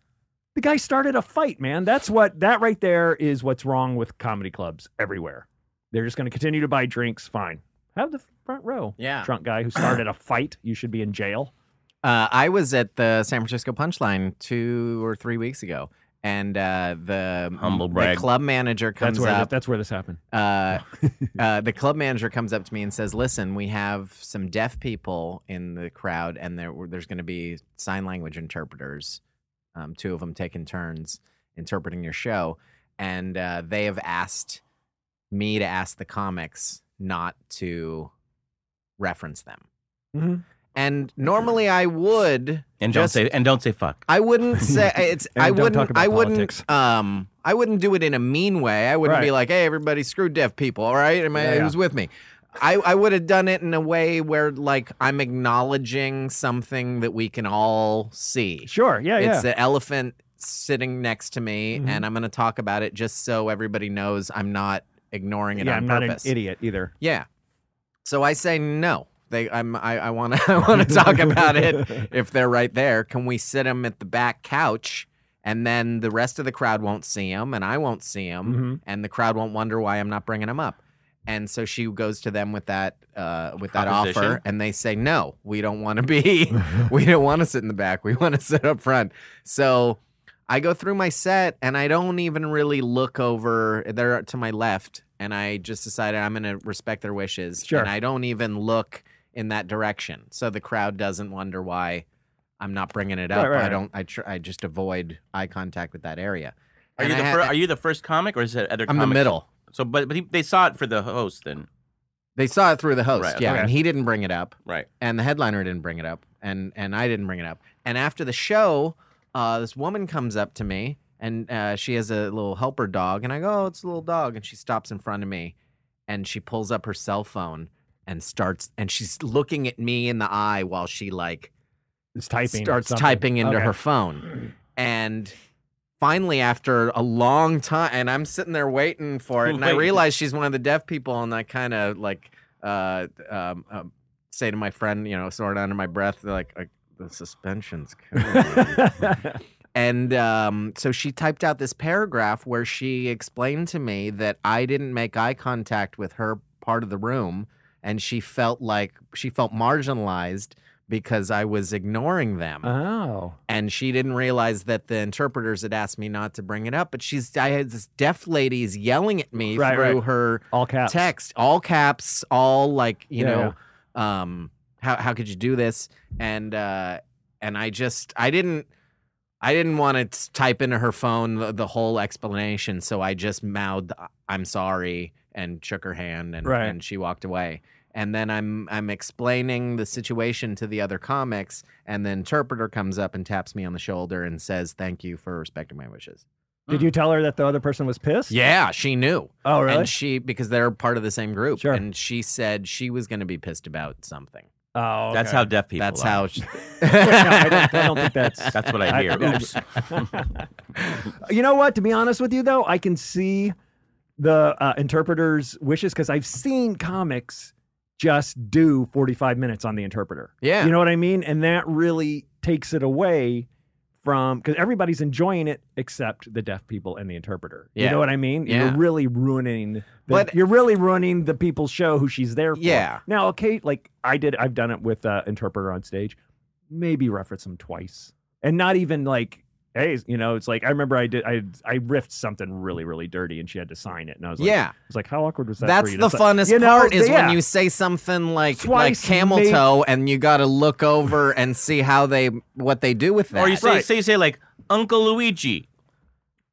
[SPEAKER 4] The guy started a fight, man. That's what, that right there is what's wrong with comedy clubs everywhere. They're just going to continue to buy drinks. Fine. Have the front row
[SPEAKER 6] Yeah.
[SPEAKER 4] drunk guy who started a fight, you should be in jail.
[SPEAKER 6] Uh, I was at the San Francisco Punchline two or three weeks ago, and uh, the
[SPEAKER 5] Humble
[SPEAKER 6] the
[SPEAKER 5] brag.
[SPEAKER 6] club manager comes
[SPEAKER 4] that's where
[SPEAKER 6] up.
[SPEAKER 4] that's where this happened.
[SPEAKER 6] uh, uh, the club manager comes up to me and says, "Listen, we have some deaf people in the crowd, and there there's going to be sign language interpreters. Um, two of them taking turns interpreting your show, and uh, they have asked me to ask the comics not to reference them.
[SPEAKER 4] Mhm.
[SPEAKER 6] And normally I would."
[SPEAKER 5] And
[SPEAKER 6] Just-
[SPEAKER 5] don't say and don't say fuck.
[SPEAKER 6] I wouldn't say it's.
[SPEAKER 4] And
[SPEAKER 6] I
[SPEAKER 4] don't
[SPEAKER 6] wouldn't.
[SPEAKER 4] talk about
[SPEAKER 6] I wouldn't.
[SPEAKER 4] politics.
[SPEAKER 6] Um, I wouldn't do it in a mean way. I wouldn't be
[SPEAKER 4] Right.
[SPEAKER 6] like, "Hey, everybody, screw deaf people." All right, am I,
[SPEAKER 4] Yeah, yeah.
[SPEAKER 6] who's with me? I, I would have done it in a way where like I'm acknowledging something that we can all see.
[SPEAKER 4] Sure, yeah,
[SPEAKER 6] it's
[SPEAKER 4] yeah.
[SPEAKER 6] the elephant sitting next to me,
[SPEAKER 4] Mhm.
[SPEAKER 6] and I'm going to talk about it just so everybody knows I'm not ignoring it
[SPEAKER 4] yeah,
[SPEAKER 6] on
[SPEAKER 4] I'm
[SPEAKER 6] purpose.
[SPEAKER 4] not an idiot either.
[SPEAKER 6] Yeah. So I say no. They, I'm, I, I want to, I want to talk about it. If they're right there, can we sit them at the back couch, and then the rest of the crowd won't see them, and I won't see them,
[SPEAKER 4] Mhm.
[SPEAKER 6] and the crowd won't wonder why I'm not bringing them up. And so she goes to them with that, uh, with that offer,
[SPEAKER 5] Proposition?
[SPEAKER 6] and they say, "No, we don't want to be, we don't want to sit in the back. We want to sit up front." So I go through my set and I don't even really look over. They're to my left, and I just decided I'm going to respect their wishes.
[SPEAKER 4] Sure.
[SPEAKER 6] And I don't even look in that direction, so the crowd doesn't wonder why I'm not bringing it up.
[SPEAKER 4] Right, right,
[SPEAKER 6] I
[SPEAKER 4] right.
[SPEAKER 6] don't. I tr- I just avoid eye contact with that area.
[SPEAKER 5] Are
[SPEAKER 6] And
[SPEAKER 5] you the
[SPEAKER 6] I
[SPEAKER 5] fir-
[SPEAKER 6] ha-
[SPEAKER 5] are you the first comic or is it other?
[SPEAKER 6] I'm the
[SPEAKER 5] comics?
[SPEAKER 6] middle.
[SPEAKER 5] So, but but he, they saw it for the host then,
[SPEAKER 6] They saw it through the host,
[SPEAKER 5] Right,
[SPEAKER 6] yeah,
[SPEAKER 4] okay.
[SPEAKER 6] and he didn't bring it up.
[SPEAKER 5] right?
[SPEAKER 6] and the headliner didn't bring it up and and I didn't bring it up. And after the show, uh, this woman comes up to me and uh, she has a little helper dog and I go, "Oh, it's a little dog." And she stops in front of me and she pulls up her cell phone and starts and she's looking at me in the eye while she like
[SPEAKER 4] It's typing.
[SPEAKER 6] starts
[SPEAKER 4] something.
[SPEAKER 6] typing into
[SPEAKER 4] Okay.
[SPEAKER 6] her phone. And finally, after a long time, and I'm sitting there waiting for it, and I
[SPEAKER 5] Wait.
[SPEAKER 6] realize she's one of the deaf people, and I kind of like uh, um, um, say to my friend, you know, sort of under my breath, like, like the suspension's killing me. And um, so she typed out this paragraph where she explained to me that I didn't make eye contact with her part of the room, and she felt like she felt marginalized because I was ignoring them.
[SPEAKER 4] oh.
[SPEAKER 6] And she didn't realize that the interpreters had asked me not to bring it up, but she's I had this deaf lady's yelling at me
[SPEAKER 4] Right,
[SPEAKER 6] through
[SPEAKER 4] right.
[SPEAKER 6] her
[SPEAKER 4] All caps.
[SPEAKER 6] text, all caps, all like you
[SPEAKER 4] Yeah,
[SPEAKER 6] know, um, how how could you do this? And uh, and I just I didn't I didn't want to type into her phone the, the whole explanation, so I just mouthed I'm sorry and shook her hand and
[SPEAKER 4] Right.
[SPEAKER 6] and she walked away. And then I'm I'm explaining the situation to the other comics, and the interpreter comes up and taps me on the shoulder and says, "Thank you for respecting my wishes."
[SPEAKER 4] Did you tell her that the other person was pissed?
[SPEAKER 6] Yeah, she knew.
[SPEAKER 4] Oh, really?
[SPEAKER 6] And she because they're part of the same group,
[SPEAKER 4] Sure.
[SPEAKER 6] and she said she was going to be pissed about something.
[SPEAKER 4] oh,
[SPEAKER 5] That's
[SPEAKER 4] okay.
[SPEAKER 5] how deaf people.
[SPEAKER 6] That's
[SPEAKER 5] are.
[SPEAKER 6] how. She,
[SPEAKER 4] No, I, don't, I don't think that's.
[SPEAKER 5] That's what I hear. Oops.
[SPEAKER 4] you know what? To be honest with you, though, I can see the uh, interpreter's wishes because I've seen comics just do 45 minutes on the interpreter.
[SPEAKER 6] yeah,
[SPEAKER 4] You know what I mean? And that really takes it away from because everybody's enjoying it except the deaf people and the interpreter. You
[SPEAKER 6] Yeah.
[SPEAKER 4] know what I mean?
[SPEAKER 6] Yeah.
[SPEAKER 4] You're really ruining the,
[SPEAKER 6] But-
[SPEAKER 4] you're really ruining the people's show who she's there for.
[SPEAKER 6] Yeah.
[SPEAKER 4] Now, okay, like I did I've done it with uh interpreter on stage. Maybe reference them twice. And not even like Hey, you know, it's like I remember I did I I riffed something really really dirty and she had to sign it and I was like,
[SPEAKER 6] yeah.
[SPEAKER 4] I was like how awkward was that?
[SPEAKER 6] That's
[SPEAKER 4] for you?
[SPEAKER 6] the
[SPEAKER 4] And it's like,
[SPEAKER 6] funnest
[SPEAKER 4] you know,
[SPEAKER 6] part is
[SPEAKER 4] yeah.
[SPEAKER 6] when you say something like
[SPEAKER 4] Twice,
[SPEAKER 6] like camel
[SPEAKER 4] mate.
[SPEAKER 6] toe, and you got to look over and see how they what they do with that.
[SPEAKER 5] Or you say
[SPEAKER 4] Right.
[SPEAKER 5] say you say like Uncle Luigi.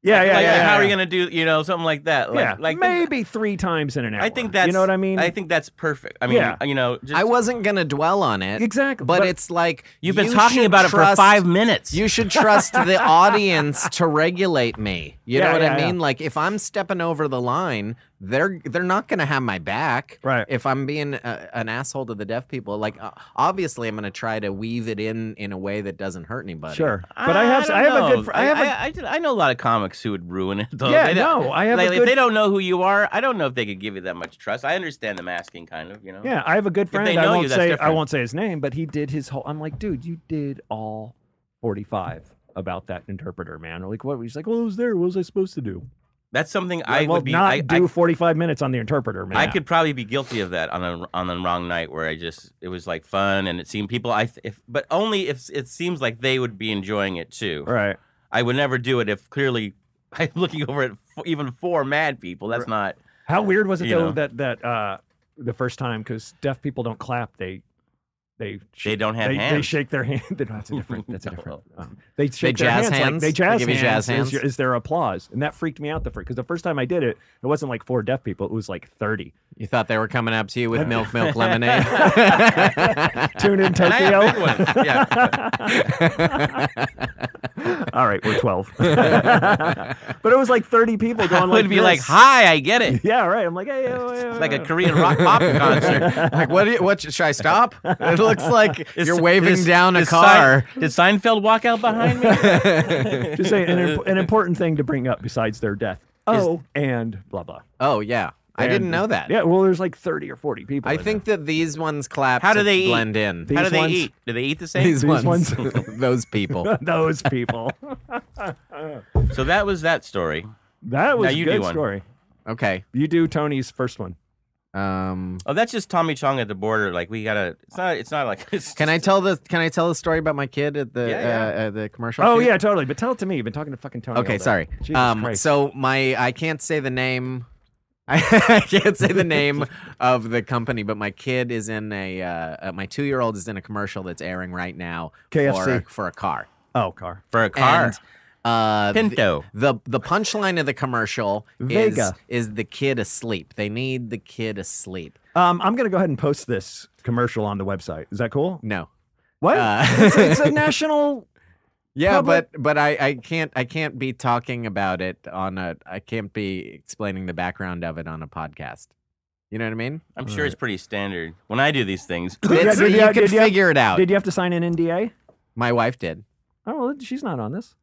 [SPEAKER 4] Yeah, yeah,
[SPEAKER 5] like,
[SPEAKER 4] yeah, yeah,
[SPEAKER 5] how are you
[SPEAKER 4] yeah.
[SPEAKER 5] gonna do? You know, something like that. Like,
[SPEAKER 4] yeah,
[SPEAKER 5] like
[SPEAKER 4] maybe three times in an hour.
[SPEAKER 5] I think that's.
[SPEAKER 4] you know what I mean.
[SPEAKER 5] I think that's perfect. I mean,
[SPEAKER 4] Yeah.
[SPEAKER 5] you know, just,
[SPEAKER 6] I wasn't gonna dwell on it,
[SPEAKER 4] exactly.
[SPEAKER 6] but, it's like
[SPEAKER 5] You've been
[SPEAKER 6] you
[SPEAKER 5] talking
[SPEAKER 6] should
[SPEAKER 5] about it for
[SPEAKER 6] trust-
[SPEAKER 5] five minutes.
[SPEAKER 6] You should trust the audience to regulate me. You
[SPEAKER 4] Yeah,
[SPEAKER 6] know what
[SPEAKER 4] yeah,
[SPEAKER 6] I
[SPEAKER 4] yeah.
[SPEAKER 6] mean? Like if I'm stepping over the line, they're they're not going to have my back.
[SPEAKER 4] Right.
[SPEAKER 6] If I'm being a, an asshole to the deaf people, like uh, obviously I'm going to try to weave it in in a way that doesn't hurt anybody.
[SPEAKER 4] sure. But I have
[SPEAKER 5] don't
[SPEAKER 4] I, have a
[SPEAKER 5] know.
[SPEAKER 4] good fr- I have a
[SPEAKER 5] I, I did- I know a lot of comics who would ruin it though.
[SPEAKER 4] Yeah,
[SPEAKER 5] They don't-
[SPEAKER 4] no, I have a
[SPEAKER 5] like,
[SPEAKER 4] good-
[SPEAKER 5] if they don't know who you are, I don't know if they could give you that much trust. I understand them asking, kind of, you know.
[SPEAKER 4] Yeah, I have a good
[SPEAKER 5] they
[SPEAKER 4] friend. I
[SPEAKER 5] know
[SPEAKER 4] won't
[SPEAKER 5] you, that's
[SPEAKER 4] say I
[SPEAKER 5] different.
[SPEAKER 4] won't say his name, but he did his whole. I'm like, dude, you did all 45 about that interpreter, man. Like, what? He's like, well, it was there. What was I supposed to do?
[SPEAKER 5] that's something
[SPEAKER 4] Like,
[SPEAKER 5] I
[SPEAKER 4] well,
[SPEAKER 5] would be.
[SPEAKER 4] not
[SPEAKER 5] I, I-
[SPEAKER 4] do 45 minutes on the interpreter, man.
[SPEAKER 5] I could probably be guilty of that on a on the wrong night where I just it was like fun and it seemed people I th- if but only if it seems like they would be enjoying it too.
[SPEAKER 4] Right.
[SPEAKER 5] I would never do it if clearly I'm looking over at f- even four mad people. That's not
[SPEAKER 4] How weird was it
[SPEAKER 5] You
[SPEAKER 4] though
[SPEAKER 5] know.
[SPEAKER 4] that that uh the first time because deaf people don't clap. They they sh-
[SPEAKER 5] they don't have
[SPEAKER 4] they,
[SPEAKER 5] hands.
[SPEAKER 4] they shake their hand. They don't- that's a different. That's a different. um, they shake their
[SPEAKER 6] jazz
[SPEAKER 4] hands, like-
[SPEAKER 6] hands?
[SPEAKER 4] they
[SPEAKER 6] They
[SPEAKER 4] jazz
[SPEAKER 6] give you
[SPEAKER 4] hands.
[SPEAKER 6] jazz
[SPEAKER 4] Is,
[SPEAKER 6] hands?
[SPEAKER 4] your- is their applause? And that freaked me out the first because the first time I did it, it wasn't like four deaf people. It was like 30.
[SPEAKER 6] You thought they were coming up to you with milk, milk, lemonade.
[SPEAKER 4] Tune in
[SPEAKER 5] And I
[SPEAKER 4] Tokyo.
[SPEAKER 5] have big ones. Yeah.
[SPEAKER 4] All right, we're 12. but it was like 30 people going
[SPEAKER 5] I
[SPEAKER 4] like
[SPEAKER 5] would be like,
[SPEAKER 4] this.
[SPEAKER 5] "Hi, I get it."
[SPEAKER 4] Yeah, right. I'm like, hey, oh, yeah,
[SPEAKER 5] It's like a
[SPEAKER 4] yeah.
[SPEAKER 5] Korean rock pop concert.
[SPEAKER 6] like what? Do you, what should I stop? It looks like you're
[SPEAKER 5] Is-
[SPEAKER 6] waving
[SPEAKER 5] is-
[SPEAKER 6] down a
[SPEAKER 5] is Sein-
[SPEAKER 6] car.
[SPEAKER 5] did Seinfeld walk out behind me?
[SPEAKER 4] just saying, an, imp- an important thing to bring up besides their death. Oh, and blah blah.
[SPEAKER 6] Oh yeah, I
[SPEAKER 4] And-
[SPEAKER 6] didn't know that.
[SPEAKER 4] Yeah, well, there's like 30 or 40 people.
[SPEAKER 6] I
[SPEAKER 4] in
[SPEAKER 6] think that these ones clap.
[SPEAKER 5] How do
[SPEAKER 6] to
[SPEAKER 5] they eat?
[SPEAKER 6] blend in?
[SPEAKER 4] These
[SPEAKER 5] How do they
[SPEAKER 4] ones-
[SPEAKER 5] eat? Do they eat the same?
[SPEAKER 6] these,
[SPEAKER 4] These
[SPEAKER 6] ones, those people.
[SPEAKER 4] there. those people.
[SPEAKER 5] So that was that story.
[SPEAKER 4] That was
[SPEAKER 5] Now
[SPEAKER 4] a
[SPEAKER 5] you do
[SPEAKER 4] good
[SPEAKER 5] one.
[SPEAKER 4] story.
[SPEAKER 6] Okay.
[SPEAKER 4] You do Tony's first one.
[SPEAKER 6] Um,
[SPEAKER 5] Oh, that's just Tommy Chong at the border. Like we gotta. It's not. It's not like. It's
[SPEAKER 6] can I
[SPEAKER 5] just-
[SPEAKER 6] tell the Can I tell the story about my kid at the
[SPEAKER 5] Yeah, yeah.
[SPEAKER 6] Uh, uh, the commercial?
[SPEAKER 4] Oh
[SPEAKER 6] shoot?
[SPEAKER 4] yeah, totally. But tell it to me. You've been talking to fucking Tony. all
[SPEAKER 6] Okay,
[SPEAKER 4] day.
[SPEAKER 6] sorry.
[SPEAKER 4] Jesus
[SPEAKER 6] Um,
[SPEAKER 4] Christ.
[SPEAKER 6] so my I can't say the name. I can't say the name of the company, but my kid is in a uh, uh, my two year old is in a commercial that's airing right now for
[SPEAKER 1] KFC.
[SPEAKER 6] a, for a car.
[SPEAKER 4] oh, car.
[SPEAKER 5] for a car?
[SPEAKER 6] And, uh, th-
[SPEAKER 5] Pinto.
[SPEAKER 6] the the punchline of the commercial
[SPEAKER 4] Vega.
[SPEAKER 6] is is the kid asleep. They need the kid asleep.
[SPEAKER 4] Um, I'm gonna go ahead and post this commercial on the website. Is that cool?
[SPEAKER 6] No.
[SPEAKER 4] What?
[SPEAKER 6] Uh,
[SPEAKER 4] Oh, it's, it's a national.
[SPEAKER 6] Yeah,
[SPEAKER 4] public-
[SPEAKER 6] but but I, I can't I can't be talking about it on a I can't be explaining the background of it on a podcast. You know what I mean?
[SPEAKER 5] I'm sure it's pretty standard when I do these things.
[SPEAKER 6] It's-
[SPEAKER 4] did
[SPEAKER 6] you
[SPEAKER 4] ya-
[SPEAKER 6] can
[SPEAKER 4] did ya-
[SPEAKER 6] figure it out.
[SPEAKER 4] Did you have to sign an NDA?
[SPEAKER 6] My wife did.
[SPEAKER 4] Oh, well, she's not on this.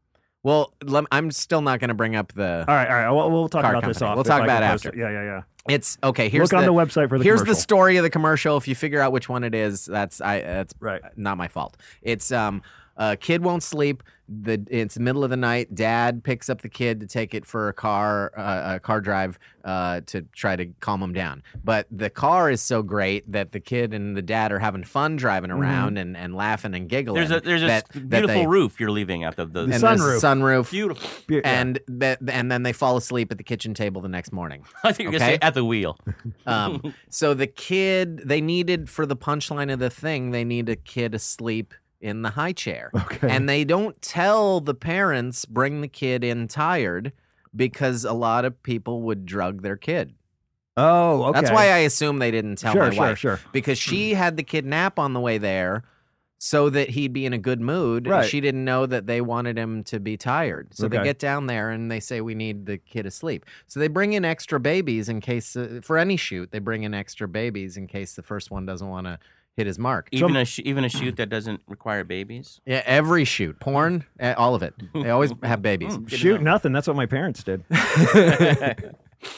[SPEAKER 6] Well, lem- I'm still not going to bring up the.
[SPEAKER 4] All right, all right. We'll, we'll talk
[SPEAKER 6] Car
[SPEAKER 4] about this
[SPEAKER 6] company.
[SPEAKER 4] off.
[SPEAKER 6] We'll
[SPEAKER 4] if
[SPEAKER 6] talk
[SPEAKER 4] I
[SPEAKER 6] about
[SPEAKER 4] can
[SPEAKER 6] it
[SPEAKER 4] post
[SPEAKER 6] after.
[SPEAKER 4] Yeah, yeah, yeah.
[SPEAKER 6] It's okay. Here's
[SPEAKER 4] Look on
[SPEAKER 6] the,
[SPEAKER 4] the website for the
[SPEAKER 6] here's
[SPEAKER 4] commercial.
[SPEAKER 6] the story of the commercial. If you figure out which one it is, that's I that's
[SPEAKER 4] Right.
[SPEAKER 6] not my fault. It's um a kid won't sleep. The it's middle of the night. Dad picks up the kid to take it for a car uh, a car drive uh, to try to calm him down. But the car is so great that the kid and the dad are having fun driving around and, and laughing and giggling.
[SPEAKER 5] Mm-hmm. There's a there's a
[SPEAKER 6] that-
[SPEAKER 5] s-
[SPEAKER 6] that
[SPEAKER 5] beautiful
[SPEAKER 6] they-
[SPEAKER 5] roof you're leaving out of the,
[SPEAKER 4] The
[SPEAKER 6] and
[SPEAKER 4] sunroof.
[SPEAKER 6] there's a sunroof.
[SPEAKER 5] beautiful.
[SPEAKER 4] Yeah.
[SPEAKER 6] and that and then they fall asleep at the kitchen table the next morning.
[SPEAKER 5] I think you're gonna say
[SPEAKER 6] Okay.
[SPEAKER 5] at the wheel.
[SPEAKER 6] Um, so the kid they needed for the punchline of the thing, they need a kid asleep in the high chair.
[SPEAKER 4] Okay.
[SPEAKER 6] And they don't tell the parents bring the kid in tired because a lot of people would drug their kid.
[SPEAKER 4] oh, okay.
[SPEAKER 6] That's why I assume they didn't tell
[SPEAKER 4] sure,
[SPEAKER 6] my
[SPEAKER 4] sure,
[SPEAKER 6] wife
[SPEAKER 4] sure.
[SPEAKER 6] because
[SPEAKER 4] Hmm.
[SPEAKER 6] she had the kid nap on the way there so that he'd be in a good mood and
[SPEAKER 4] Right.
[SPEAKER 6] she didn't know that they wanted him to be tired so they
[SPEAKER 4] Okay.
[SPEAKER 6] get down there and they say we need the kid asleep so they bring in extra babies in case uh, for any shoot they bring in extra babies in case the first one doesn't want to hit his mark
[SPEAKER 5] Even a sh- even a shoot that doesn't require babies.
[SPEAKER 6] yeah every shoot porn eh, all of it they always have babies
[SPEAKER 5] Good to
[SPEAKER 4] Shoot,
[SPEAKER 5] know.
[SPEAKER 4] nothing. That's what my parents did.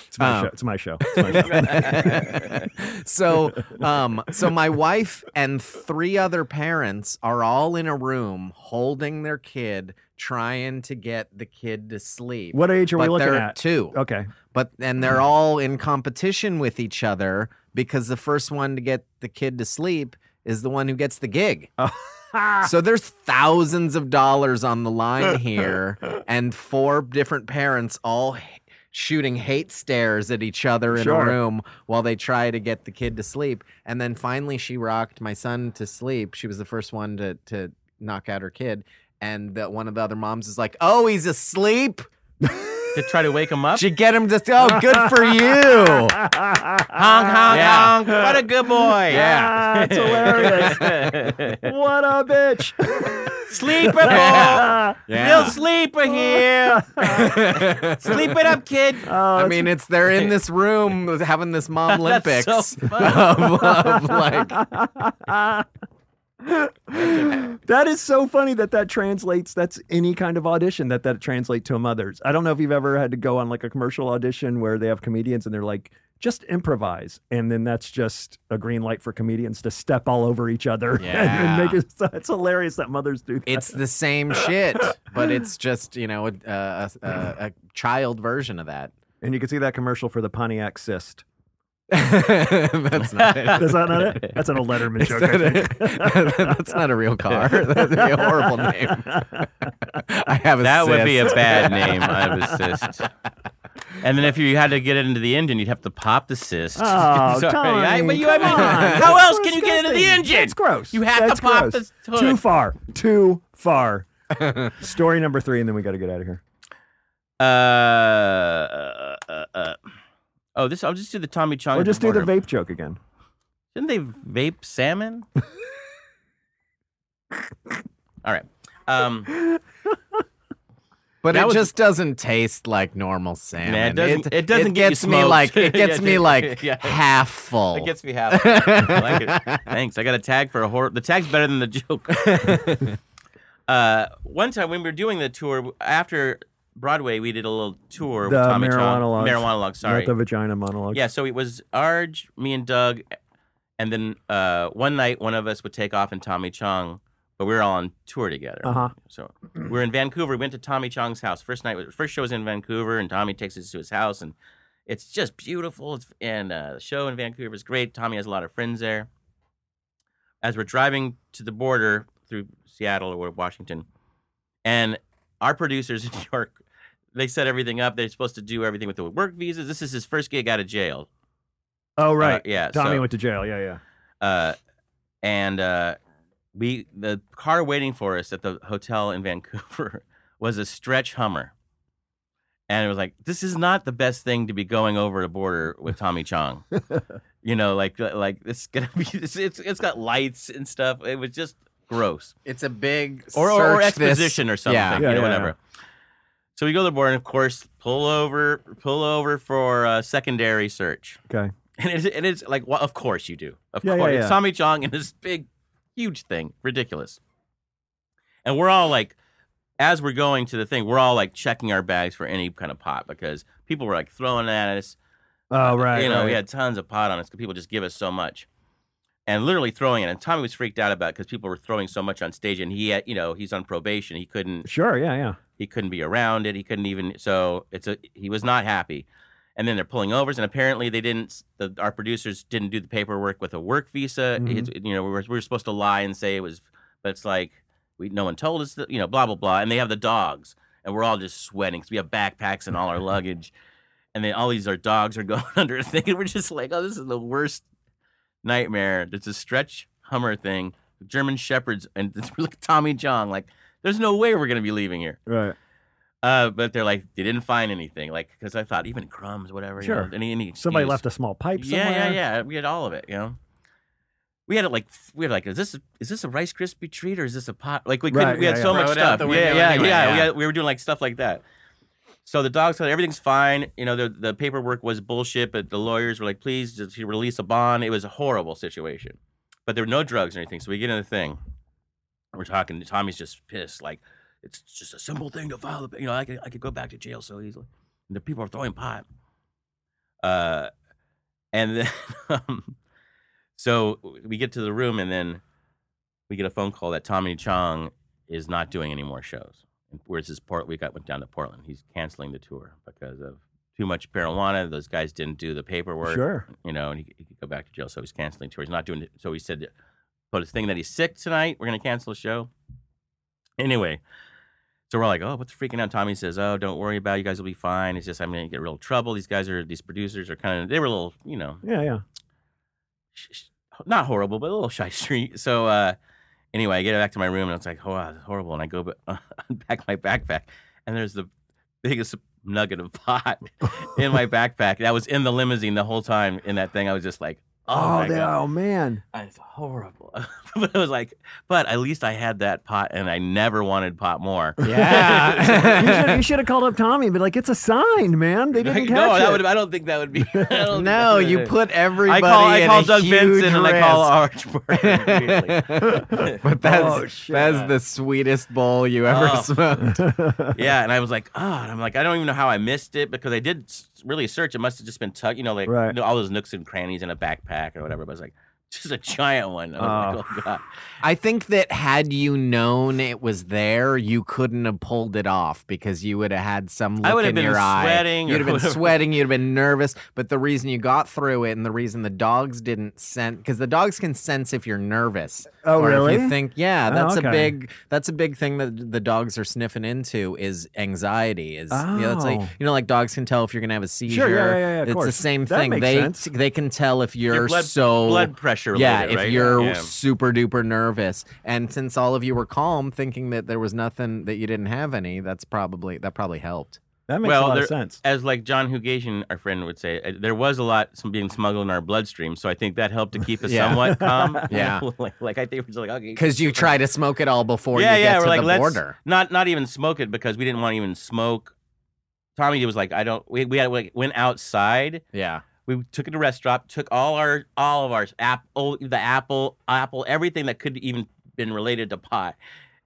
[SPEAKER 4] it's, my
[SPEAKER 6] Um.
[SPEAKER 4] show. it's my show. It's my show.
[SPEAKER 6] so um so my wife and three other parents are all in a room holding their kid trying to get the kid to sleep
[SPEAKER 4] What age are we
[SPEAKER 6] but
[SPEAKER 4] looking
[SPEAKER 6] they're
[SPEAKER 4] at? Oh. Mm-hmm.
[SPEAKER 6] two
[SPEAKER 4] Okay.
[SPEAKER 6] but and they're all in competition with each other because the first one to get the kid to sleep is the one who gets the gig so there's thousands of dollars on the line here and four different parents all h- shooting hate stares at each other in
[SPEAKER 4] Sure.
[SPEAKER 6] a room while they try to get the kid to sleep and then finally she rocked my son to sleep she was the first one to to knock out her kid and the, one of the other moms is like oh he's asleep
[SPEAKER 5] to try to wake him up.
[SPEAKER 6] Did you get him to? Oh, good for you.
[SPEAKER 5] honk, honk,
[SPEAKER 6] Yeah.
[SPEAKER 5] honk. What a good boy.
[SPEAKER 4] Yeah, it's hilarious. what a bitch. Oh,
[SPEAKER 5] sleeper boy. Little sleeper here. Sleep it up, kid.
[SPEAKER 6] I mean, it's they're in this room with- having this mom Olympics
[SPEAKER 5] so
[SPEAKER 6] of, of like
[SPEAKER 4] that is so funny that that translates. That's any kind of audition that that translate to a mother's. I don't know if you've ever had to go on like a commercial audition where they have comedians and they're like, just improvise, and then that's just a green light for comedians to step all over each other and,
[SPEAKER 6] Yeah.
[SPEAKER 4] and make it. So it's hilarious that mothers do that.
[SPEAKER 6] it's the same shit, but it's just you know a, a, a, a child version of that.
[SPEAKER 4] and you can see that commercial for the Pontiac Cyst.
[SPEAKER 6] That's not it.
[SPEAKER 4] Is that not it? That's an old Letterman
[SPEAKER 6] Is
[SPEAKER 4] joke. I
[SPEAKER 6] that
[SPEAKER 4] think.
[SPEAKER 6] it? That's not a real car. That'd be a horrible name. I have a
[SPEAKER 5] That would be a
[SPEAKER 6] cyst.
[SPEAKER 5] bad name. I have a cyst. And then if you had to get it into the engine, you'd have to pop the cyst.
[SPEAKER 4] Oh,
[SPEAKER 5] Sorry, I,
[SPEAKER 4] Tony,
[SPEAKER 5] but you, I mean,
[SPEAKER 4] come on.
[SPEAKER 5] how
[SPEAKER 4] That's
[SPEAKER 5] else can you get it into the
[SPEAKER 4] disgusting.
[SPEAKER 5] engine?
[SPEAKER 4] That's gross.
[SPEAKER 5] You have
[SPEAKER 4] That's
[SPEAKER 5] to pop
[SPEAKER 4] gross.
[SPEAKER 5] the hood.
[SPEAKER 4] Too far. Too far. Story number three, and then we got to get out of here.
[SPEAKER 5] Uh, uh, uh, uh. Oh, this. I'll just do the Tommy Chong.
[SPEAKER 4] Or just do the
[SPEAKER 5] order.
[SPEAKER 4] vape joke again.
[SPEAKER 5] Didn't they vape salmon? All right. Um,
[SPEAKER 6] But
[SPEAKER 5] That
[SPEAKER 6] it
[SPEAKER 5] was-
[SPEAKER 6] just doesn't taste like normal salmon.
[SPEAKER 5] Yeah, it doesn't- it doesn't get you
[SPEAKER 6] gets me
[SPEAKER 5] smoked.
[SPEAKER 6] like it
[SPEAKER 5] Yeah,
[SPEAKER 6] gets
[SPEAKER 5] it
[SPEAKER 6] me
[SPEAKER 5] does-
[SPEAKER 6] like
[SPEAKER 5] yeah.
[SPEAKER 6] half full.
[SPEAKER 5] it gets me happy. I like it. Thanks. I got a tag for a horror. The tag's better than the joke. uh, one time when we were doing the tour after Broadway, we did a little tour with
[SPEAKER 4] The
[SPEAKER 5] Tommy Chong.
[SPEAKER 4] marijuana logs.
[SPEAKER 5] Marijuana logs. Sorry.
[SPEAKER 4] Not the vagina monologue.
[SPEAKER 5] Yeah, so it was Arj, me and Doug, and then uh, one night one of us would take off in Tommy Chong, but we were all on tour together.
[SPEAKER 4] Uh-huh.
[SPEAKER 5] So we were in Vancouver. We went to Tommy Chong's house. First night, was- first show was in Vancouver, and Tommy takes us to his house, and it's just beautiful. It's, and uh, the show in Vancouver is great. Tommy has a lot of friends there. As we're driving to the border through Seattle or Washington, and our producers in New York they set everything up. They're supposed to do everything with the work visas. This is his first gig out of jail.
[SPEAKER 4] Oh,
[SPEAKER 5] Uh,
[SPEAKER 4] right.
[SPEAKER 5] yeah.
[SPEAKER 4] Tommy
[SPEAKER 5] so,
[SPEAKER 4] went to jail. Yeah, yeah.
[SPEAKER 5] uh, and uh, we the car waiting for us at the hotel in Vancouver was a stretch Hummer, and it was like this is not the best thing to be going over the border with Tommy Chong. you know, like like it's gonna be it's it's, it's got lights and stuff. It was just gross
[SPEAKER 6] It's a big
[SPEAKER 5] or, or, or
[SPEAKER 6] search this-
[SPEAKER 5] exposition or something,
[SPEAKER 6] Yeah.
[SPEAKER 5] you
[SPEAKER 4] Yeah,
[SPEAKER 5] know,
[SPEAKER 4] yeah,
[SPEAKER 5] whatever. So we go to the board, and of course, pull over, pull over for uh, secondary search.
[SPEAKER 4] Okay.
[SPEAKER 5] And it's, and it's like, well, of course you do. Of
[SPEAKER 4] Yeah, yeah,
[SPEAKER 5] course,
[SPEAKER 4] yeah.
[SPEAKER 5] It's Tommy Chong and this big, huge thing, ridiculous. And we're all like, as we're going to the thing, we're all like checking our bags for any kind of pot because people were like throwing at us.
[SPEAKER 4] Oh, right.
[SPEAKER 5] you know,
[SPEAKER 4] right.
[SPEAKER 5] we had tons of pot on us because people just give us so much. And literally throwing it. And Tommy was freaked out about because people were throwing so much on stage. And he had, you know, he's on probation. He couldn't
[SPEAKER 4] Sure. Yeah, yeah.
[SPEAKER 5] he couldn't be around it. He couldn't even so it's a he was not happy. And then they're pulling overs, and apparently they didn't. The, our producers didn't do the paperwork with a work visa.
[SPEAKER 4] Mhm.
[SPEAKER 5] It's- you know, we were, we were supposed to lie and say it was, but it's like we no one told us. That, you know, blah blah blah. And they have the dogs, and we're all just sweating because we have backpacks and all our luggage, and then all these our dogs are going under a thing, and we're just like, oh, this is the worst nightmare. It's a stretch Hummer thing, German shepherds, and it's like Tommy John. Like, there's no way we're gonna be leaving here.
[SPEAKER 4] Right.
[SPEAKER 5] Uh, but they're like they didn't find anything, like because I thought even crumbs, whatever. You
[SPEAKER 4] Sure.
[SPEAKER 5] know, any, any
[SPEAKER 4] Somebody
[SPEAKER 5] excuse.
[SPEAKER 4] left a small pipe somewhere.
[SPEAKER 5] Yeah, yeah, yeah. We had all of it. You know, we had it like we had like is this is this a Rice Krispie treat or is this a pot? Like we couldn't.
[SPEAKER 4] Right,
[SPEAKER 5] we had
[SPEAKER 4] yeah,
[SPEAKER 5] so
[SPEAKER 6] yeah.
[SPEAKER 5] much
[SPEAKER 6] Throw it
[SPEAKER 5] stuff.
[SPEAKER 6] out the
[SPEAKER 5] yeah,
[SPEAKER 6] window
[SPEAKER 5] yeah,
[SPEAKER 6] anyway,
[SPEAKER 5] yeah,
[SPEAKER 6] yeah.
[SPEAKER 5] We, had, we were doing like stuff like that. So the dogs said everything's fine. You know, the the paperwork was bullshit, but the lawyers were like, please just release a bond. It was a horrible situation, but there were no drugs or anything. So we get in the thing. We're talking. Tommy's just pissed. Like it's just a simple thing to file. the You know, I could I could go back to jail so easily. And the people are throwing pot. Uh, and then um, so we get to the room, and then we get a phone call that Tommy Chong is not doing any more shows. And Whereas his port, we got went down to Portland. He's canceling the tour because of too much marijuana. Those guys didn't do the paperwork
[SPEAKER 4] Sure.
[SPEAKER 5] you know, and he, he could go back to jail. So he's canceling tour. He's not doing it. So he said, so this thing that he's sick tonight, we're going to cancel the show. Anyway, so we're all like, oh, what's freaking out? Tommy says, oh, don't worry about it. You guys will be fine. It's just, I'm going to get real trouble. These guys are, these producers are kind of, they were a little, you know,
[SPEAKER 4] Yeah, yeah.
[SPEAKER 5] sh- sh- not horrible, but a little shy street. So uh, anyway, I get back to my room and it's like, oh, wow, this is horrible. And I go b- unpack my backpack, and there's the biggest nugget of pot in my backpack that was in the limousine the whole time in that thing. I was just like, oh,
[SPEAKER 3] Oh,
[SPEAKER 5] my
[SPEAKER 3] they-
[SPEAKER 5] God.
[SPEAKER 3] oh man.
[SPEAKER 5] It's horrible. but it was like, but at least I had that pot and I never wanted pot more. Ah.
[SPEAKER 3] You should,
[SPEAKER 6] Yeah.
[SPEAKER 3] you should have called up Tommy, but like it's a sign, man. They didn't catch
[SPEAKER 5] no,
[SPEAKER 3] it.
[SPEAKER 5] that would I don't think that would be. I don't think
[SPEAKER 6] no,
[SPEAKER 5] that's
[SPEAKER 6] you
[SPEAKER 5] it.
[SPEAKER 6] put everybody.
[SPEAKER 5] I call I
[SPEAKER 6] at
[SPEAKER 5] call
[SPEAKER 6] a
[SPEAKER 5] Doug
[SPEAKER 6] huge
[SPEAKER 5] Benson and I call
[SPEAKER 6] risk.
[SPEAKER 5] Arch Burton.
[SPEAKER 6] but
[SPEAKER 3] Oh,
[SPEAKER 6] that's
[SPEAKER 3] shit.
[SPEAKER 6] that's the sweetest bowl you ever
[SPEAKER 5] Oh.
[SPEAKER 6] smoked.
[SPEAKER 5] yeah, and I was like, oh, and I'm like, I don't even know how I missed it because I did s- really search. It must have just been tucked, you know, like
[SPEAKER 3] Right.
[SPEAKER 5] you know, all those nooks and crannies in a backpack or whatever. But I was like, just a giant one. I was like, oh god.
[SPEAKER 6] I think that had you known it was there, you couldn't have pulled it off because you would have had some look
[SPEAKER 5] I would have
[SPEAKER 6] in
[SPEAKER 5] been
[SPEAKER 6] your eye.
[SPEAKER 5] sweating or
[SPEAKER 6] You'd have been
[SPEAKER 5] whatever.
[SPEAKER 6] sweating. You'd have been nervous. But the reason you got through it, and the reason the dogs didn't sense, because the dogs can sense if you're nervous.
[SPEAKER 3] Oh,
[SPEAKER 6] or
[SPEAKER 3] really?
[SPEAKER 6] If you think, yeah,
[SPEAKER 3] Oh,
[SPEAKER 6] that's
[SPEAKER 3] okay.
[SPEAKER 6] a big that's a big thing that the dogs are sniffing into is anxiety. Is you know, it's like
[SPEAKER 3] Oh.
[SPEAKER 6] you know, like dogs can tell if you're gonna have a seizure.
[SPEAKER 3] yeah, yeah, yeah, of
[SPEAKER 6] it's the
[SPEAKER 3] course.
[SPEAKER 6] same
[SPEAKER 3] That
[SPEAKER 6] thing.
[SPEAKER 3] makes
[SPEAKER 6] they
[SPEAKER 3] sense.
[SPEAKER 6] they can tell if you're
[SPEAKER 5] Your blood,
[SPEAKER 6] so
[SPEAKER 5] blood pressure.
[SPEAKER 6] yeah,
[SPEAKER 5] related,
[SPEAKER 6] if
[SPEAKER 5] right?
[SPEAKER 6] you're
[SPEAKER 5] Yeah.
[SPEAKER 6] super duper nervous, and since all of you were calm, thinking that there was nothing that you didn't have any, that's probably that probably helped.
[SPEAKER 4] That makes a
[SPEAKER 5] Well,
[SPEAKER 4] lot
[SPEAKER 5] there-
[SPEAKER 4] of sense.
[SPEAKER 5] as like John Hugasian, our friend would say, uh, there was a lot some being smuggled in our bloodstream, so I think that helped to keep us
[SPEAKER 6] Yeah.
[SPEAKER 5] somewhat calm. you
[SPEAKER 6] Yeah.
[SPEAKER 5] know? like, like I think we're just like okay,
[SPEAKER 6] Because you try to smoke it all before
[SPEAKER 5] yeah,
[SPEAKER 6] you
[SPEAKER 5] yeah,
[SPEAKER 6] get
[SPEAKER 5] we're
[SPEAKER 6] to
[SPEAKER 5] like
[SPEAKER 6] the
[SPEAKER 5] let's
[SPEAKER 6] border.
[SPEAKER 5] not not even smoke it because we didn't want to even smoke. Tommy was like, I don't. We we, had, we went outside.
[SPEAKER 6] Yeah,
[SPEAKER 5] We took it to a rest stop, took all our all of our apple, the apple, apple, everything that could even been related to pot,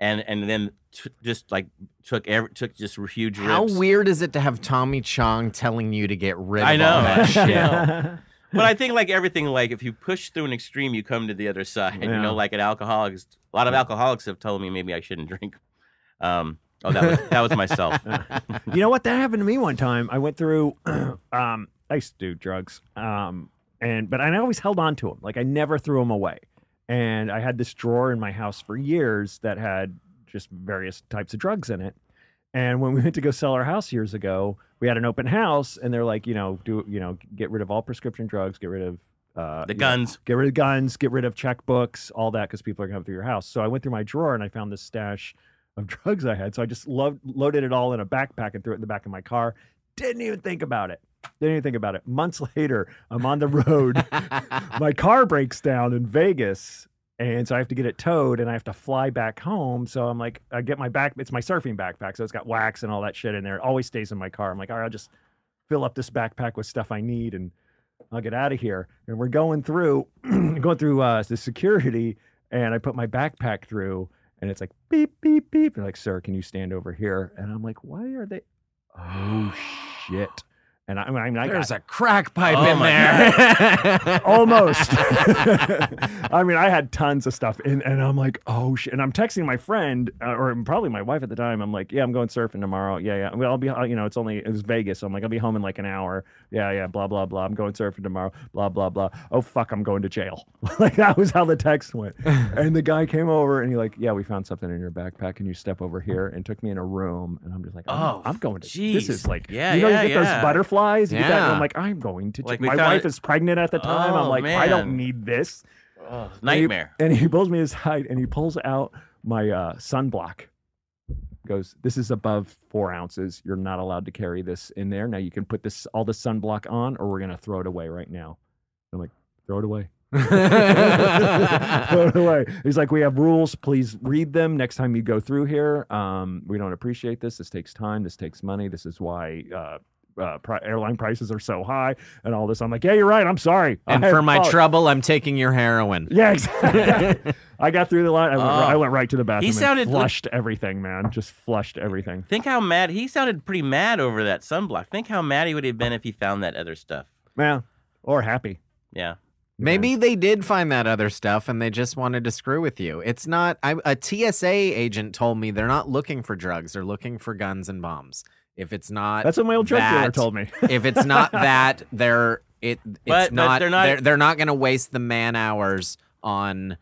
[SPEAKER 5] and and then t- just like took every, took just huge rips.
[SPEAKER 6] how weird is it to have Tommy Chong telling you to get rid of
[SPEAKER 5] I
[SPEAKER 6] all
[SPEAKER 5] know.
[SPEAKER 6] that shit?
[SPEAKER 5] Yeah. but I think like everything, like if you push through an extreme, you come to the other side. You
[SPEAKER 4] Yeah.
[SPEAKER 5] know, like an alcoholic. is- A lot of alcoholics have told me maybe I shouldn't drink. Um, oh, that was that was myself.
[SPEAKER 4] you know what? That happened to me one time. I went through. um, I used to do drugs, um, and but I always held on to them. Like I never threw them away. And I had this drawer in my house for years that had just various types of drugs in it. And when we went to go sell our house years ago, we had an open house, and they're like, you know, do you know, get rid of all prescription drugs, get rid of uh,
[SPEAKER 5] the
[SPEAKER 4] you know,
[SPEAKER 5] guns.
[SPEAKER 4] get rid of guns, get rid of checkbooks, all that, because people are coming through your house. So I went through my drawer and I found this stash of drugs I had. So I just loved, loaded it all in a backpack and threw it in the back of my car. Didn't even think about it. Didn't even think about it. Months later, I'm on the road. my car breaks down in Vegas. And so I have to get it towed and I have to fly back home. So I'm like, I get my back, it's my surfing backpack. So it's got wax and all that shit in there. It always stays in my car. I'm like, all right, I'll just fill up this backpack with stuff I need and I'll get out of here. And we're going through, going through uh, the security, and I put my backpack through, and it's like beep, beep, beep. And like, sir, can you stand over here? And I'm like, why are they? Oh shit! And I, I mean, I
[SPEAKER 6] There's
[SPEAKER 4] got
[SPEAKER 6] a crack pipe
[SPEAKER 5] Oh
[SPEAKER 6] in
[SPEAKER 5] my
[SPEAKER 6] there.
[SPEAKER 4] almost. I mean, I had tons of stuff, and and I'm like, oh shit! And I'm texting my friend, uh, or probably my wife at the time. I'm like, yeah, I'm going surfing tomorrow. Yeah, yeah. Well, I'll be, you know, it's only it was Vegas, so I'm like, I'll be home in like an hour. Yeah, yeah. Blah blah blah. I'm going surfing tomorrow. Blah blah blah. Oh fuck, I'm going to jail. like that was how the text went. and the guy came over, and he like, yeah, we found something in your backpack. Can you step over here? And took me in a room, and I'm just like, oh,
[SPEAKER 5] Oh,
[SPEAKER 4] I'm going to. This
[SPEAKER 5] jeez.
[SPEAKER 4] is like,
[SPEAKER 5] Yeah,
[SPEAKER 4] you know,
[SPEAKER 5] yeah,
[SPEAKER 4] you get
[SPEAKER 5] yeah.
[SPEAKER 4] those butterflies. You get that, and
[SPEAKER 6] Yeah.
[SPEAKER 4] I'm like, I'm going to. jail.
[SPEAKER 5] Like, we
[SPEAKER 4] my
[SPEAKER 5] found
[SPEAKER 4] wife
[SPEAKER 5] it-
[SPEAKER 4] is pregnant at the time. I'm
[SPEAKER 5] Oh,
[SPEAKER 4] like, I don't
[SPEAKER 5] man.
[SPEAKER 4] need this.
[SPEAKER 5] Oh, nightmare.
[SPEAKER 4] And he, and he pulls me aside and he pulls out my uh, sunblock. Goes, this is above four ounces. You're not allowed to carry this in there. Now you can put this all the sunblock on, or we're gonna throw it away right now. I'm like, throw it away. throw it away. He's like, we have rules. Please read them next time you go through here. Um, we don't appreciate this. This takes time. This takes money. This is why uh, uh, pri- airline prices are so high and all this. I'm like, yeah, you're right. I'm sorry.
[SPEAKER 6] and
[SPEAKER 4] I
[SPEAKER 6] for my
[SPEAKER 4] apologize."
[SPEAKER 6] trouble, I'm taking your heroin.
[SPEAKER 4] Yeah, exactly. I got through the line. I went,
[SPEAKER 5] Oh.
[SPEAKER 4] I went right to the bathroom. and
[SPEAKER 5] sounded like-
[SPEAKER 4] flushed everything, man. Just flushed everything.
[SPEAKER 5] Think how mad he sounded. Pretty mad over that sunblock. Think how mad he would have been if he found that other stuff.
[SPEAKER 4] Yeah, or happy.
[SPEAKER 5] Yeah.
[SPEAKER 6] Maybe they did find that other stuff and they just wanted to screw with you. It's not I, a TSA agent told me they're not looking for drugs, they're looking for guns and bombs. If it's not
[SPEAKER 4] That's what my old drug dealer
[SPEAKER 6] that-
[SPEAKER 4] told me.
[SPEAKER 6] if it's not that, they're it it's
[SPEAKER 5] But- but
[SPEAKER 6] not,
[SPEAKER 5] they're not-
[SPEAKER 6] they're, they're not going to waste the man hours on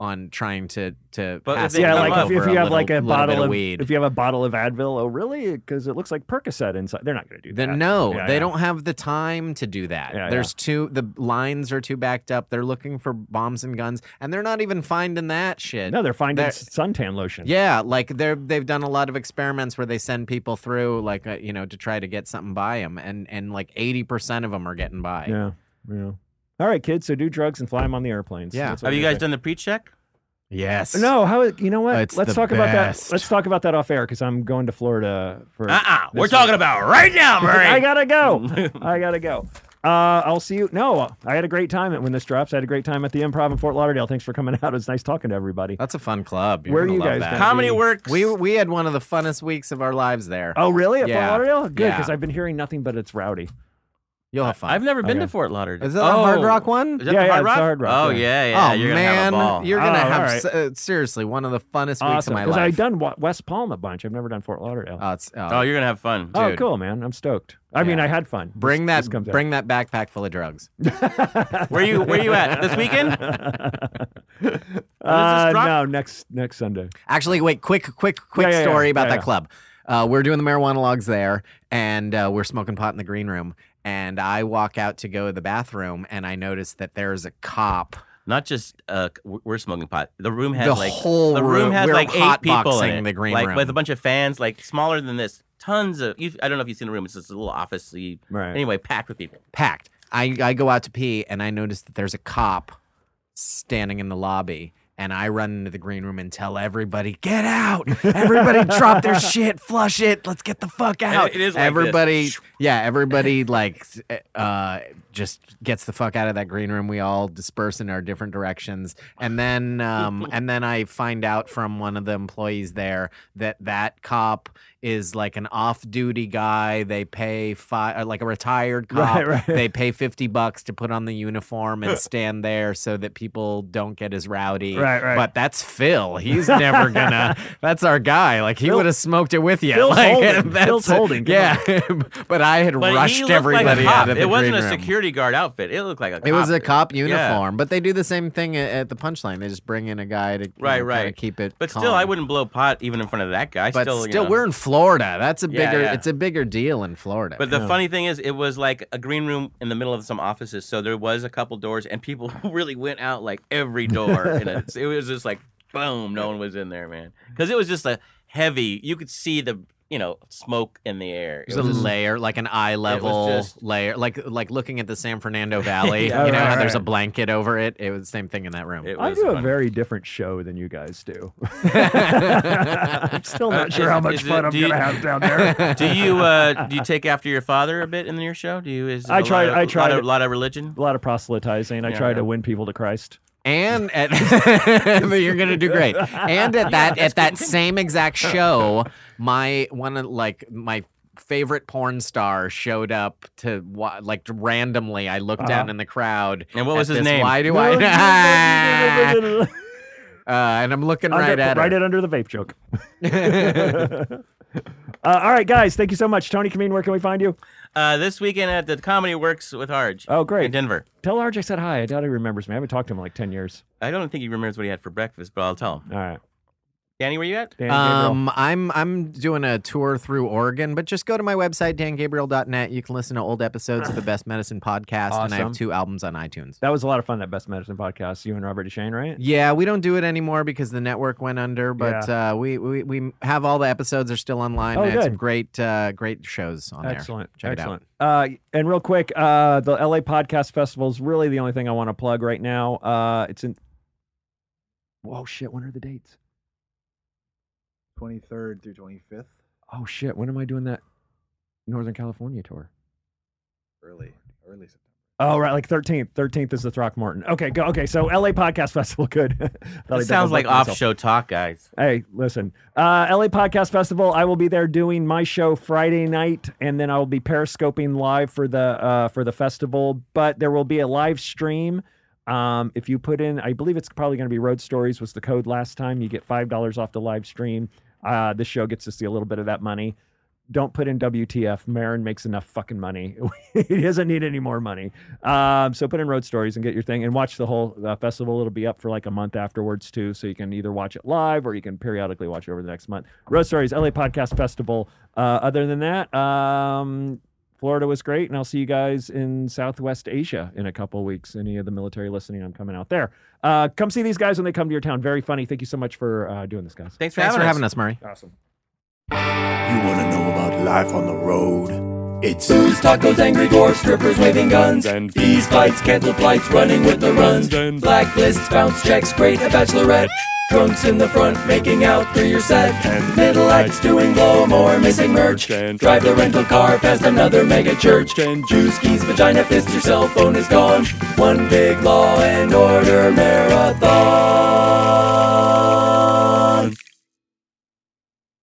[SPEAKER 6] on trying to to
[SPEAKER 5] But if
[SPEAKER 6] pass
[SPEAKER 5] they
[SPEAKER 6] it
[SPEAKER 4] yeah,
[SPEAKER 5] come
[SPEAKER 4] like
[SPEAKER 6] over
[SPEAKER 4] if, if you have
[SPEAKER 6] little-
[SPEAKER 4] like a
[SPEAKER 6] little bit
[SPEAKER 4] bottle
[SPEAKER 6] of,
[SPEAKER 4] of,
[SPEAKER 6] weed.
[SPEAKER 4] if you have a bottle of Advil, oh really? Because it looks like Percocet inside. They're not going to do that.
[SPEAKER 6] Then no,
[SPEAKER 4] Yeah,
[SPEAKER 6] they
[SPEAKER 4] yeah.
[SPEAKER 6] don't have the time to do that.
[SPEAKER 4] Yeah,
[SPEAKER 6] There's too the lines are too backed up. They're looking for bombs and guns, and they're not even finding that shit.
[SPEAKER 4] No, they're finding
[SPEAKER 6] They're-
[SPEAKER 4] suntan lotion.
[SPEAKER 6] Yeah, like they're they've done a lot of experiments where they send people through, like uh, you know, to try to get something by them, and and like eighty percent of them are getting by.
[SPEAKER 4] yeah, yeah. All right, kids. So do drugs and fly them on the airplanes.
[SPEAKER 6] Yeah.
[SPEAKER 4] That's what
[SPEAKER 5] Have you
[SPEAKER 4] they
[SPEAKER 5] guys done the pre-check?
[SPEAKER 6] Yes.
[SPEAKER 4] say. No, how? You know what?
[SPEAKER 6] It's
[SPEAKER 4] Let's
[SPEAKER 6] the
[SPEAKER 4] talk about that.
[SPEAKER 6] best.
[SPEAKER 4] Let's talk about that off air because I'm going to Florida for.
[SPEAKER 5] Uh-uh. We're
[SPEAKER 4] This
[SPEAKER 5] talking about right now, Murray.
[SPEAKER 4] I gotta go. I gotta go. Uh, I'll see you. No, I had a great time at when this drops. I had a great time at the Improv in Fort Lauderdale. Thanks for coming out. It was nice talking to everybody.
[SPEAKER 6] that's a fun club. You're
[SPEAKER 4] Where are
[SPEAKER 6] gonna
[SPEAKER 4] you
[SPEAKER 6] love
[SPEAKER 4] guys
[SPEAKER 6] that.
[SPEAKER 4] going?
[SPEAKER 5] Comedy works.
[SPEAKER 6] We we had one of the funnest weeks of our lives there.
[SPEAKER 4] Oh, really? At
[SPEAKER 6] Yeah.
[SPEAKER 4] Fort Lauderdale? Good,
[SPEAKER 6] Yeah.
[SPEAKER 4] because I've been hearing nothing but it's rowdy.
[SPEAKER 6] You'll have fun.
[SPEAKER 5] I've never been
[SPEAKER 4] Okay.
[SPEAKER 5] to Fort Lauderdale.
[SPEAKER 6] Is that a Hard
[SPEAKER 5] Oh.
[SPEAKER 6] Rock one?
[SPEAKER 5] Is that
[SPEAKER 4] Yeah,
[SPEAKER 5] the
[SPEAKER 4] yeah,
[SPEAKER 5] Hard
[SPEAKER 4] it's
[SPEAKER 5] Rock?
[SPEAKER 4] the Hard Rock,
[SPEAKER 5] Oh
[SPEAKER 4] yeah.
[SPEAKER 5] yeah, yeah.
[SPEAKER 6] oh
[SPEAKER 5] you're gonna
[SPEAKER 6] man,
[SPEAKER 5] have a ball.
[SPEAKER 6] you're gonna
[SPEAKER 4] Oh,
[SPEAKER 6] have
[SPEAKER 4] all
[SPEAKER 6] s- uh, seriously one of the funnest weeks of
[SPEAKER 4] Awesome.
[SPEAKER 6] my
[SPEAKER 4] Because
[SPEAKER 6] life.
[SPEAKER 4] I've done Wa- West Palm a bunch. I've never done Fort Lauderdale.
[SPEAKER 6] Oh, it's, oh,
[SPEAKER 5] oh, you're gonna have fun.
[SPEAKER 4] oh,
[SPEAKER 6] dude.
[SPEAKER 4] cool, man. I'm stoked. I mean,
[SPEAKER 6] Yeah.
[SPEAKER 4] I had fun.
[SPEAKER 6] bring
[SPEAKER 4] This-
[SPEAKER 6] that
[SPEAKER 4] this comes out.
[SPEAKER 6] bring that backpack full of drugs.
[SPEAKER 5] Where you Where you at this weekend?
[SPEAKER 4] Uh,
[SPEAKER 5] drop?
[SPEAKER 4] no, next next Sunday.
[SPEAKER 6] Actually, wait, quick, quick, quick
[SPEAKER 4] Yeah, yeah, yeah.
[SPEAKER 6] story about
[SPEAKER 4] Yeah,
[SPEAKER 6] that
[SPEAKER 4] yeah.
[SPEAKER 6] club. Uh, we're doing the marijuana logs there, and uh, we're smoking pot in the green room. And I walk out to go to the bathroom, and I notice that there's a cop.
[SPEAKER 5] Not just uh, w- we're smoking pot. The room has
[SPEAKER 6] The
[SPEAKER 5] like
[SPEAKER 6] whole
[SPEAKER 5] the
[SPEAKER 6] room-
[SPEAKER 5] room has
[SPEAKER 6] we're
[SPEAKER 5] like eight people in
[SPEAKER 6] hotboxing
[SPEAKER 5] it,
[SPEAKER 6] the green
[SPEAKER 5] like
[SPEAKER 6] room.
[SPEAKER 5] with a bunch of fans, like smaller than this. Tons of you. I don't know if you've seen the room. It's just a little office.
[SPEAKER 4] Right.
[SPEAKER 5] Anyway, packed with people.
[SPEAKER 6] packed. I, I go out to pee and I notice that there's a cop standing in the lobby. And I run into the green room and tell everybody, get out. Everybody drop their shit, flush it. Let's get the fuck out.
[SPEAKER 5] it is like this.
[SPEAKER 6] everybody, yeah, everybody like uh, just gets the fuck out of that green room. We all disperse in our different directions. And then um, and then I find out from one of the employees there that that cop is like an off-duty guy. They pay five, like a retired cop.
[SPEAKER 4] Right, right.
[SPEAKER 6] They pay fifty bucks to put on the uniform and stand there so that people don't get as rowdy.
[SPEAKER 4] Right, right.
[SPEAKER 6] But that's Phil. He's never gonna. that's our guy. Like he
[SPEAKER 4] Phil-
[SPEAKER 6] would have smoked it with you.
[SPEAKER 4] Phil's
[SPEAKER 6] like,
[SPEAKER 4] holding. Phil's holding. Come
[SPEAKER 6] Yeah, but I had
[SPEAKER 5] But he
[SPEAKER 6] rushed
[SPEAKER 5] looked like
[SPEAKER 6] everybody
[SPEAKER 5] a
[SPEAKER 6] out
[SPEAKER 5] cop.
[SPEAKER 6] of the
[SPEAKER 5] It wasn't
[SPEAKER 6] green
[SPEAKER 5] a
[SPEAKER 6] room.
[SPEAKER 5] security guard outfit. It looked like a. Cop.
[SPEAKER 6] It was a cop uniform, but they do the same thing at, at the punchline. They just bring in a guy to you
[SPEAKER 5] Right,
[SPEAKER 6] know, kinda
[SPEAKER 5] right.
[SPEAKER 6] keep it.
[SPEAKER 5] But still,
[SPEAKER 6] calm.
[SPEAKER 5] I wouldn't blow pot even in front of that guy.
[SPEAKER 6] But
[SPEAKER 5] still,
[SPEAKER 6] still,
[SPEAKER 5] you know.
[SPEAKER 6] we're in Florida. That's a
[SPEAKER 5] Yeah,
[SPEAKER 6] bigger.
[SPEAKER 5] yeah.
[SPEAKER 6] It's a bigger deal in Florida.
[SPEAKER 5] But the funny thing is, it was like a green room in the middle of some offices, so there was a couple doors, and people really went out like every door. and it's- it was just like boom, no one was in there, man, because it was just a heavy. You could see the you know smoke in the air. It
[SPEAKER 6] There's a
[SPEAKER 5] was just-
[SPEAKER 6] layer, like an eye level
[SPEAKER 5] just-
[SPEAKER 6] layer, like like looking at the San Fernando Valley.
[SPEAKER 4] Yeah,
[SPEAKER 6] you know,
[SPEAKER 4] right,
[SPEAKER 6] how there's
[SPEAKER 4] right.
[SPEAKER 6] a blanket over it. It was the same thing in that room.
[SPEAKER 5] it
[SPEAKER 4] I
[SPEAKER 5] was
[SPEAKER 4] do a
[SPEAKER 5] fun.
[SPEAKER 4] very different show than you guys do. I'm still
[SPEAKER 5] Uh,
[SPEAKER 4] not sure
[SPEAKER 5] is-
[SPEAKER 4] how much
[SPEAKER 5] is it-
[SPEAKER 4] fun I'm
[SPEAKER 5] do you-
[SPEAKER 4] going to have down there.
[SPEAKER 5] Do you uh, do you take after your father a bit in your show? Do you? Is it
[SPEAKER 4] I
[SPEAKER 5] a lot
[SPEAKER 4] tried-
[SPEAKER 5] of-
[SPEAKER 4] I tried
[SPEAKER 5] lot
[SPEAKER 4] it.
[SPEAKER 5] of, lot of religion.
[SPEAKER 4] A lot of proselytizing. I
[SPEAKER 5] Yeah,
[SPEAKER 4] try
[SPEAKER 5] yeah.
[SPEAKER 4] to win people to Christ.
[SPEAKER 6] and at but you're gonna do great. And at that at that same exact show, my one of like my favorite porn star showed up to wa- like randomly. I looked down in the crowd.
[SPEAKER 5] And what
[SPEAKER 6] at
[SPEAKER 5] was his
[SPEAKER 6] this,
[SPEAKER 5] name?
[SPEAKER 6] Why do
[SPEAKER 4] Uh-huh. No,
[SPEAKER 6] I?
[SPEAKER 4] you- under-
[SPEAKER 6] uh, and I'm looking right at
[SPEAKER 4] write
[SPEAKER 6] her.
[SPEAKER 4] it under the vape joke. Uh, all right, guys, thank you so much. Tony Kameen, where can we find you?
[SPEAKER 5] Uh, this weekend at the Comedy Works with Harge.
[SPEAKER 4] Oh, great.
[SPEAKER 5] In Denver.
[SPEAKER 4] Tell RJ I said hi. I doubt he remembers me. I haven't talked to him in like 10 years.
[SPEAKER 5] I don't think he remembers what he had for breakfast, but I'll tell him.
[SPEAKER 4] All right.
[SPEAKER 5] Danny, where you at?
[SPEAKER 4] Dan Gabriel.
[SPEAKER 6] Um, I'm I'm doing a tour through Oregon, but just go to my website dangabriel.net. You can listen to old episodes of the Best Medicine podcast, and I have
[SPEAKER 4] Awesome.
[SPEAKER 6] two albums on iTunes.
[SPEAKER 4] That was a lot of fun, that Best Medicine podcast. You and Robert Deshane, right?
[SPEAKER 6] Yeah, we don't do it anymore because the network went under, but uh, we, we we have all the episodes are still online.
[SPEAKER 4] Oh,
[SPEAKER 6] I had some
[SPEAKER 4] good.
[SPEAKER 6] great uh, great shows on
[SPEAKER 4] Excellent.
[SPEAKER 6] there. Check
[SPEAKER 4] Excellent. Uh, and real quick, uh, the LA Podcast Festival is really the only thing I want to plug right now. Uh, it's in. Whoa, shit. When are the dates?
[SPEAKER 1] 23rd through 25th.
[SPEAKER 4] Oh, shit. When am I doing that Northern California tour?
[SPEAKER 1] Early, early September.
[SPEAKER 4] Oh, right. Like 13th. 13th is the Throckmorton. Okay, go. Okay. So LA Podcast Festival. Good. Thought I
[SPEAKER 5] That sounds like
[SPEAKER 4] double-booked myself.
[SPEAKER 5] off show talk, guys.
[SPEAKER 4] Hey, listen. Uh, LA Podcast Festival. I will be there doing my show Friday night, and then I will be periscoping live for the uh, for the festival. But there will be a live stream. Um, if you put in, I believe it's probably going to be Road Stories was the code last time. You get five dollars off the live stream. Uh, this show gets to see a little bit of that money. don't put in WTF. Marin makes enough fucking money. he doesn't need any more money. Um, so put in Road Stories and get your thing and watch the whole uh, festival. It'll be up for like a month afterwards too, so you can either watch it live or you can periodically watch it over the next month. Road Stories LA Podcast Festival. Uh, other than that, um, Florida was great, and I'll see you guys in Southwest Asia in a couple weeks. Any of the military listening, I'm coming out there. Uh, come see these guys when they come to your town. Very funny. Thank you so much for uh, doing this, guys.
[SPEAKER 5] Thanks for
[SPEAKER 6] Thanks
[SPEAKER 5] having
[SPEAKER 6] for
[SPEAKER 5] us.
[SPEAKER 6] having us, Murray.
[SPEAKER 4] Awesome.
[SPEAKER 7] You want to know about life on the road? It's
[SPEAKER 2] Booze, tacos, angry dwarfs, strippers waving guns.
[SPEAKER 7] And-
[SPEAKER 2] These fights, canceled flights, running with the runs.
[SPEAKER 7] And-
[SPEAKER 2] Blacklists, bounce checks, great, a bachelorette. Drunks in the front, making out through your set.
[SPEAKER 7] And-
[SPEAKER 2] Middle acts doing blow, more missing merch.
[SPEAKER 7] And-
[SPEAKER 2] Drive the rental car past another mega church.
[SPEAKER 7] And-
[SPEAKER 2] Juice keys, vagina fist, your cell phone is gone. One big law and order marathon.